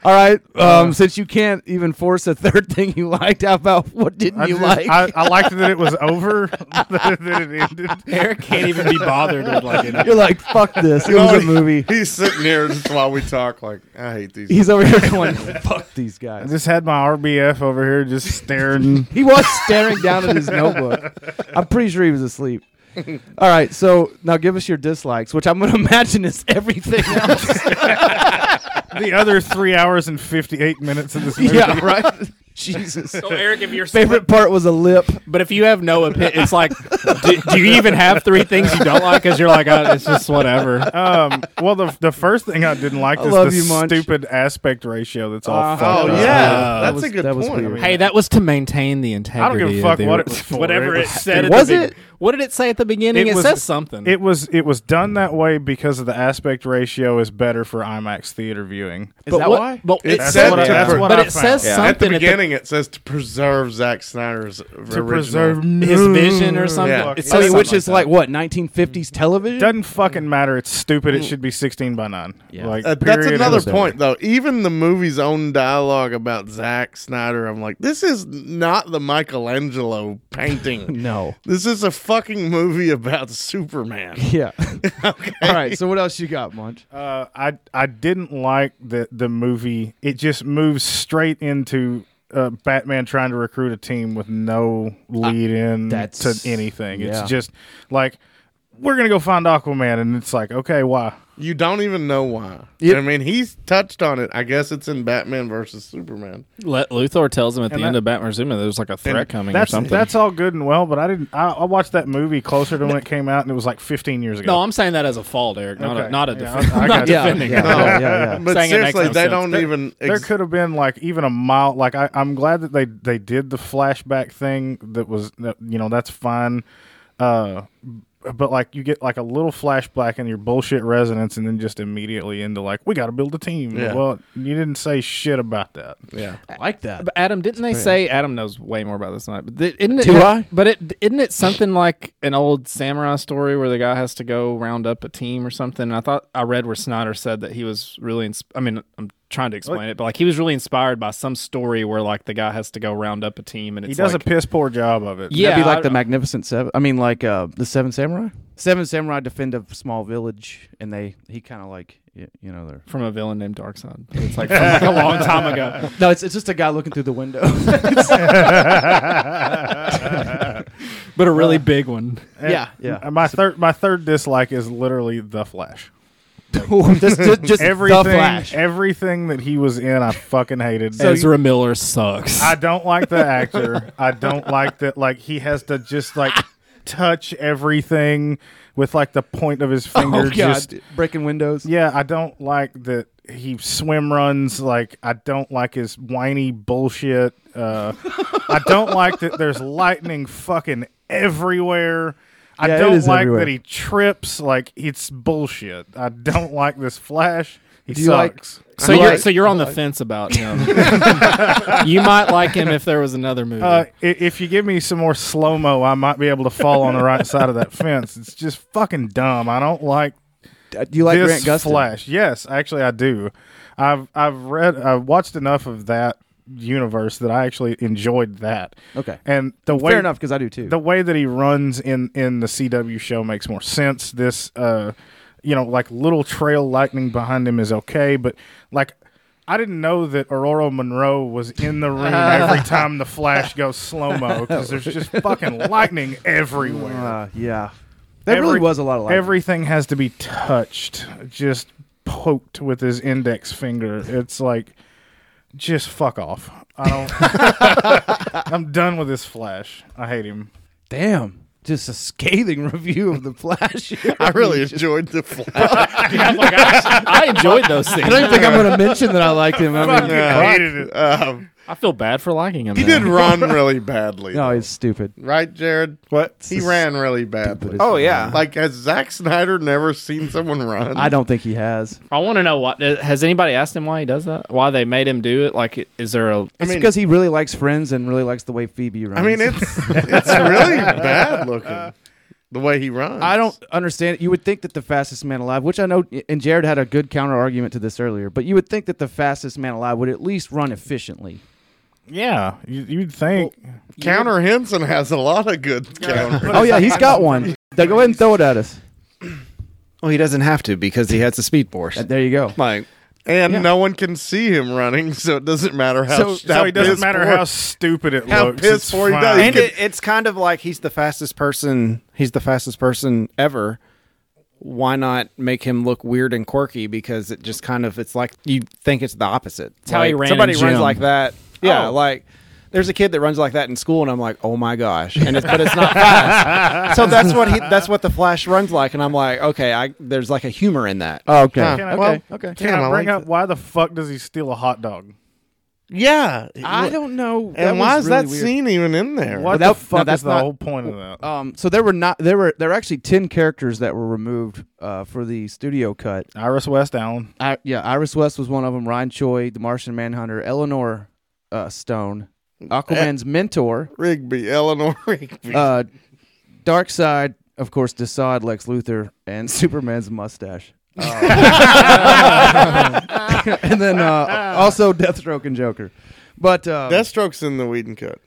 All right.
Uh,
Um, since you can't even force a third <laughs> thing you liked, how about what didn't
I,
you
just-
like?
I, I liked that it was over. <laughs> that it ended.
Eric can't even be bothered with like it.
You're like, fuck this. It
You know,
was
he-
a movie.
He's sitting here just while we talk. Like I hate these.
He's
<laughs>
over here going, fuck these
I
guys.
just had my RBF over here just
<laughs>
staring.
He was staring down at his notebook. I'm pretty sure he was asleep. All right, so now give us your dislikes, which I'm going to <laughs> imagine is
<laughs>
everything else.
the other three hours and fifty-eight minutes of this movie.
yeah, right. <laughs> Jesus.
So Eric, if Oh, you're
Favorite part was a lip.
but if you have no opinion, it's like, do, do you even have three things you don't like? Because you're like, oh, it's just whatever.
Um, well, the the first thing I didn't like
I
is
love
the
you, Munch.
stupid aspect ratio. That's all.
Uh,
oh
fucked
yeah,
up.
Uh,
that's
that
a
was-
good
that was
point.
weird.
Hey, that was to maintain the integrity.
I don't give a
of
fuck
the-
what it was for.
Whatever it
was,
said, at the
was
big-
it? What did it say at the beginning?
It
It,
was-
says something.
It was it was done that way because of the aspect ratio is better for IMAX theater viewing.
Is that
what-
why?
But
It
it
That's
said,
what I- that's
what
but
I
it says something
found.
At the
at the-
beginning, it says to preserve Zack Snyder's to
To preserve
his vision or something.
Yeah.
It says
Mm. I mean, which
something
is like Mm-hmm. Mm. what 1950s television.
Doesn't fucking matter. It's stupid.
Mm.
It should be sixteen by nine. Like
Uh, that's
period.
another
It was-
point, though. Even the movie's own dialogue about Zack Snyder, I'm like, this is not the Michelangelo painting.
<laughs> no.
this is a fucking movie about Superman.
<laughs> Yeah. All right. So what else you got, Munch?
Uh, I I didn't like that the movie. It just moves straight into. Uh, Batman trying to recruit a team with no lead in
that's-
to anything.
yeah.
It's just like we're gonna go find Aquaman, and it's like, okay, why?
You don't even know why.
Yep.
I mean, he's touched on it. I guess it's in Batman versus Superman.
Let Luthor tells him at
And
the end of Batman Zuma there's like a threat coming or
That's
something.
that's all good and well, but I didn't. I, I watched that movie closer to when it came out, and it was like 15 years ago.
no, I'm saying that as a fault, Eric. Not
Okay.
a, not a
Yeah,
defense.
I-
<laughs>
I
not
got you.
defending.
Yeah,
it.
yeah, yeah,
<laughs>
yeah.
But
Saying it makes
seriously,
no
they
sense.
don't
There-
even.
there
ex-
could have been like even a mile. Like I, I'm glad that they they did the flashback thing. That was that you know that's fine. Uh, but like you get like a little flashback in your bullshit resonance, and then just immediately into like we got to build a team.
Yeah.
Well, you didn't say shit about that.
yeah.
I like that.
But Adam, didn't they say Adam knows way more about this than I? But th- isn't it?
Do I?
But it isn't it something like an old samurai story where the guy has to go round up a team or something. And I thought I read where Snyder said that he was really. Ins- I mean, I'm trying to explain it, but like he was really inspired by some story where like the guy has to go round up a team, and
He
it's
does
like,
a piss poor job of it.
yeah,
That'd be like
I-
the Magnificent Seven. I mean, like uh, the Seven Samurai. Seven Samurai defend a small village, and they he kind of like y- you know they're
from a villain named Darkseid. It's <laughs> like from like a long time ago.
no, it's it's just a guy looking through the <laughs> window.
but a really big one.
yeah, yeah.
And My third my third dislike is literally the Flash.
just just,
<laughs>
just
everything,
the Flash.
everything that he was in, I fucking hated.
Ezra Miller sucks.
I don't like the actor. I don't like that. Like he has to just like touch everything with like the point of his finger.
oh God,
just
breaking windows.
yeah, I don't like that he swim runs. Like I don't like his whiny bullshit. Uh, I don't like that there's lightning fucking everywhere. I
Yeah, it
don't
is
like
everywhere.
that he trips. Like it's bullshit. I don't like this Flash. He
Do you like-
sucks.
So
I
you're
like-
so you're on the fence about him. you might like him if there was another movie.
Uh, i- if you give me some more slow mo, I might be able to fall on the right side of that fence. It's just fucking dumb. I don't like,
Uh, Do you like Grant
this
Gustin?
Flash. Yes, actually, I do. I've I've read I've watched enough of that universe that I actually enjoyed that.
Okay,
And the way
fair enough because I do too.
the way that he runs in in the CW show makes more sense. This uh you know like little trail lightning behind him is okay, but like I didn't know that Aurora Monroe was in the room
<laughs>
every time the Flash goes slow mo because there's just fucking
<laughs>
lightning everywhere.
uh, yeah, that
Every-
really was a lot of like
Everything has to be touched, just poked with his index finger. It's like just fuck off. I don't. <laughs> I'm done with this Flash. I
<laughs>
hate him.
Damn. Just a scathing <laughs> review of the Flash.
<laughs> I really enjoyed
<laughs>
the flash.
I enjoyed those things.
I don't think <laughs> I'm going to mention that I liked him. I mean,
Yeah.
hated it.
Um,
I feel bad for liking him.
he
now.
did run really badly,
no, oh, he's stupid.
right, Jared?
What?
He ran really badly.
Oh,
yeah.
Like has Zack Snyder never seen someone run?
I don't think he has.
I want to know what has anybody asked him why he does that? Why they made him do it? Like, is there a
I
It's
mean,
because he really likes Friends and really likes the way Phoebe runs.
I mean,
<laughs>
it's it's really bad looking the way he runs.
<laughs> I don't understand. it. You would think that the fastest man alive, which I know, and Jared had a good counter argument to this earlier, but you would think that the fastest man alive would at least
<laughs>
run efficiently.
Yeah, you, you'd think.
Counter Henson has a lot of good counters.
Oh yeah, he's got one. They go ahead and throw it at us.
Well, he doesn't have to because he has the speed force.
Uh, There you go.
Like,
and no one can see him running, so it doesn't matter how.
So-
So it doesn't
piss
matter
poor-
how stupid it
how
looks.
piss
it's
poor he
fine.
does.
and
could-
it, it's kind of like he's the fastest person. He's the fastest person ever. Why not make him look weird and quirky? Because it just kind of it's like you think it's the opposite. It's
how he ran in
Somebody runs
gym. Oh.
like that. Yeah, like there's a kid that runs like that in school, and I'm like, oh my gosh. And it's but it's
<laughs>
not fast. so that's what he that's what the Flash runs like, and I'm like, okay, I there's like a humor in that. Uh,
Oh, okay.
Huh.
Can I-
Okay.
Well,
okay.
Can
Damn, I
I bring
like
up why the fuck does he steal a hot dog?
Yeah,
I don't know.
And why is that scene even in there?
What
that-
the fuck
no, that's
is the
not-
whole point of that?
Um, so there were not there were there were actually ten characters that were removed uh, for the studio cut.
Iris West Allen.
I, yeah, Iris West was one of them. Ryan Choi, the Martian Manhunter, Eleanor uh, Stone, Aquaman's mentor,
Rigby, Eleanor <laughs> Rigby.
uh, Dark Side, of course, Desaad, Lex Luthor, and <laughs> Superman's mustache. Uh, <laughs> and then uh, also Deathstroke and Joker. But uh,
Deathstroke's in the Whedon cut.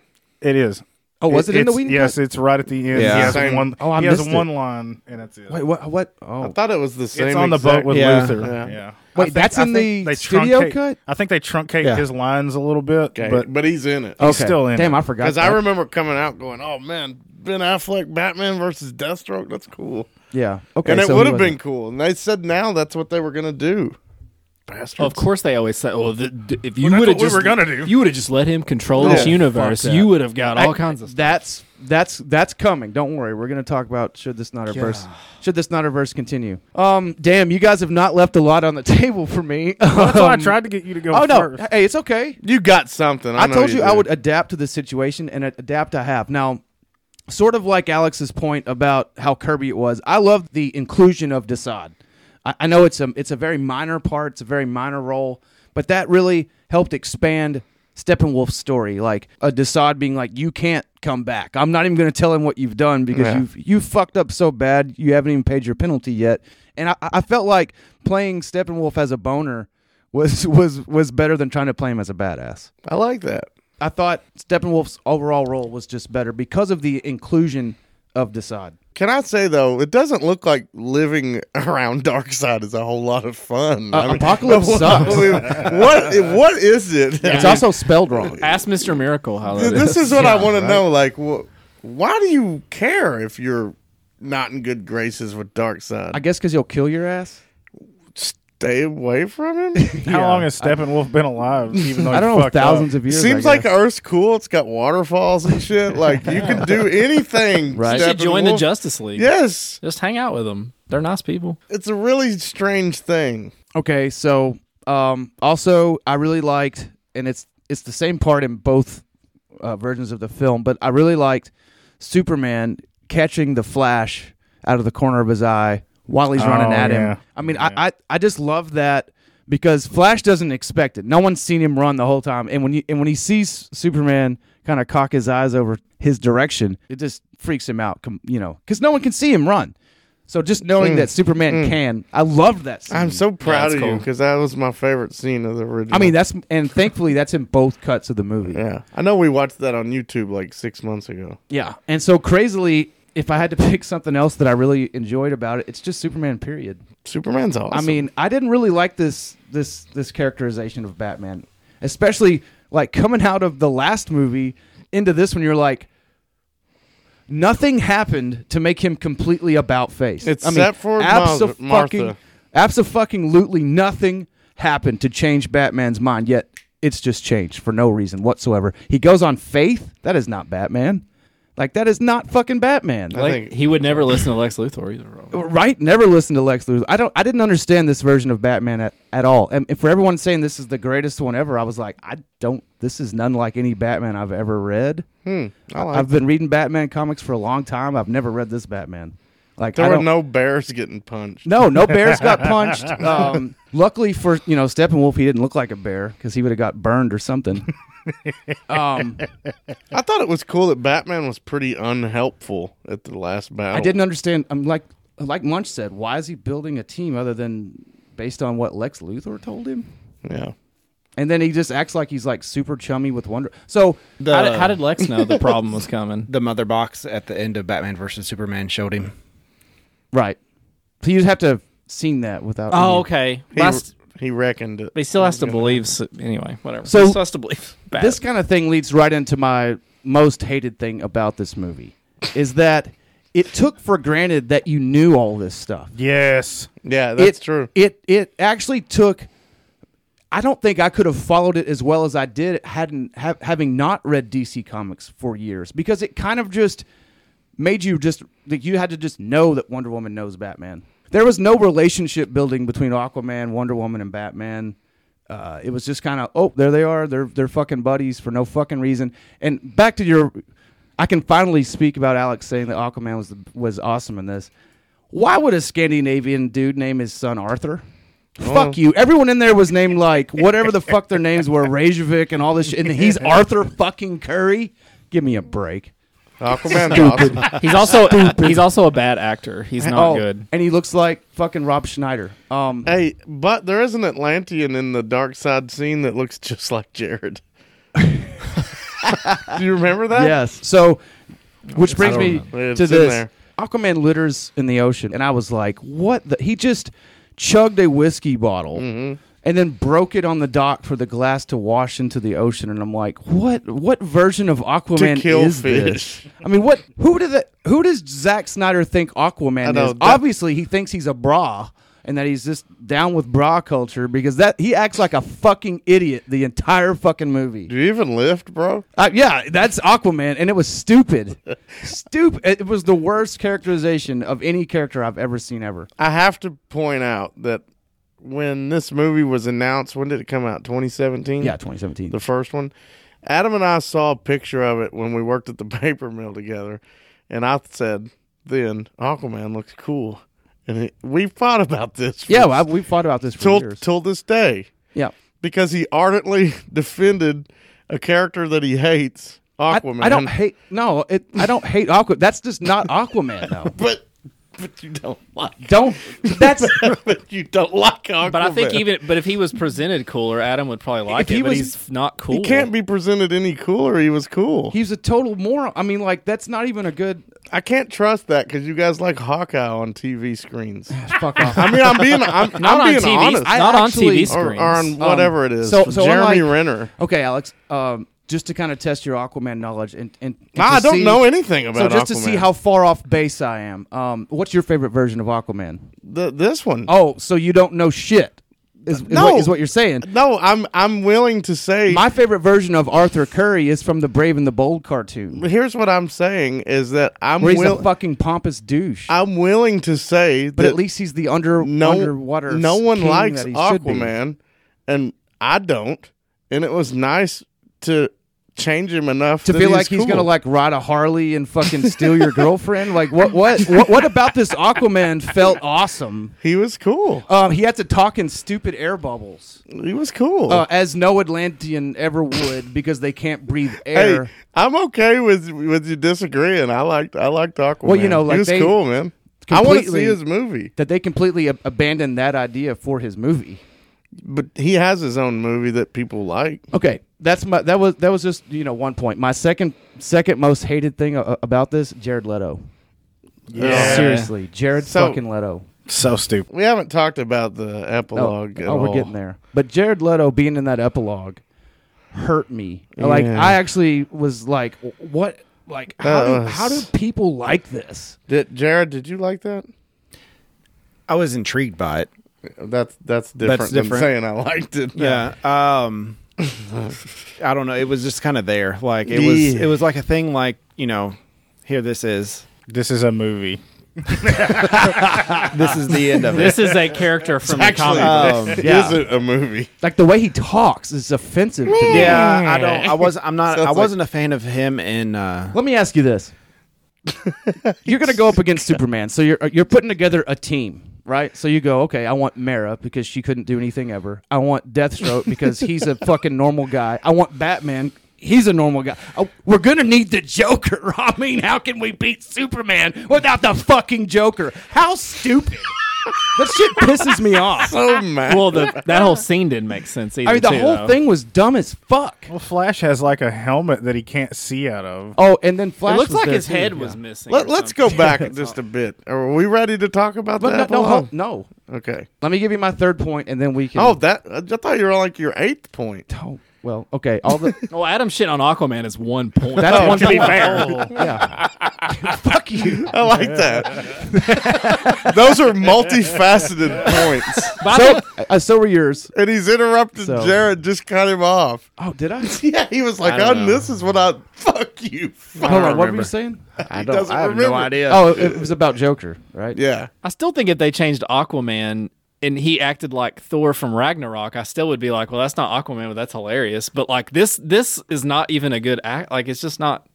It is.
oh, was it, in the
It's-
Whedon?
Yes, it's right at the end.
Yeah.
He has
Same.
one.
Oh, I
he has
missed it.
one line, and that's it.
cut? Wait, what? What? Oh,
I thought it was the same.
it's on the
exact-
boat with
Yeah.
Luther.
Yeah.
Yeah.
Wait,
I think-
that's
I
in
think
the
they
studio
truncate-
cut?
I think they truncate
Yeah.
his lines a little bit,
Okay,
but
but, he's in it.
okay.
still in
Damn,
it.
I forgot.
Because I
that.
remember coming out going, "Oh man, Ben Affleck Batman versus Deathstroke. That's cool."
yeah. Okay,
and it
so he
would have
wasn't.
been cool. And they said now that's what they were gonna do. Bastards.
Of course, they always say, "Well, the, d- if you
Well, that's
would have
what we
just
were gonna do.
you would have just let him control
Yeah.
this universe,
Fuck that.
you would have got all
I-
kinds of stuff."
That's that's that's coming. Don't worry. We're gonna talk about should this not reverse should this not reverse continue. Um, damn, you guys have not left a lot on the <laughs> table for me.
that's why I tried to get you to go
oh no,
first.
hey, it's okay.
you got something. I,
I,
know
told you, I
did.
would adapt to the situation, and ad- adapt I have. Now, sort of like Alex's point about how Kirby it was, I love the inclusion of Desaad. I, I know it's a it's a very minor part, it's a very minor role, but that really helped expand Steppenwolf's story. Like a Desaad being like, "You can't come back. I'm not even going to tell him what you've done because
Yeah.
you've you fucked up so bad you haven't even paid your penalty yet." And I, I felt like playing Steppenwolf as a boner. Was, was was better than trying to play him as a badass.
I like that.
I thought Steppenwolf's overall role was just better because of the inclusion of Desaad.
Can I say though, it doesn't look like living <laughs> around Darkseid is a whole lot of fun.
Uh,
I mean,
Apocalypse sucks.
<laughs> I mean, what what is it?
It's also spelled wrong.
<laughs> Ask Mister Miracle how that
this is what I want to know. Like, wh- why do you care if you're not in good graces with Darkseid?
I guess because he'll kill your ass.
Stay away from
<laughs>
him.
How long has Steppenwolf been alive? Even though
I don't know, thousands of years.
Seems
I
like
guess.
Earth's cool. It's got waterfalls and shit. Like you can
<laughs>
do anything.
Right.
You should join the
Steppenwolf.
Justice League.
Yes,
just hang out with them. They're nice people.
it's a really strange thing.
okay. So um, also, I really liked, and it's it's the same part in both uh, versions of the film, but I really liked Superman catching the Flash out of the corner of his eye while he's running
Oh,
at him.
yeah.
I mean, I, I I just love that because Flash doesn't expect it. No one's seen him run the whole time, and when you and when he sees Superman kind of cock his eyes over his direction, it just freaks him out. com- You know, because no one can see him run. So just
Mm.
knowing that Superman can, I loved that. Scene.
I'm so proud
that's
of you 'cause you
cool.
because that was my favorite scene of the original.
I mean, that's and thankfully that's in both cuts of the movie.
yeah, I know we watched that on YouTube like six months ago.
Yeah. And so crazily, if I had to <laughs> pick something else that I really enjoyed about it, it's just Superman. Period.
Superman's awesome.
I mean, I didn't really like this this this characterization of Batman, especially like coming out of the last movie into this one. You're like, nothing happened to make him completely about face,
Except for Mar- Martha.
fucking, fucking, nothing happened to change Batman's mind. Yet it's just changed for no reason whatsoever. He goes on faith. That is not Batman. Like that is not fucking Batman.
I
Like,
think
he would never listen to Lex Luthor either. Robert.
Right? Never listened to Lex Luthor. I don't. I didn't understand this version of Batman at, at all. And and for everyone saying this is the greatest one ever, I was like, I don't. This is none like any Batman I've ever read.
hmm, I like
I've been reading Batman comics for a long time. I've never read this Batman. Like I
there were
don't,
no bears getting punched.
<laughs> no, no
<laughs>
bears got punched. Um, luckily for you know Steppenwolf, he didn't look like a bear because he would have got burned or something.
<laughs>
um,
I thought it was cool that Batman was pretty unhelpful at the last battle.
I didn't understand. I'm like like Munch said, why is he building a team other than based on what Lex Luthor told him?
Yeah.
And then he just acts like he's like super chummy with Wonder. So
The,
how, did, how did Lex know <laughs> the problem was coming?
the mother box at the end of Batman versus Superman showed him?
right, so you'd have to have seen that without. any-
Oh, okay.
He,
Last,
he reckoned it.
but he still has to believe. s- Anyway, whatever.
So-
he still has to
<laughs>
believe. Bad.
This kind of thing leads right into my most hated thing about this movie is that it took for granted that you knew all this stuff.
Yes.
Yeah, that's
it, <laughs>
true.
It it actually took. I don't think I could have followed it as well as I did hadn't ha- having not read DC Comics for years because it kind of just made you just like you had to just know that Wonder Woman knows Batman. There was no relationship building between Aquaman, Wonder Woman, and Batman. Uh, it was just kind of oh there they are they're they're fucking buddies for no fucking reason. And back to your, I can finally speak about Alex saying that Aquaman was the, was awesome in this. Why would a Scandinavian dude name his son Arthur? Fuck you. Everyone in there was named like whatever the fuck their names were, Reykjavik and all this shit. And he's Arthur fucking Curry. Give me a break.
Aquaman's awesome.
<laughs>
he's also he's also a bad actor. He's not
Oh.
good.
Oh, And he looks like fucking Rob Schneider. Um,
Hey, but there is an Atlantean in the dark side scene that looks just like Jared. Do you remember that?
yes. So, which brings me
don't know. It's
to
in
this.
there.
Aquaman litters in the ocean, and I was like, "What?" the He just chugged a whiskey bottle
Mm-hmm.
and then broke it on the dock for the glass to wash into the ocean, and I'm like, "What? What version of Aquaman
kill
is
fish.
this?" I mean, what? Who did that? Who does Zack Snyder think Aquaman
I know,
is?
that-
Obviously, he thinks he's a bra. And that he's just down with bra culture because that he acts like a fucking idiot the entire fucking movie.
Do you even lift, bro?
Uh, yeah, that's Aquaman, and it
<laughs>
was stupid. stupid. It was the worst characterization of any character I've ever seen ever.
I have to point out that when this movie was announced, when did it come out? 2017?
Yeah, 2017.
the first one. Adam and I saw a picture of it when we worked at the <laughs> paper mill together, and I said, "Then Aquaman looks cool." And it, we fought about this. for-
yeah, well, I, we fought about this for
till
years.
till this day,
yeah,
because he ardently <laughs> defended a character that he hates,
I,
Aquaman.
I don't hate. No, it, I don't hate Aquaman. That's just not Aquaman, though.
<laughs> but but you don't like,
<laughs> Don't. That's
<laughs> but you don't like Aquaman.
But I think even but if he was presented cooler, Adam would probably like
If he
it. But
was-
he's not cool.
he can't be presented any cooler. He was cool.
he's a total moron. I mean, like that's not even a good.
I can't trust that because you guys like Hawkeye on TV screens.
<sighs> Fuck off.
I mean, <laughs> I'm being I'm,
Not
I'm
on
being
TV.
honest.
I
not on
actually-
TV
or,
screens.
or on whatever it is.
so- so
Jeremy
unlike-
Renner.
Okay, Alex. Um, just to kind of test your Aquaman knowledge, and, and, and
I
to
don't
see-
know anything about
So just to
Aquaman.
see how far off base I am. Um, what's your favorite version of Aquaman?
The- this one.
Oh, so you don't know shit is, is,
No.
what, is what you're saying.
No, I'm I'm willing to say.
My favorite version of Arthur Curry is from the Brave and the Bold cartoon,
here's what I'm saying is that I'm
where he's
will,
a fucking pompous douche.
I'm willing to say
but
that
at least he's the under
no
underwater.
no one
king
likes
that he should be.
Aquaman, and I don't. And it was nice to change him enough
To
that
feel like
cool.
he's gonna like ride a Harley and fucking steal your girlfriend, like what, what, what, what about this Aquaman felt awesome?
He was cool.
Um, he had to talk in stupid air bubbles,
He was cool.
uh, as no Atlantean ever would, because they can't breathe
hey,
air.
I'm okay with with you disagreeing. I liked I liked Aquaman.
Well, you know, like,
he was
they
cool, man. I want to see
completely-
his movie.
That they completely ab- abandoned that idea for his movie.
But he has his own movie that people like.
Okay, that's my that was that was just you know one point. My second second most hated thing a- about this, Jared Leto. Oh,
Yeah.
Seriously, Jared
So-
fucking Leto.
So stupid.
We haven't talked about the
No,
epilogue. at
oh, we're
all.
getting there. But Jared Leto being in that epilogue hurt me. Like
Yeah.
I actually was like, what? Like how
That
do, how do
was-
people like this?
Did, Jared, did you like that?
I was intrigued by it.
That's that's different,
different.
than saying I liked it.
Yeah. Um, I don't know. It was just kind of there. Like it was.
Yeah.
It was like a thing. Like you know, here this is.
This is a movie.
This is the end of it.
This is
<laughs>
a character from the
Actually, uh,
comic.
Um,
it
yeah.
is a, a movie.
Like the way he talks is offensive to me.
Yeah, I don't. I was. I'm not.
Sounds
I
like-
wasn't a fan of him in. Uh,
Let me ask you
<laughs>
this: You're going to go up against Superman, so you're you're putting together a team, right? So you go, okay, I want Mara because she couldn't do anything ever. I want Deathstroke because he's
<laughs>
a fucking normal guy. I want Batman. He's a normal guy. Oh, We're gonna need the Joker. <laughs> I mean, how can we beat Superman without the fucking Joker? How stupid! that shit pisses me
<laughs>
off.
So mad.
Well, the, that whole scene didn't make sense either.
I mean, the
too,
whole
though.
thing was dumb as fuck.
Well, Flash has like a helmet that he can't see out of.
Oh, and then Flash.
It looks
was
like
there,
his
too.
head
Yeah.
was missing.
Let,
or
let's go
<laughs>
something.
back
<laughs>
just a bit. Are we ready to talk about
But
that?
no, no,
Belong?
hold- no.
Okay.
Let me give you my third point, and then we can.
Oh, that I thought you were on like your eighth point.
Oh, well, okay.
<laughs>
All the
Well, Adam shit on Aquaman is one point.
that's one
Oh, to be
point.
fair.
Yeah.
<laughs>
Fuck you.
I like that. Those are multifaceted points.
So, uh, so were yours.
And he's interrupted
So-
Jared, just cut him off. <laughs>
Oh, did I?
Yeah, he was like,
I don't
"Oh,
know.
this is what I fuck you. Fuck.
Hold on. What were
<laughs>
you saying?
I don't. I have no idea.
Oh, it- it was about Joker, right?
Yeah.
I still think if they changed Aquaman and he acted like Thor from Ragnarok, I still would be like, well, that's not Aquaman, but that's hilarious. But like this, this is not even a good act. Like it's just not.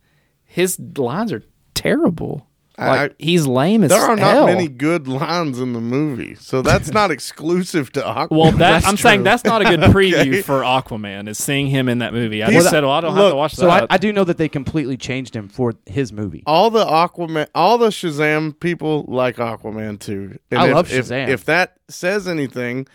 His lines are terrible. Like
I-
he's lame as
There are not
hell.
many good lines in the movie, so that's not exclusive to Aquaman. <laughs>
Well, that,
That's
I'm
true.
saying that's not a good preview for Aquaman. Is seeing him in that movie? I just said, well, I don't have
look,
to watch
So I,
that.
I do know that they completely changed him for his movie.
all the Aquaman, all the Shazam people like Aquaman too. And
I
if-
love
if-
Shazam.
If, that says anything,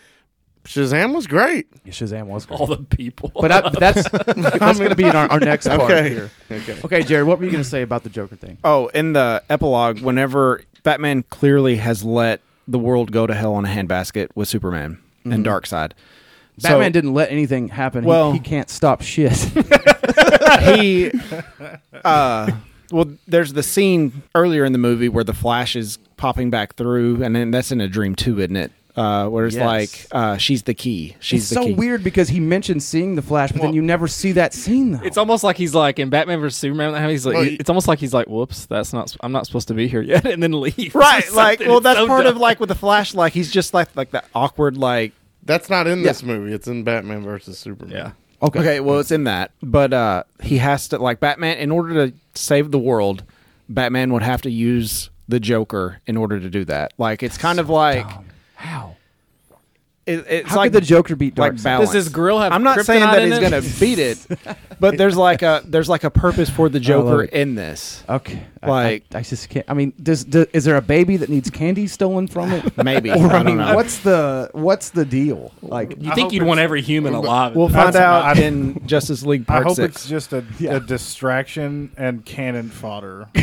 Shazam was great.
Shazam was. Great.
<laughs> all the people.
But, I, but that's <laughs> that's going to be in our, our next part
Okay.
here.
Okay.
Okay, Jared, what were you going to say about the Joker thing?
oh, in the epilogue, whenever Batman clearly has let the world go to hell on a handbasket with Superman and Darkseid. So-
Batman didn't let anything happen. He-
Well-
he, can't stop <laughs> shit.
he uh well there's the scene earlier in the movie where the flash is popping back through and then that's in a dream too isn't it uh where it's
Yes.
like uh she's the key she's
it's
the
so
key
weird because he mentioned seeing the Flash, but then you never see that scene though.
It's almost like he's like in Batman versus Superman. He's like,
Well,
it's almost like he's like, whoops, that's not. I'm not supposed to be here yet, <laughs> and then
<laughs>
leave. <laughs>
right like
Something
well
is
that's
so
part
dumb.
of like with the flash like he's just like like that awkward like
That's not in this movie. It's in Batman versus Superman.
Yeah.
okay. well it's in that but uh he has to like batman in order to save the world batman would have to use the joker in order to do that like it's kind of like
How?
it, it's
How
like
could the Joker beat
like
Darkseid?
balance.
Does his grill have
I'm not saying
kryptonite
that
in
he's
it?
gonna beat it, but there's like a there's like a purpose for the Joker
it.
in this.
Uh,
Okay. I-
Like-
I, I just can't. I mean, does, does is there a baby that needs candy stolen from it?
<laughs>
<laughs>
<laughs>
Maybe
Or,
I
I
don't
mean,
know.
what's the what's the deal? Like,
You think you'd want every human alive?
We'll find
That's-
<laughs>
out
I-
in Justice League
I
Part
hope
Six.
it's
<laughs>
just a, a distraction and cannon fodder.
<laughs>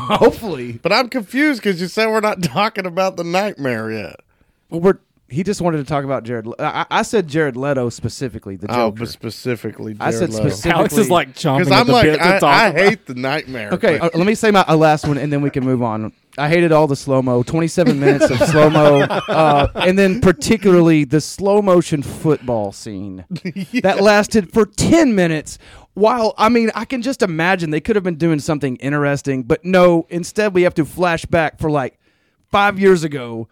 hopefully,
But I'm confused because you said we're not <laughs> talking about the nightmare yet.
well, we're. He just wanted to talk about Jared. Le- I, I said Jared Leto specifically. The Joker.
Oh, but specifically,
I said specific-
Alex is like chomping
Because
at
I'm
the
like,
bit to
I,
talk
I
about-
hate the nightmare.
Okay,
thing.
uh, let me say my uh, last one, and then we can move on. I hated all the slow mo. Twenty-seven minutes of slow mo,
<laughs>
uh, and then particularly the slow motion
<laughs>
football scene that lasted for ten minutes. While I mean, I can just imagine they could have been doing something interesting, but no. Instead, we have to flash back for like five years ago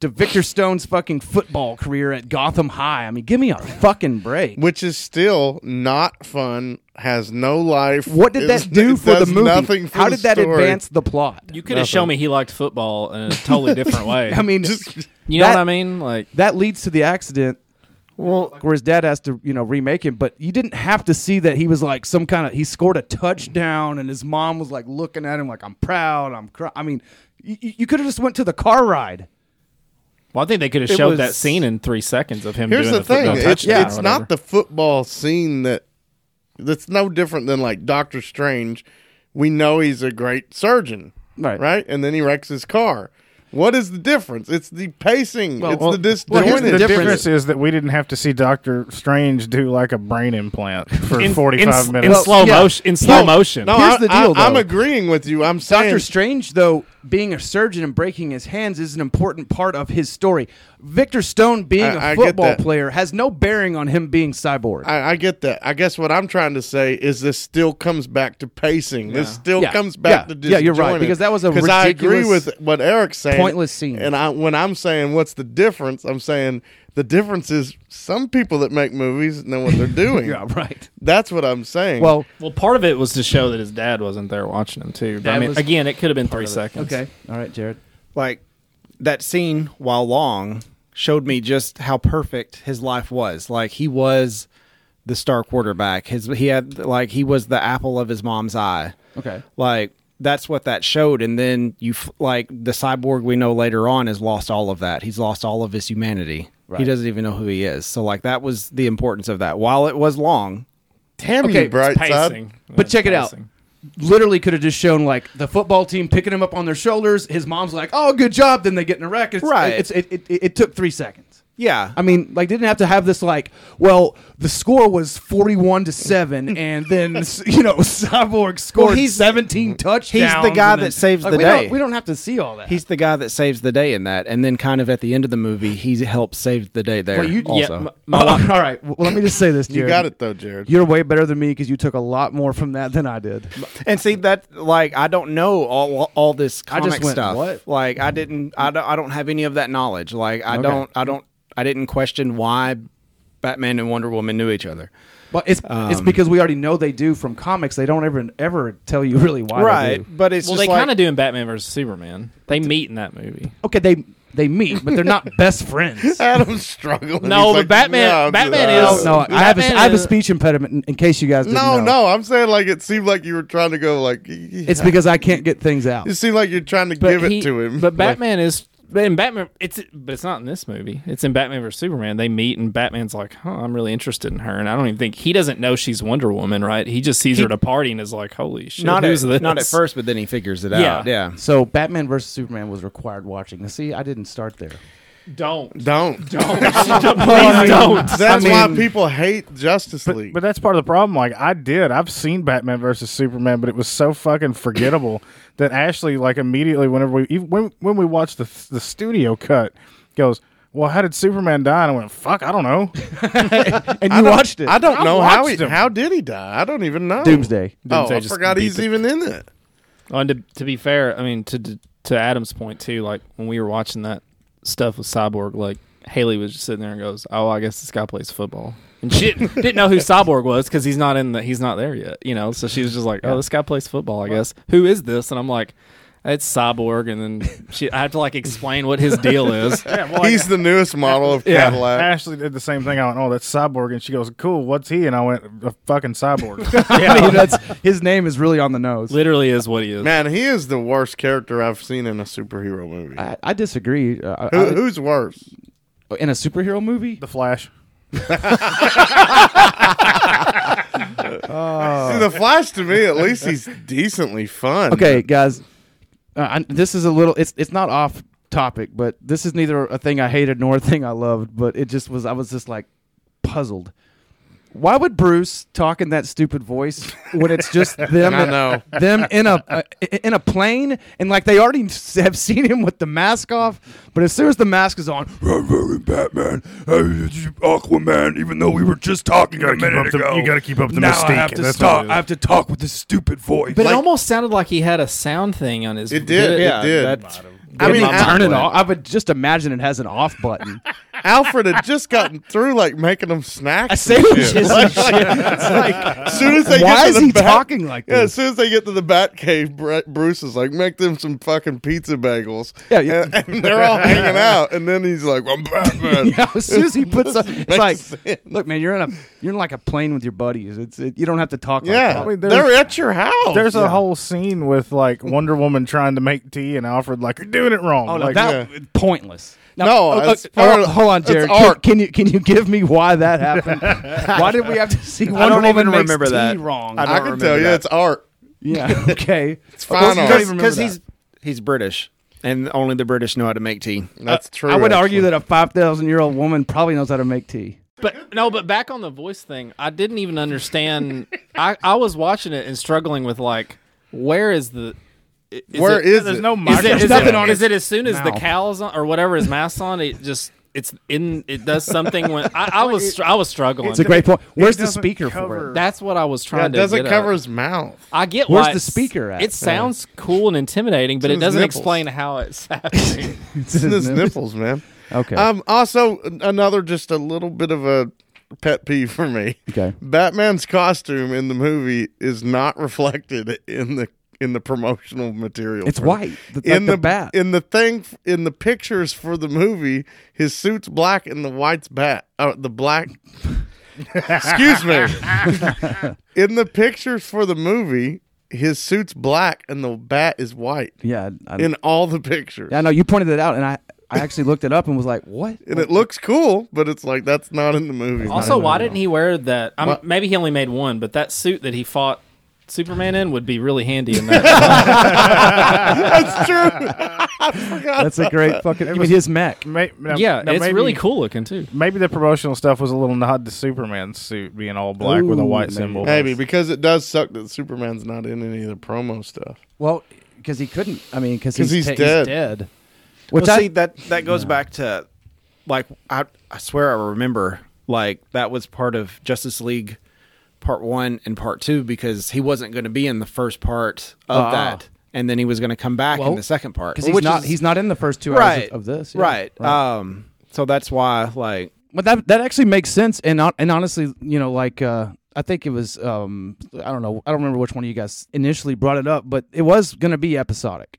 to Victor Stone's fucking football career at Gotham High. I mean, give me a fucking break.
which is still not fun. Has no life.
What did
is-
that do
it
for the
does
movie?
Nothing for
How
the
did that
story.
advance the plot?
You could have shown me he liked football in a totally different
<laughs>
way.
I mean,
you know
that-
what I mean? Like,
that leads to the accident where his dad has to you know remake him but you didn't have to see that he was like some kind of he scored a touchdown and his mom was like looking at him like i'm proud i'm cry-. i mean you, you could have just went to the car ride
well, I think they could have
It
showed
was-
that scene in three seconds of him.
Here's
doing
the thing:
football
it's,
touchdown or
it's
whatever.
not the football scene that that's no different than like Doctor Strange. We know he's a great surgeon,
Right.
Right, and then he wrecks his car. What is the difference? It's the pacing. it's
well,
the dis-
well, here's
doing
the
it.
The
difference.
difference is that we didn't have to see Doctor Strange do like a brain implant <laughs> for
in,
45
in,
minutes.
in slow
yeah.
motion. In slow
No,
motion.
No,
Here's
I,
the deal,
I, I'm
though.
agreeing with you. I'm saying
Doctor Strange, though, being a surgeon and breaking his hands is an important part of his story. Victor Stone being
I-
a
I get
football
that.
player has no bearing on him being cyborg.
I, I get that. I guess what I'm trying to say is this still comes back to pacing. This still
Yeah.
comes back
Yeah.
to
Yeah, you're right,
disjointed.
because that was a
'Cause I agree
ridiculous,
with what Eric's saying.
pointless scene.
And I, when I'm saying what's the difference, I'm saying the difference is some people that make movies know what they're
<laughs>
doing.
yeah,
<laughs>
right.
That's what I'm saying.
Well,
Well, part of it was to show that his dad wasn't there watching him too. But I
That
mean,
was
again, it could have been three seconds.
okay, all right, Jared.
like that scene while long showed me just how perfect his life was like he was the star quarterback his he had like he was the apple of his mom's eye
Okay.
like that's what that showed and then you f- like the cyborg we know later on has lost all of that he's lost all of his humanity he doesn't even know who he is so like that was the importance of that while it was long
damn
okay,
you,
it's
bright
Pacing.
side.
But
Yeah,
check it out.
pacing.
Literally could have just shown like the football team picking him up on their shoulders. His mom's like, "Oh, good job." Then they get in a wreck. It's,
Right.
It's, it, it, it, it took three seconds.
yeah
I mean, like, didn't have to have this like, well, the score was forty-one to <laughs> seven, and then you know, Cyborg scored
he's-
seventeen touchdowns.
the guy
and
that saves
like,
the
we don't-
day.
we don't have to see all that.
He's the guy that saves the day in that, and then kind of at the end of the movie, he helps save the day there.
Well, you- yeah,
also,
m-
Oh, <laughs> all right. Well, let me just say this, Jared.
You got it though, Jared.
You're way better than me because you took a lot more from that than I did.
And see that, like, I don't know all all this
I
comic
just went,
stuff.
"What?"
Like, I didn't, I don't, I don't have any of that knowledge. Like, I don't, I don't, I didn't question why Batman and Wonder Woman knew each other.
But it's
Um,
it's because we already know they do from comics. They don't ever ever tell you <laughs> really why. they do.
but it's
Well,
just
they
like,
kind of do in Batman versus Superman. They meet in that movie.
Okay, they they meet, but
<laughs>
they're not best friends.
Adam's struggling.
No,
He's
but Batman-
"Nah, I'm
Batman
just-
is-
no, I have a,
Batman
I have a
is-
speech impediment. In, in case you guys didn't
No,
know.
no. I'm saying like it seemed like you were trying to go like. <laughs>
it's because I can't get things out.
it seemed like you're trying to
But
give
he-
it to him. <laughs>
But Batman is. But in Batman, it's but it's not in this movie. It's in Batman versus Superman. They meet and Batman's like, "Huh, I'm really interested in her," and I don't even think he doesn't know she's Wonder Woman, right? He just sees her at a party and is like, "Holy shit,
not
who's this?"
at, not at first, but then he figures it
Yeah.
out. Yeah,
So Batman versus Superman was required watching. Now, See, I didn't
<laughs>
start there.
Don't
don't.
please don't.
That's
I
why
mean-
people hate Justice League.
But that's part of the problem. Like I did, I've seen Batman versus Superman, but it was so
<laughs>
fucking forgettable that Ashley, like immediately, whenever we even when when we watched the the studio cut, goes, "Well, how did Superman die?" And I went, "Fuck, I don't
<laughs>
know."
And you watched it.
I don't
I
know how he,
watched him.
how did he die. I don't even know.
Doomsday.
Oh,
Doomsday
I
just
forgot
beat
he's
the-
even in it.
Oh, and to, to be fair, I mean to to Adam's point too. Like when we were watching that stuff with Cyborg, like Haley was just sitting there and goes, "Oh, I guess this guy plays football." And <laughs> she didn't, didn't know who Cyborg was because he's not in the he's not there yet, you know. So she was just like, "Oh, this guy plays football, I guess." Who is this? And I'm like, "It's Cyborg." And then she, I have to like explain what his deal <laughs> is.
he's the newest model
<laughs>
of Cadillac.
Ashley did the same thing. I went, "Oh, that's Cyborg," and she goes, "Cool, what's he?" And I went, "A fucking Cyborg."
<laughs> <laughs>
<laughs>
I mean, that's his name is really on the nose.
Literally is what he is.
Man, he is the worst character I've seen in a superhero movie.
I, I disagree. Uh, I-
Who, who's worse?
I- in a superhero movie,
the Flash.
See, the Flash to me, at least he's decently fun.
Uh, Okay, guys, uh, I, this is a little. It's it's not off topic, but this is neither a thing I hated nor a thing I loved. But it just was. I was just like puzzled. Why would Bruce talk in that stupid voice when it's
<laughs>
just them?
I know.
them in a uh, in a plane, and like they already have seen him with the mask off. But as soon as the mask is on,
Batman,
Uh,
Aquaman. Even though we were just talking a minute ago,
you gotta keep up the
now
mystique.
I have, to
That's
talk,
what it
I
is.
have to talk with this stupid voice.
But it almost sounded like he had a sound thing on his.
It did.
<laughs>
yeah,
it did.
that's-
I mean,
i turn it
Al-
off. I would just imagine it has an off button.
Alfred had just gotten through like making them snacks.
A
and
sandwich
shit.
is
Like, <laughs> as soon as they get
Why
to
is
the
he
back-
talking like
Yeah, as
this?
soon as they get to the Bat Cave, Br- Bruce is like, "Make them some fucking pizza bagels."
Yeah, yeah.
And, and they're all hanging out, and then he's like, "I'm Batman."
<laughs> Yeah, as soon as he puts up, it's
Makes
like,
sense.
look, man, you're in a you're in like a plane with your buddies. It's it, you don't have to talk.
Yeah,
like
mean, there's-
they're at your house.
There's a whole scene with like Wonder Woman trying to make tea, and Alfred like, "You're doing it wrong."
that. Oh no,
like,
that pointless. Now,
No,
oh,
it's
oh,
part-
oh, hold on,
it's
Jared. Can,
art.
can you can you give me why that
<laughs>
happened? why did we have to see Wonder
don't
Woman
even
makes
remember
tea
that.
wrong?
I, can tell you, it's art.
yeah. Okay.
<laughs> It's fine
you
art.
don't even remember
because
that.
he's he's British. and only the British know how to make tea.
That's true.
I would
actually.
argue that a five thousand year old woman probably knows how to make tea.
But no, but back on the voice thing, I didn't even understand. I, I was watching it and struggling with like, where is the? i- Is
Where
it,
is
There's
it?
no
Is it, is, it,
microphone.
is it as soon as the
mouth.
cow's on or whatever his mask's on? It just it's in. It does something when I, I was str- I was struggling.
It's a great point. Where's the
doesn't
speaker for
cover-
it?
That's what I was
Yeah,
trying
it
to.
doesn't
get
cover
at.
his
<laughs>
mouth.
I get
Where's
why
the
it's-
speaker at?
It sounds cool and intimidating, but
It's
it
his
doesn't
nipples.
explain how it's <laughs> happening.
<laughs> It's
It's
in
his
nip-
nipples, man.
Okay.
Um. Also, an- another just a little bit of a pet peeve for me.
okay.
Batman's costume in the movie is not <laughs> reflected in the in the promotional material.
It's
for the-
white. th- like
in
the, bat.
in the thing in the pictures for the movie, his suit's black and the white's bat. Oh, the
<laughs>
black. Excuse me. in the pictures for the movie, his suit's black and the bat is white
yeah. I,
in all the pictures.
yeah. I know you pointed it out, and I I actually looked it up and was like, what?
and it looks cool, but it's like that's not in the movie.
also, why didn't he wear that? I'm,
What?
maybe he only made one, but that suit that he fought Superman in would be really handy in that.
that's true. I forgot.
That's a great fucking. Give me his Mac.
May- now-
yeah,
now
it's
maybe-
really cool looking too.
Maybe the promotional stuff was a little nod to Superman's suit being all black with a
Ooh,
white
maybe.
symbol.
Maybe because it does suck that Superman's not in any of the promo stuff.
Well, because he couldn't. I mean, because
'Cause
he's,
he's
ta-
dead.
dead. Which
well,
I
see that that goes back to like I I swear I remember like that was part of Justice League part 1 and part 2 because he wasn't going to be in the first part of
Ah.
that and then he was going to come back
Well,
in the second part
because he's
which
not
is-
he's not in the first two hours
right
of- of this. yeah.
Right. Um so that's why like
But that that actually makes sense, and hon- and honestly, you know, like uh, I think it was um, I don't know, I don't remember which one of you guys initially brought it up, but it was going to be episodic,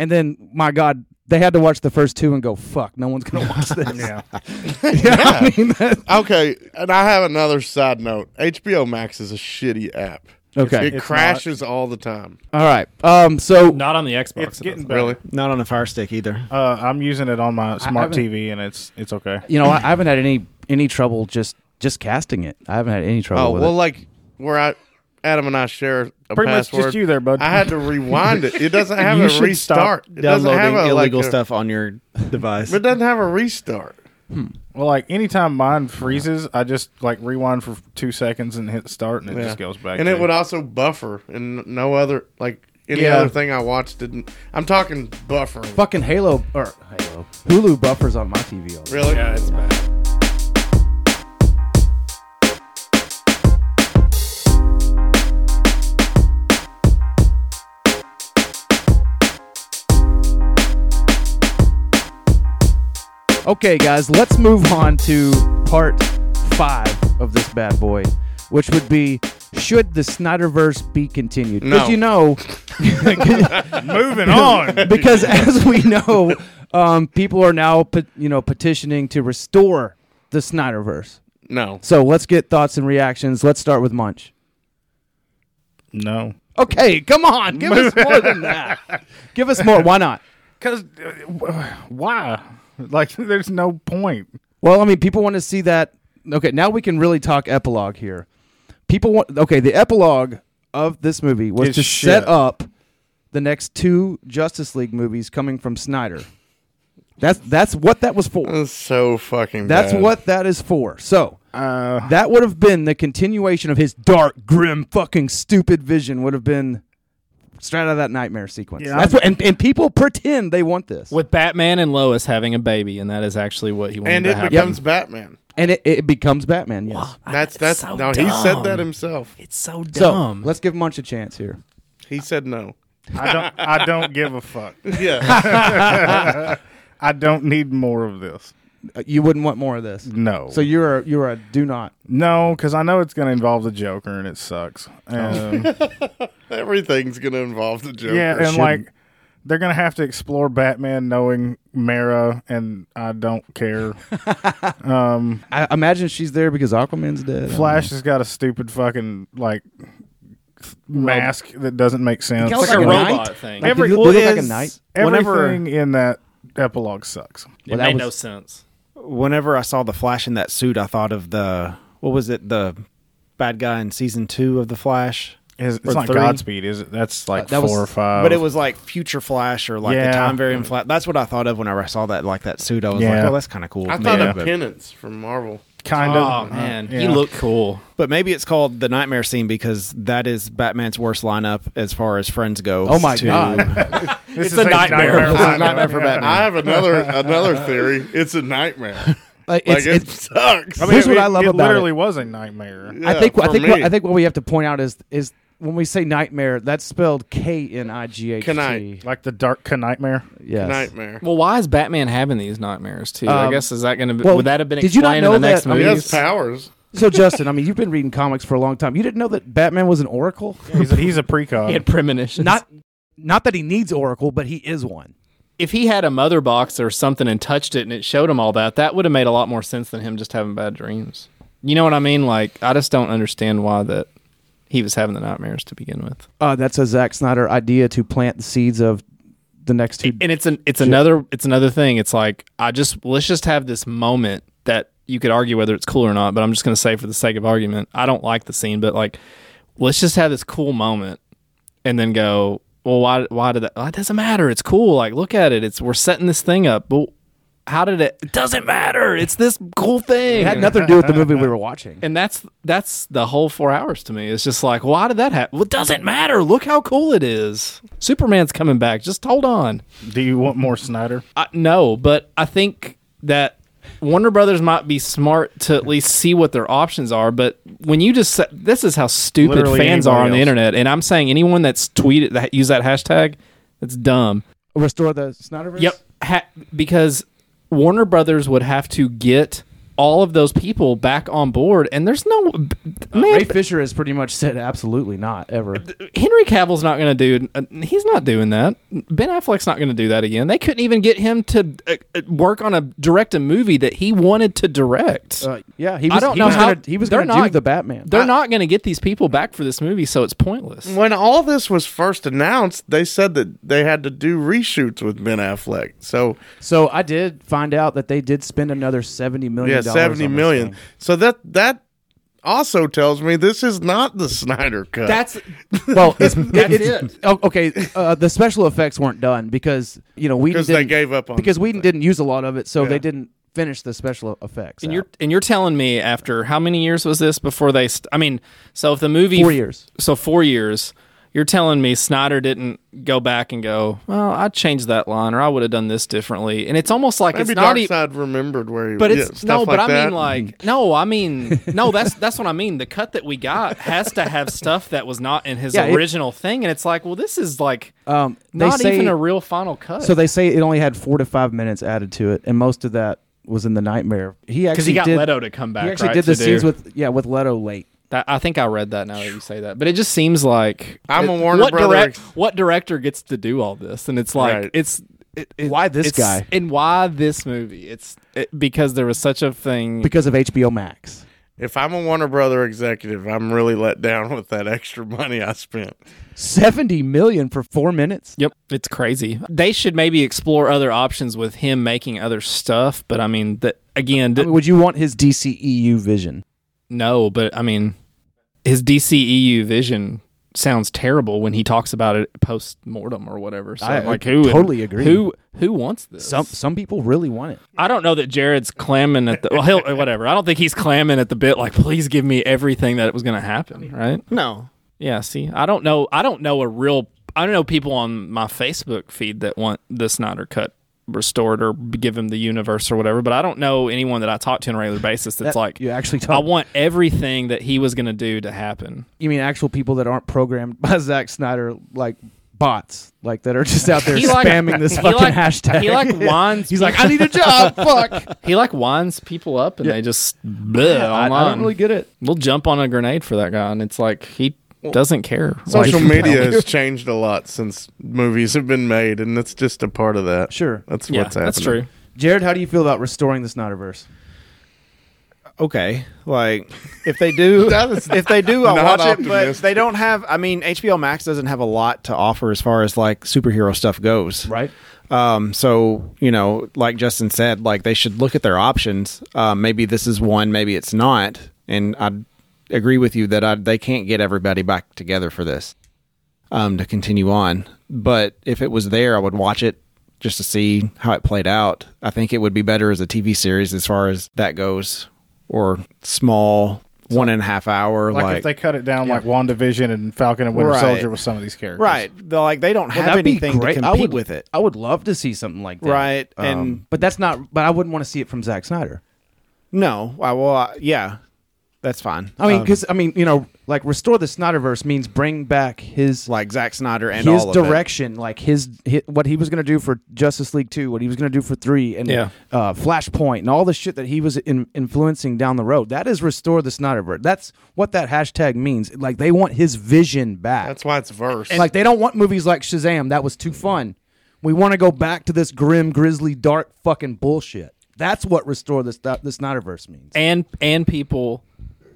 and then my God, they had to watch the first two and go, fuck, no one's going to watch this. <laughs> yeah, I mean, that,
Okay, and I have another side note. HBO Max is a shitty app.
Okay.
it
It's
crashes all the time.
<laughs> all right. Um, so
Not on the Xbox.
It's getting better.
Really?
not on a fire stick either.
Uh, I'm using it on my smart
haven't-
TV, and it's it's okay.
you know, I, I haven't had any any trouble just just casting it. I haven't had any trouble.
Oh
with
well,
it.
like where I, Adam and I share a
Pretty much just
password.
you there, bud.
I had to rewind it. It doesn't have
You
a
should stop
restart. It doesn't have a,
downloading
like,
illegal
a-
stuff on your <laughs> device.
It doesn't have a restart.
Well, like anytime mine freezes, I just like rewind for two seconds and hit start, and it
Yeah.
just goes back.
And
to
it would also buffer, and no other like any
Yeah.
other thing I watched didn't. I'm talking buffering.
fucking Halo or Halo Hulu buffers on my TV. All
Really?
Okay, guys, let's move on to part five of this bad boy, which would be should the Snyderverse be continued?
No.
Because you <laughs> know, <laughs>
Moving on.
because as we know, um, people are now pe- you know petitioning to restore the Snyderverse.
No.
So let's get thoughts and reactions. Let's start with Munch.
no,
Okay, come on, give us more than that. <laughs> Give us more. Why not?
because uh, why? Like, <laughs> there's no point.
Well, I mean, people want to see that. Okay, now we can really talk epilogue here. People want. Okay, the epilogue of this movie was
It's
to
shit.
set up the next two Justice League movies coming from Snyder. That's that's what that was for.
That's so fucking.
That's
bad.
what that is for. So
Uh,
that would have been the continuation of his dark, grim, fucking stupid vision. Would have been straight out of that nightmare sequence.
Yeah.
that's what. And, and people pretend they want this.
with Batman and Lois having a baby, and that is actually what he wanted
And
to
it
happen.
becomes Batman.
and it, it becomes Batman. Yes.
That's that's no. He said that himself.
It's so
So
dumb.
let's give Munch a chance here.
He said <laughs> no.
I don't. I don't give
<laughs>
a fuck.
Yeah.
I don't need more of this.
Uh, you wouldn't want more of this.
No.
So you're a, you're a do not.
no, because I know it's going to involve the Joker, and it sucks.
Oh.
Um,
Everything's gonna involve the Joker.
yeah, and like they're going to have to explore Batman knowing Mara, and I don't
<laughs>
care.
I imagine she's there because Aquaman's dead.
Flash has got a stupid fucking like mask that doesn't make sense.
It's
it's
like
like,
a
a
knight?
robot thing.
Like,
Every-
did you-
well,
did it
it
like a
is-
night?
Everything in that epilogue sucks.
it
that
made
was-
no sense.
whenever I saw the Flash in that suit, I thought of the what was it the bad guy in season two of the Flash?
Is, it's
Or
not
three.
Godspeed, is it? That's like
Uh, that
four
was-
or five.
But it was like Future Flash or like
Yeah.
the time variant Flash. That's what I thought of whenever I saw that, like that suit. I was
Yeah.
like, oh, that's kind of cool.
I thought
Yeah.
of Penance from Marvel.
kind
Oh,
of. Uh,
man.
yeah.
You
You look cool.
But maybe it's called the nightmare scene because that is Batman's worst lineup as far as friends go.
Oh my
to- <laughs>
god!
This
It's
is
a nightmare. It's a nightmare for
<laughs>
Batman.
I have another another theory. It's a nightmare. Like
Like, it's,
it
it's-
sucks.
I mean, Here's what I love
it
about
literally was a nightmare.
I think
Yeah,
I
for
think what,
me.
I think what we have to point out is is when we say nightmare, that's spelled K N I G H T.
Knight.
Like the dark Knight nightmare.
Yes.
nightmare.
Well, why is Batman having these nightmares too? I
Um,
guess is that going to be
well,
would that have been
did you not
explained
know
in the next
that- I
He
movie?
mean,
has
<laughs>
powers.
So Justin, I mean, you've been reading comics for a long time. You didn't know that Batman was an oracle.
He's a, he's a precog.
he had premonitions.
Not not that he needs oracle, but he is one.
if he had a mother box or something and touched it and it showed him all that, that would have made a lot more sense than him just having bad dreams. You know what I mean? Like I just don't understand why that he was having the nightmares to begin with.
Uh, that's a Zack Snyder idea to plant the seeds of the next two.
And it's an it's another it's another thing. It's like I just let's just have this moment that you could argue whether it's cool or not, but I'm just going to say for the sake of argument, I don't like the scene, but like let's just have this cool moment and then go, well, why why did that? Well, it doesn't matter. It's cool. Like look at it. It's we're setting this thing up. But how did it? It doesn't matter. It's this cool thing.
It had nothing to do with the movie we were watching.
and that's that's the whole four hours to me. It's just like, why did that happen? Well, it doesn't matter. Look how cool it is. Superman's coming back. Just hold on.
Do you want more Snyder?
I, no, but I think that Warner Brothers might be smart to at least see what their options are. But when you just say, this is how stupid
Literally
fans are on
anybody
the
else.
internet, and I'm saying anyone that's tweeted that use that hashtag, that's dumb.
Restore the Snyderverse.
Yep, ha- because Warner Brothers would have to get all of those people back on board, and there's
Uh,
no man. uh,
Ray Fisher has pretty much said absolutely not ever.
Henry Cavill's not going to do. Uh, he's not doing that. Ben Affleck's not going to do that again. They couldn't even get him to uh, uh, work on a direct a movie that he wanted to direct.
Uh, yeah, he
I
was.
don't
he
know
was
how-
gonna, he was
they're
going to do
not-
the Batman.
They're not going to get these people back for this movie, so it's pointless.
When all this was first announced, they said that they had to do reshoots with Ben Affleck. So
So I did find out that they did spend another seventy million.
yeah,
dollars
seventy
on this
million.
thing.
So that that also tells me this is not the Snyder cut.
That's
<laughs> Well,
<laughs>
it's, it's- oh, okay. Uh, the special effects weren't done because you know we
because
didn't
they gave up on
because Whedon didn't use a lot of it, so
Yeah.
they didn't finish the special effects.
and
out.
you're and you're telling me after how many years was this before they? St- I mean, so if the movie
four years.
so four years. You're telling me Snyder didn't go back and go, well, I changed that line or I would have done this differently. And it's almost like
maybe
it's not e-,
Dark
even.
Side remembered where he.
But
yeah,
it's
stuff
no, but
like
I
that.
mean like no, I mean no. That's that's what I mean. The cut that we got has to have stuff that was not in his
Yeah, it-
original thing, and it's like, well, this is like
Um, they
not
say,
even a real final cut.
so they say it only had four to five minutes added to it, and most of that was in the nightmare. He actually
because he got
did,
Leto to come back.
He actually
right,
did the
to do-
scenes with yeah with Leto late.
That- I think I read that now that you say that, but it just seems like
I'm a
it-
Warner
what
Brother
direct-
ex-
what director gets to do all this, and it's like
Right.
it's. It, it-
Why this
it's-
guy?
and why this movie? It's it, because there was such a thing.
because of HBO Max.
if I'm a Warner Brother executive, I'm really let down <laughs> with that extra money I spent.
70 million for 4 minutes?
Yep, it's crazy. They should maybe explore other options with him making other stuff, but I mean that again,
I
th-
mean, would you want his DCEU vision?
no, but I mean his DCEU vision sounds terrible when he talks about it post mortem or whatever. So
I
like who
totally agree.
Who who wants this?
Some some people really want it.
I don't know that Jared's clamming at the well, he'll, whatever. I don't think he's clamming at the bit like please give me everything that was going to happen, right?
No.
Yeah, see, I don't know. I don't know a real. I don't know people on my Facebook feed that want the Snyder cut restored or give him the universe or whatever. But I don't know anyone that I talk to on a regular basis that's
That-
like,
you actually
I
talk.
want everything that he was going to do to happen.
you mean actual people that aren't programmed <laughs> by Zack Snyder like bots, like that are just out there
<laughs> He like-
spamming this
he
fucking
like-
hashtag. <laughs>
He like whines.
He's like, I need a
<laughs>
job. Fuck.
he like winds people up and they just bleh,
I, I
online.
don't really get it.
we'll jump on a grenade for that guy, and it's like he doesn't care.
Social
<laughs> <laughs> Like-
media has changed a lot since movies have been made, and that's just a part of that.
Sure.
That's
Yeah,
what's happening.
that's true.
Jared, how do you feel about restoring the Snyderverse?
okay. Like if they
<laughs>
do,
That is
if they do, I'll
not
watch it. But
optimistic.
they don't have. I mean, HBO Max doesn't have a lot to offer as far as like superhero stuff goes.
Right?
Um, so you know, like Justin said, like they should look at their options. Uh, maybe this is one, maybe it's not, and I agree with you that I, they can't get everybody back together for this um, to continue on. But if it was there, I would watch it just to see how it played out. I think it would be better as a TV series as far as that goes, or small one and a half hour.
Like,
Like,
if they cut it down like WandaVision and Falcon and Winter
Right.
Soldier with some of these characters.
right? They're Like they don't
Well,
have
that'd be
anything to
great.
compete
I would,
with it.
I would love to see something like that.
Right,
Um,
and-
but that's not. But I wouldn't want to see it from Zack Snyder.
No, I well, I- yeah, that's fine.
I mean,
Um,
because I mean, you know, like restore the Snyderverse means bring back his
like Zack Snyder and
his
all of it.
direction, like his, hi what he was going to do for Justice League Two, what he was going to do for Three, and
Yeah.
uh, Flashpoint, and all the shit that he was in, influencing down the road. That is restore the Snyderverse. That's what that hashtag means. Like they want his vision back.
That's why it's verse.
like they don't want movies like Shazam. That was too fun. We want to go back to this grim, grisly, dark fucking bullshit. That's what restore the, Sny- the Snyderverse means.
and and people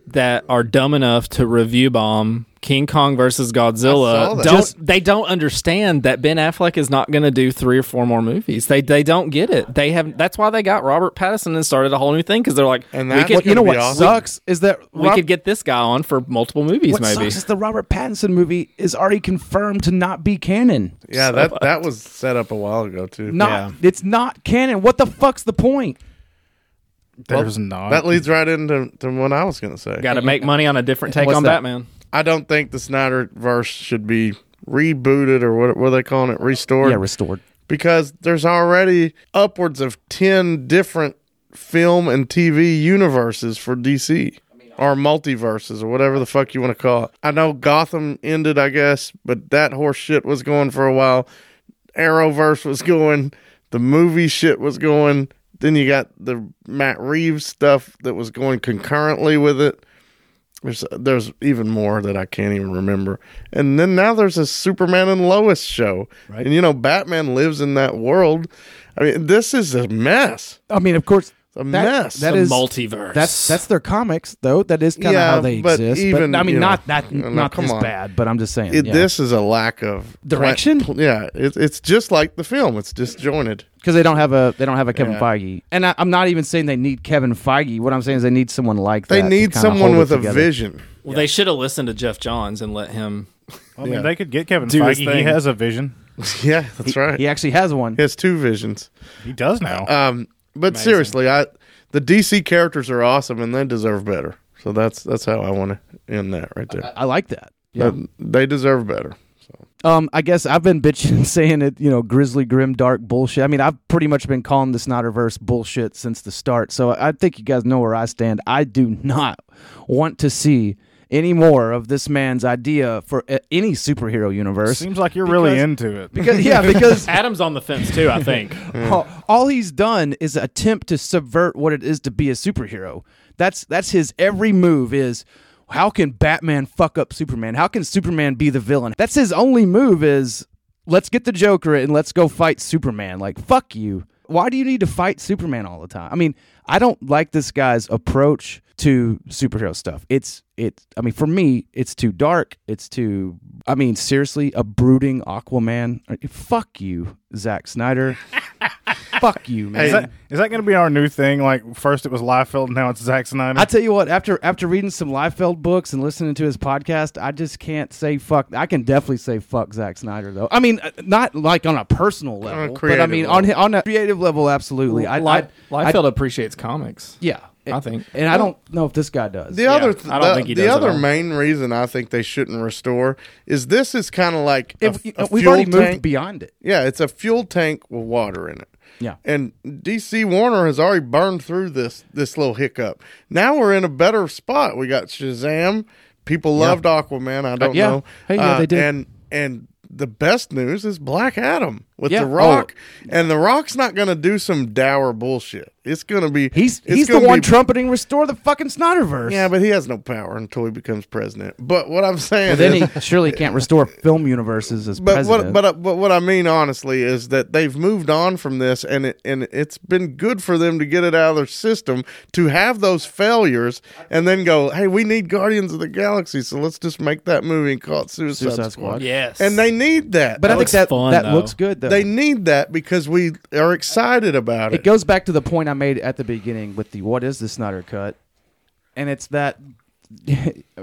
that are dumb enough to review bomb King Kong versus
I saw
Godzilla
that.
don't
Just-
they don't understand that Ben Affleck is not going to do three or four more movies. They they don't get it. They have that's why they got Robert Pattinson and started a whole new thing because they're like
And
we
that's
could,
gonna
you know
be
what
awesome.
sucks is that
we could get this guy on for multiple movies
What
maybe.
sucks is the Robert Pattinson movie is already confirmed to not be canon.
yeah,
uh,
that that was set up a while ago too.
Not it's not canon. What the fuck's the point?
There's not.
That leads right into to what I was going to say.
Got to make money on a different take
What's
on
that?
Batman.
I don't think the Snyderverse should be rebooted or what, what are they calling it? Restored?
yeah, restored.
because there's already upwards of 10 different film and TV universes for DC or multiverses or whatever the fuck you want to call it. I know Gotham ended, I guess, but that horse shit was going for a while. Arrowverse was going, the movie shit was going. Then you got the Matt Reeves stuff that was going concurrently with it. There's there's even more that I can't even remember. And then now there's a Superman and Lois show. And you know Batman lives in that world. I mean this is a mess.
I mean, of course,
A
that-
mess.
that
The
is-
multiverse.
that's that's their comics though. That is kind of
Yeah,
how they
but
exist.
even,
but I mean,
you know,
not that
you know,
not
come
this
on.
bad. But I'm just saying
It-
yeah.
This is a lack of
Direction?
pl- yeah, it, it's just like the film. It's disjointed.
because they don't have a they don't have a Kevin
Yeah.
Feige. And I, I'm not even saying they need Kevin Feige. What I'm saying is they need someone like
They
that. to
need
kinda
someone
hold it
with a
together.
vision. <laughs>
well, they should have listened to Jeff Johns and let him.
I mean, they could get Kevin
Do his
Feige. He
thing.
has a vision.
yeah, that's right.
He actually has one.
He has two visions.
He does now.
Um, but seriously, I the DC characters are awesome and they deserve better. So that's that's how I want to end that right there.
I like that. Yeah.
But they deserve better.
Um, I guess I've been bitching, <laughs> saying it, you know, grisly, grim, dark bullshit. I mean, I've pretty much been calling the Snyderverse bullshit since the start. So I think you guys know where I stand. I do not want to see any more of this man's idea for uh, any superhero universe.
Seems like you're really into it.
Because, yeah, because
Adam's on the fence too.
<laughs>
I think.
all, all he's done is attempt to subvert what it is to be a superhero. That's that's his every move is how can Batman fuck up Superman? How can Superman be the villain? That's his only move is let's get the Joker and let's go fight Superman. Like fuck you. Why do you need to fight Superman all the time? I mean, I don't like this guy's approach to superhero stuff. It's it I mean, for me, it's too dark. It's too I mean, seriously, a brooding Aquaman. Fuck you, Zack Snyder. Fuck you, man.
Is that, is that going to be our new thing? Like, first it was Liefeld, now it's Zack Snyder.
I tell you what, after after reading some Liefeld books and listening to his podcast, I just can't say fuck. I can definitely say fuck Zack Snyder though. I mean, uh, not like on a personal level, but I
creative
mean
level.
on hi- on a creative level, absolutely. I, I,
Life, Liefeld appreciates comics.
yeah,
I think.
and I don't know if this guy does.
The other th-
I don't
the,
think he
the
does at
other
all.
main reason I think they shouldn't restore is this is kind of like a,
If-
f- a
we've
fuel
already
tank.
moved beyond it.
yeah, it's a fuel tank with water in it.
Yeah.
And DC Warner has already burned through this this little hiccup. Now we're in a better spot. We got Shazam. People loved Aquaman. I don't
yeah.
know. Uh,
Hey, yeah, they did.
And and the best news is Black Adam with
Yeah.
The Rock. And The Rock's not going to do some dour bullshit. It's going to be
He's
it's
he's the
gonna
one
be-
trumpeting restore the fucking Snyderverse.
Yeah, but he has no power until he becomes president. But what I'm saying
But then
is
he surely can't restore film universes as
but
president.
what but, uh, but what I mean honestly is that they've moved on from this and it and it's been good for them to get it out of their system to have those failures and then go hey we need Guardians of the Galaxy so let's just make that movie and call it Suicide,
Suicide
Squad.
Squad.
Yes.
and they need that
But I think
looks
that
fun,
that
though.
looks good though.
they need that because we are excited about it,
It goes back to the point I made at the beginning with the what is the Snyder cut, and it's that <laughs>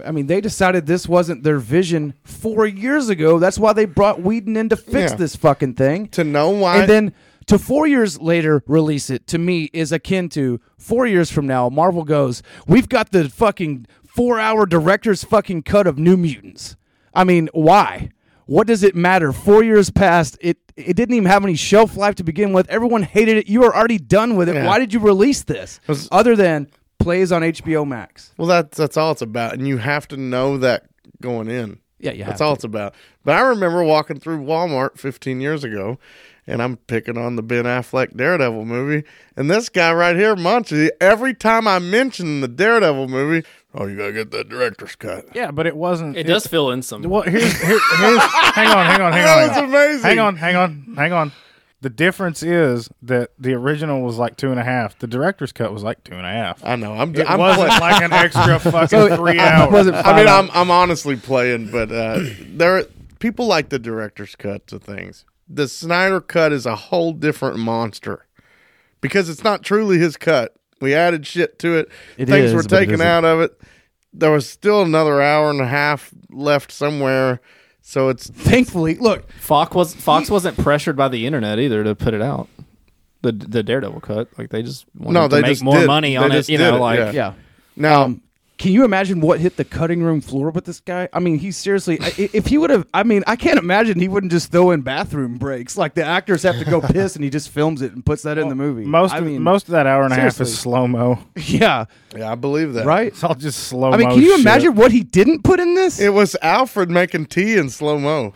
I mean, they decided this wasn't their vision four years ago. That's why they brought Whedon in to fix
Yeah.
this fucking thing.
to know why.
and then to four years later release it to me is akin to four years from now marvel goes we've got the fucking four hour director's fucking cut of new mutants i mean why what does it matter four years past it it didn't even have any shelf life to begin with everyone hated it you were already done with it
Yeah.
why did you release this
was-
other than plays on hbo max
well, that's that's all it's about, and you have to know that going in.
yeah yeah
That's all it's about. But I remember walking through Walmart 15 years ago, and I'm picking on the Ben Affleck Daredevil movie. And this guy right here, Munchie, every time I mention the Daredevil movie, oh, you gotta get that director's cut.
Yeah, but it wasn't.
It does fill in some.
Well, here's, here, here's hang on, hang on, hang on.
That
hang
was
on.
amazing.
Hang on, hang on, hang on. The difference is that the original was like two and a half. The director's cut was like two and a half.
I know. I'm.
It
I'm
wasn't
playing-
like an extra fucking three hours.
was it
I mean, I'm I'm honestly playing, but uh, <clears throat> there people like the director's cut to things. The Snyder cut is a whole different monster because it's not truly his cut. We added shit to it.
It
things
is,
were
but it
taken
isn't.
out of it. There was still another hour and a half left somewhere, so it's
thankfully look
Fox was Fox wasn't pressured by the internet either to put it out. The the Daredevil cut, like they just wanted
No,
to
they
make
just
more
did.
money
They
on it.
just
You
did
know,
it,
like
yeah.
yeah
now.
Um, can you imagine what hit the cutting room floor with this guy? I mean, he seriously, I- i- if he would have, I mean, I can't imagine he wouldn't just throw in bathroom breaks. Like the actors have to <laughs> go piss and he just films it and puts that in the movie.
most
I
of,
mean,
most of that hour and a half
seriously.
is slow mo.
<laughs> yeah,
yeah, I believe that.
right?
<laughs> It's all just slow mo.
I mean, can you
<laughs>
imagine what he didn't put in this?
It was Alfred making tea in slow mo.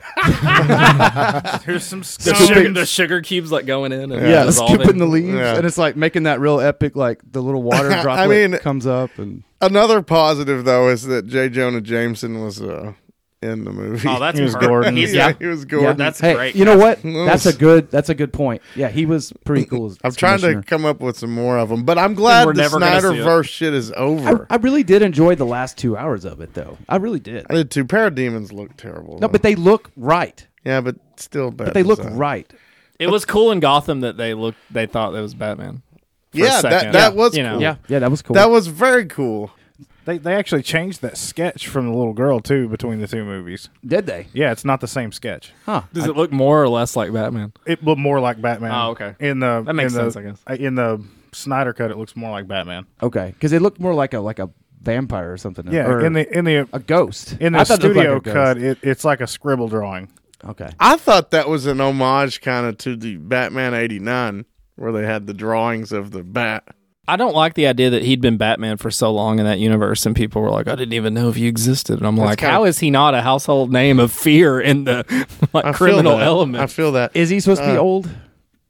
Here's some
the,
stupid.
sugar, the sugar cubes like going in and
yeah,
dissolving.
skipping the leaves,
Yeah.
and it's like making that real epic, like
<laughs>
the little water
I
droplet
mean-
comes up, and
Another positive though is that J. Jonah Jameson was uh, in the movie.
Oh, that's
He was
perfect.
Gordon.
He's-
<laughs> yeah,
yeah.
he was Gordon.
that's
hey,
great.
You
<laughs>
know what?
Mm.
That's a good. That's a good point. Yeah, he was pretty cool. As,
<laughs> I'm
as
trying
commissioner.
to come up with some more of them, but I'm glad
we're
the
never gonna see it.
Snyderverse shit is
I,
over. I,
I really did enjoy the last two hours of it, though. I really did.
did too. Parademons look terrible.
No,
though.
but they look right.
yeah, but still bad.
But they look
design.
right.
It was cool in Gotham that they looked. They thought that was Batman. for a
Yeah, that
second.
that was
You know.
cool.
Yeah, yeah, that was cool.
That was very cool.
They they actually changed that sketch from the little girl too between the two movies.
Did they?
Yeah, it's not the same sketch.
Does it look more or less like Batman?
It looked more like Batman.
Oh, okay.
In the
That makes
in the-
sense, I guess.
uh, In the Snyder cut, it looks more like Batman.
Okay, because it looked more like a like a vampire or something.
Yeah,
or
in the in the
a ghost.
in
I
the
thought it looked
studio
like a
cut,
ghost.
it, it's like a scribble drawing.
Okay,
I thought that was an homage kind of to the Batman '89, where they had the drawings of the bat.
I don't like the idea that he'd been Batman for so long in that universe, and people were like, "I didn't even know if you existed." And I'm like,
kinda-
"How is he not a household name of fear in the <laughs> like
I feel
criminal
that.
element?"
I feel that.
is he supposed to be
Uh,
old?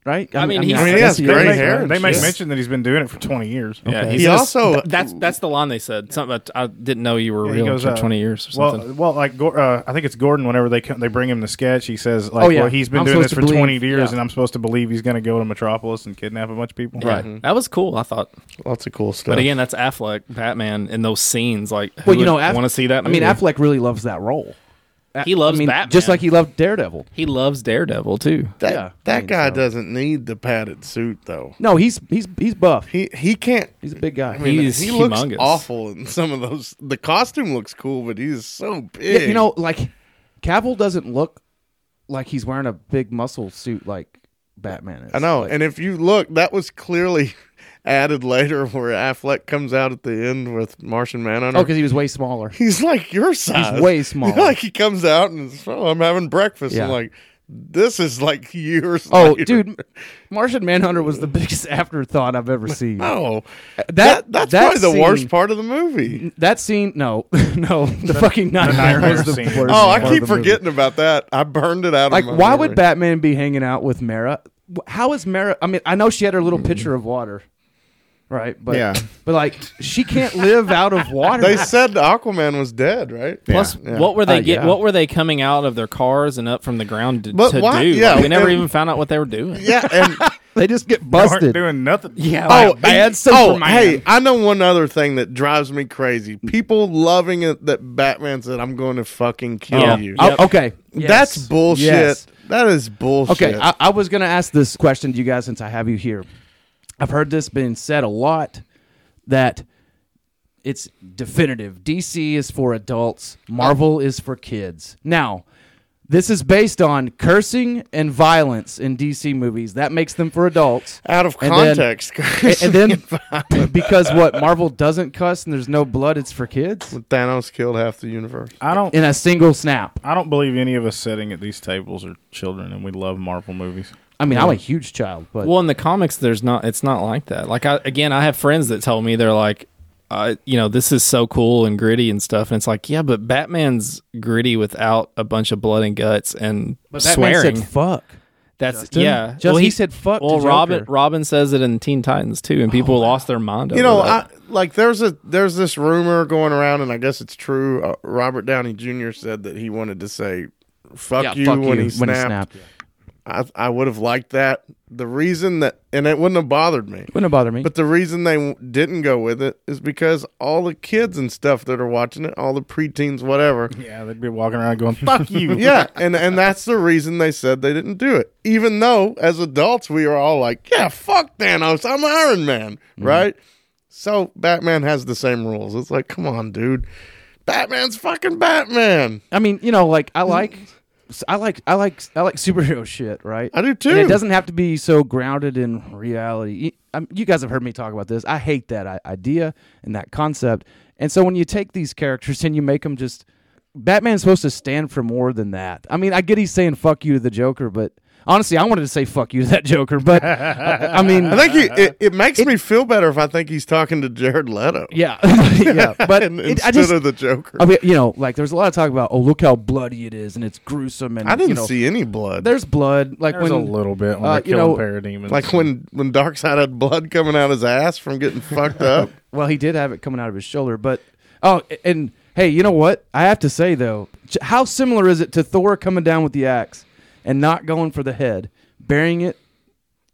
Right.
I mean, he's-
I mean, he
guess
has
he
gray
They make-
hair. and
They make
shit.
mention that he's been doing it for twenty years.
yeah,
Okay.
he's
He
in a-
also-
th- that's that's the line they said. Something about, I didn't know you were
Yeah, he
real
goes,
for
uh,
20 years or something.
Well, well, like Gor- uh, I think it's Gordon. Whenever they come, they bring him the sketch, he says, "Like,
Oh, yeah.
well, he's been
I'm
doing
supposed
this
to
for
believe-
twenty years,
yeah.
and I'm supposed to believe he's going to go to Metropolis and kidnap a bunch of people." <laughs>
Right. That was cool, I thought.
Lots of cool stuff.
But again, that's Affleck, Batman, in those scenes. Like, who
Well, you know, Aff-
want to see that?
I mean,
movie?
Affleck really loves that role. A-
He loves
I mean,
Batman.
just like he loved Daredevil.
he loves Daredevil too.
that
yeah,
that
I mean,
guy
so.
doesn't need the padded suit though.
No, he's he's he's buff.
He he can't
He's a big guy.
I mean,
He's
he looks
humongous.
awful in some of those. The costume looks cool, but he's so
Yeah,
big.
you know, like Cavill doesn't look like he's wearing a big muscle suit like Batman is.
I know.
Like,
and if you look, that was clearly <laughs> added later, where Affleck comes out at the end with Martian Manhunter.
oh, because he was way smaller.
he's like your size.
way
<laughs>
smaller.
like he comes out and it's, oh, I'm having breakfast.
Yeah.
And like this is like <laughs> years.
Oh,
later.
dude, Martian Manhunter was the biggest afterthought I've ever seen.
No,
Uh, That,
that, that's
that
probably the
scene-
worst part of the movie.
That scene, no, <laughs> no, the, fucking nightmare,
nightmare
was the
scene.
worst.
Oh,
Oh, I
part of
keep
the movie.
forgetting about that. I burned it out.
Like,
of my
why would
memory.
Batman be hanging out with Mara? Wh- How is Mara? I mean, I know she had her little pitcher of water, right? But
Yeah.
but like she can't live out of water.
they said Aquaman was dead? Right?
Plus,
Yeah.
what were they
Uh,
get?
yeah.
What were they coming out of their cars and up from the ground to,
But
to
why-
do?
yeah,
Like, we never
and-
even found out what they were doing.
Yeah, and.
They just get
They weren't
busted.
doing nothing.
Yeah,
Oh,
like, bad
and- oh,
Superman.
hey, I know one other thing that drives me crazy. People loving it that Batman said, "I'm going to fucking kill
Yeah.
you."
Oh,
Yep.
okay,
That's
Yes.
bullshit.
Yes.
That is bullshit.
Okay, I, I was going to ask this question to you guys since I have you here. I've heard this being said a lot that It's definitive. DC is for adults, Marvel is for kids. Now, this is based on cursing and violence in DC movies. That makes them for adults.
Out of
And then-
context, <laughs>
A-
Chris.
and then <laughs> because what Marvel doesn't cuss and there's no blood, it's for kids
Thanos killed half the universe.
I don't.
in a single snap.
I don't believe any of us sitting at these tables are children, and we love Marvel movies.
I mean, I'm a huge child, but
Well, in the comics, there's not. It's not like that. Like I again, I have friends that tell me they're like, uh, you know, this is so cool and gritty and stuff. And it's like, yeah, but Batman's gritty without a bunch of blood and guts and
but Batman
swearing.
said fuck.
That's
Justin?
yeah.
Just- he said fuck to
Well, Robin
Joker.
Robin says it in Teen Titans too, and people lost their mind.
you
over
know,
that.
I, like there's a there's this rumor going around, and I guess it's true. Uh, Robert Downey Jr. said that he wanted to say "fuck
Yeah,
you" when, he snapped. I I would have liked that. The reason that and it wouldn't have bothered me.
Wouldn't bother me.
But the reason they w- didn't go with it is because all the kids and stuff that are watching it, all the preteens, whatever.
Yeah, they'd be walking around going,
<laughs>
"Fuck you."
yeah, and and that's the reason they said they didn't do it. Even though as adults we are all like, yeah, fuck Thanos, I'm Iron Man, right? So Batman has the same rules. It's like, come on, dude. Batman's fucking Batman.
I mean, you know, like I like, I like, I like, I like superhero <laughs> shit, right?
I do too.
And it doesn't have to be so grounded in reality. You, I'm- you guys have heard me talk about this. I hate that i- idea and that concept. And so when you take these characters <laughs> and you make them just, Batman's supposed to stand for more than that. I mean, I get he's saying "fuck you" to the Joker, but honestly, I wanted to say "fuck you" to that Joker, but uh, I, I
<laughs>
mean,
I think he, it, it makes me feel better if I think he's talking to Jared Leto.
yeah, <laughs> yeah.
<laughs>
But
And-
it-
instead
I just,
of the Joker.
I mean, you know, like there's a lot of talk about, oh, look how bloody it is, and it's gruesome, and
I didn't
you know,
see any blood.
There's blood, like when
There's a little bit when
uh,
they're
you
killing
know,
parademons.
like when when Darkseid had blood coming out his ass from getting fucked up.
Well, he did have it coming out of his shoulder, but oh, and hey, you know what? I have to say though, j- how similar is it to Thor coming down with the axe and not going for the head, burying it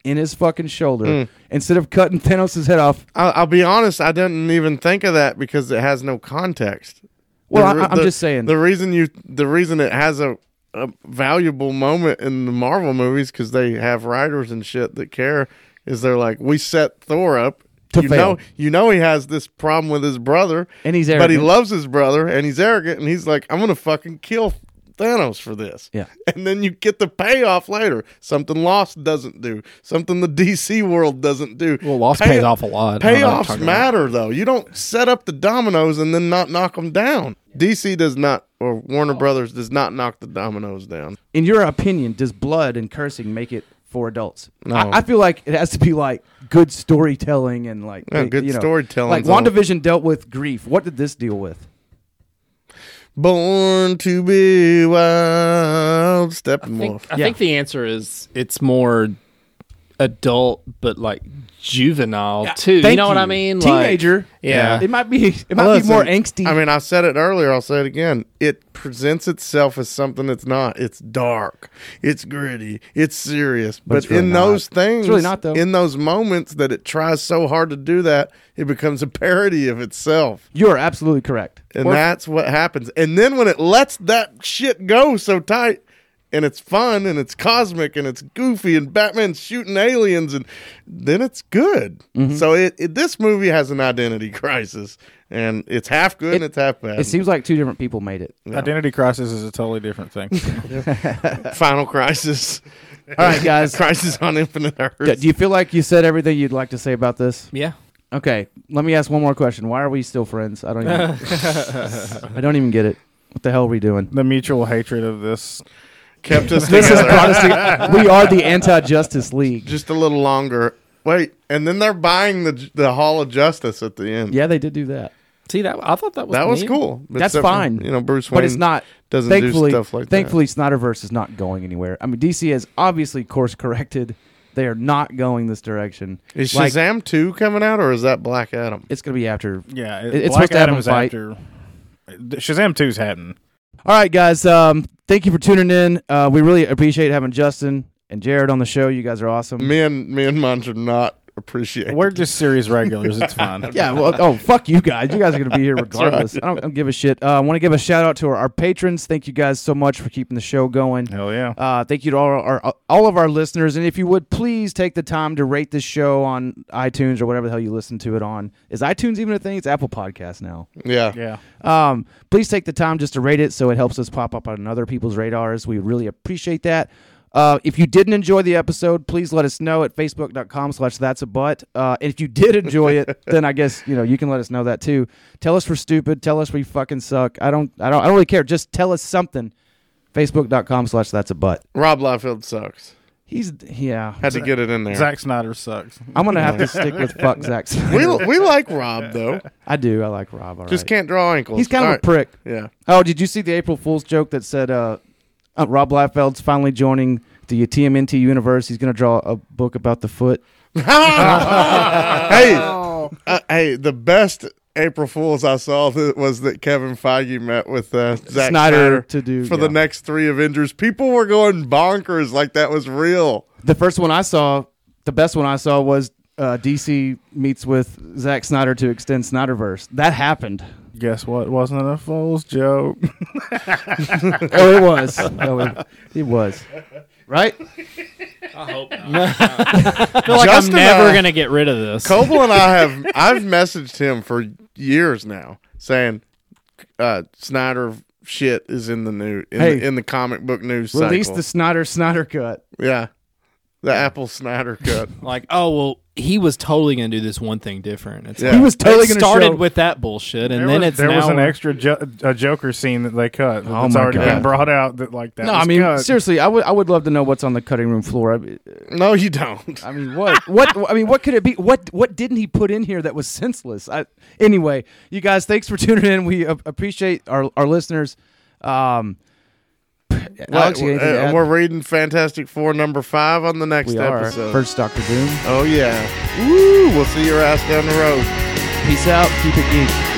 in his fucking shoulder instead of cutting <laughs> Thanos' head off?
<laughs> I'll, I'll be honest, I didn't even think of that because it has no context.
Well,
re-
I, I'm just saying.
the reason you the reason it has a, a valuable moment in the Marvel movies because they have writers and shit that care is they're like we set Thor up.
To
you
fail.
know, you know he has this problem with his brother,
And he's
but he
arrogant.
loves his brother, and he's arrogant, and he's like, "I'm gonna fucking kill Thanos for this."
Yeah.
<laughs> and then you get the payoff later. Something Lost doesn't do, something the DC world doesn't do.
well, loss
Pay-
pays off a lot. I don't know what I'm
Payoffs
talking about.
matter, though. You don't set up the dominoes and then not knock them down. DC does not, or Warner Brothers does not knock the dominoes down.
in your opinion, does blood and cursing make it for adults?
No.
I, I feel like it has to be like good storytelling and like
Yeah, good
you know, Like
storytelling's all-
WandaVision dealt with grief. What did this deal with?
Born to be wild, Steppenwolf.
I think the answer is it's more adult, but like juvenile too. You
Thank
know what I mean? Like-
Teenager.
yeah.
It might be. It might
Listen,
be more angsty.
I mean, I said it earlier. I'll say it again. It presents itself as something it's not. It's dark. It's gritty. It's serious. But,
it's really
in
not.
those things,
It's really not, though.
in those moments that it tries so hard to do that, it becomes a parody of itself.
you are absolutely correct.
And
Or-
that's what happens. And then when it lets that shit go so tight and it's fun and it's cosmic and it's goofy and Batman's shooting aliens and then it's good.
Mm-hmm.
So it, it this movie has an identity <laughs> crisis and it's half good and
It-
it's half bad.
it seems like two different people made it.
Identity crisis is a totally different
<laughs>
thing.
Final crisis.
All
<laughs>
right, guys.
crisis on Infinite Earth.
Do do you feel like you said everything you'd like to say about this?
Yeah.
Okay, let me ask one more question. Why are we still friends? I don't. Even,
<laughs>
I don't even get it. What the hell are we doing?
the mutual hatred of this.
Kept
<laughs>
us
This
<laughs>
is
together
Protestant. we are the anti-justice league.
just a little longer. Wait, and then they're buying the the Hall of Justice at the end.
Yeah, they did do that,
See that? I thought that was
That was
neat.
cool.
That's
Except for,
fine.
you know, Bruce Wayne
but it's not.
doesn't
thankfully,
do stuff like that.
thankfully, Snyderverse is not going anywhere. I mean, DC has obviously course corrected. They are not going this direction.
Is
Like-
Shazam 2 coming out or is that Black Adam?
It's going to be after
Yeah,
It- it's supposed to have him fight.
after. Shazam 2's happening.
All right, guys. Um, thank you for tuning in. Uh, we really appreciate having Justin and Jared on the show. You guys are awesome.
Me and me and Munch are not appreciate.
We're just series regulars. It's fine.
<laughs> Yeah, well, oh fuck you guys! You guys are
<laughs>
gonna be here regardless. I, don't, I don't give a shit. Uh, I want to give a shout out to our, our patrons. Thank you guys so much for keeping the show going.
Hell yeah.
Uh, thank you to all our all of our listeners, and if you would please take the time to rate this show on iTunes or whatever the hell you listen to it on. Is iTunes even a thing? It's Apple Podcasts now.
Yeah.
yeah.
Um, please take the time just to rate it so it helps us pop up on other people's radars. We really appreciate that. Uh, if you didn't enjoy the episode, please let us know at facebook.com slash that's a butt. Uh, and if you did enjoy it, then I guess, you know, you can let us know that too. Tell us we're stupid. Tell us we fucking suck. I don't, I don't, I don't really care. Just tell us something. Facebook.com slash that's a butt.
Rob Liefeld sucks.
He's, yeah.
Had to get it in there.
Zack Snyder sucks.
I'm going to have to stick with fuck
<laughs>
Zach.
We, we like Rob though.
I do. I like Rob. All right.
Just can't draw ankles.
He's kind of
All
a prick.
right. Yeah. <laughs>
Oh, did you see the April Fool's joke that said uh, uh, Rob Liefeld's finally joining the TMNT universe? He's going to draw a book about the foot.
hey, uh, hey, the best April Fools I saw th- was that Kevin Feige met with uh, Zack
Snyder
Snyder,
to do-
for
yeah.
the next three Avengers. People were going bonkers like that was real.
The first one I saw, the best one I saw was uh, DC meets with Zack Snyder to extend Snyderverse.
<laughs>
That happened.
Guess what? Wasn't a fool's joke.
oh, it was. Oh, it, it was. Right?
I feel like
Justin,
I'm never
uh,
gonna get rid of this.
Coble and I
<laughs>
have I've messaged him for years now saying uh, Snyder shit is in the new in,
Hey.
the, in the comic book news
Release
cycle.
the Snyder Snyder cut.
yeah, the Apple Snyder
<laughs>
cut.
like, oh well, he was totally gonna do this one thing different. It's
Yeah.
like,
He was totally
it
going to
started with that bullshit, and
There
then
was,
it's
there
now
was an extra jo- a Joker scene that they cut.
Oh
that's
my
already
God.
been brought out. That like that.
No,
was
I mean
cut.
seriously, I would I would love to know what's on the cutting room floor. I,
No, you don't.
I mean, what, what? I mean, what could it be? What, what didn't he put in here that was senseless? I, anyway, you guys, thanks for <laughs> tuning in. We a- appreciate our our listeners. Um, Alex, you
Like,
got anything to
uh,
add?
we're reading Fantastic Four number five on the next
we are
episode.
first Doctor Doom.
Oh yeah. Woo! We'll see your ass down the road.
Peace out. Keep it geek.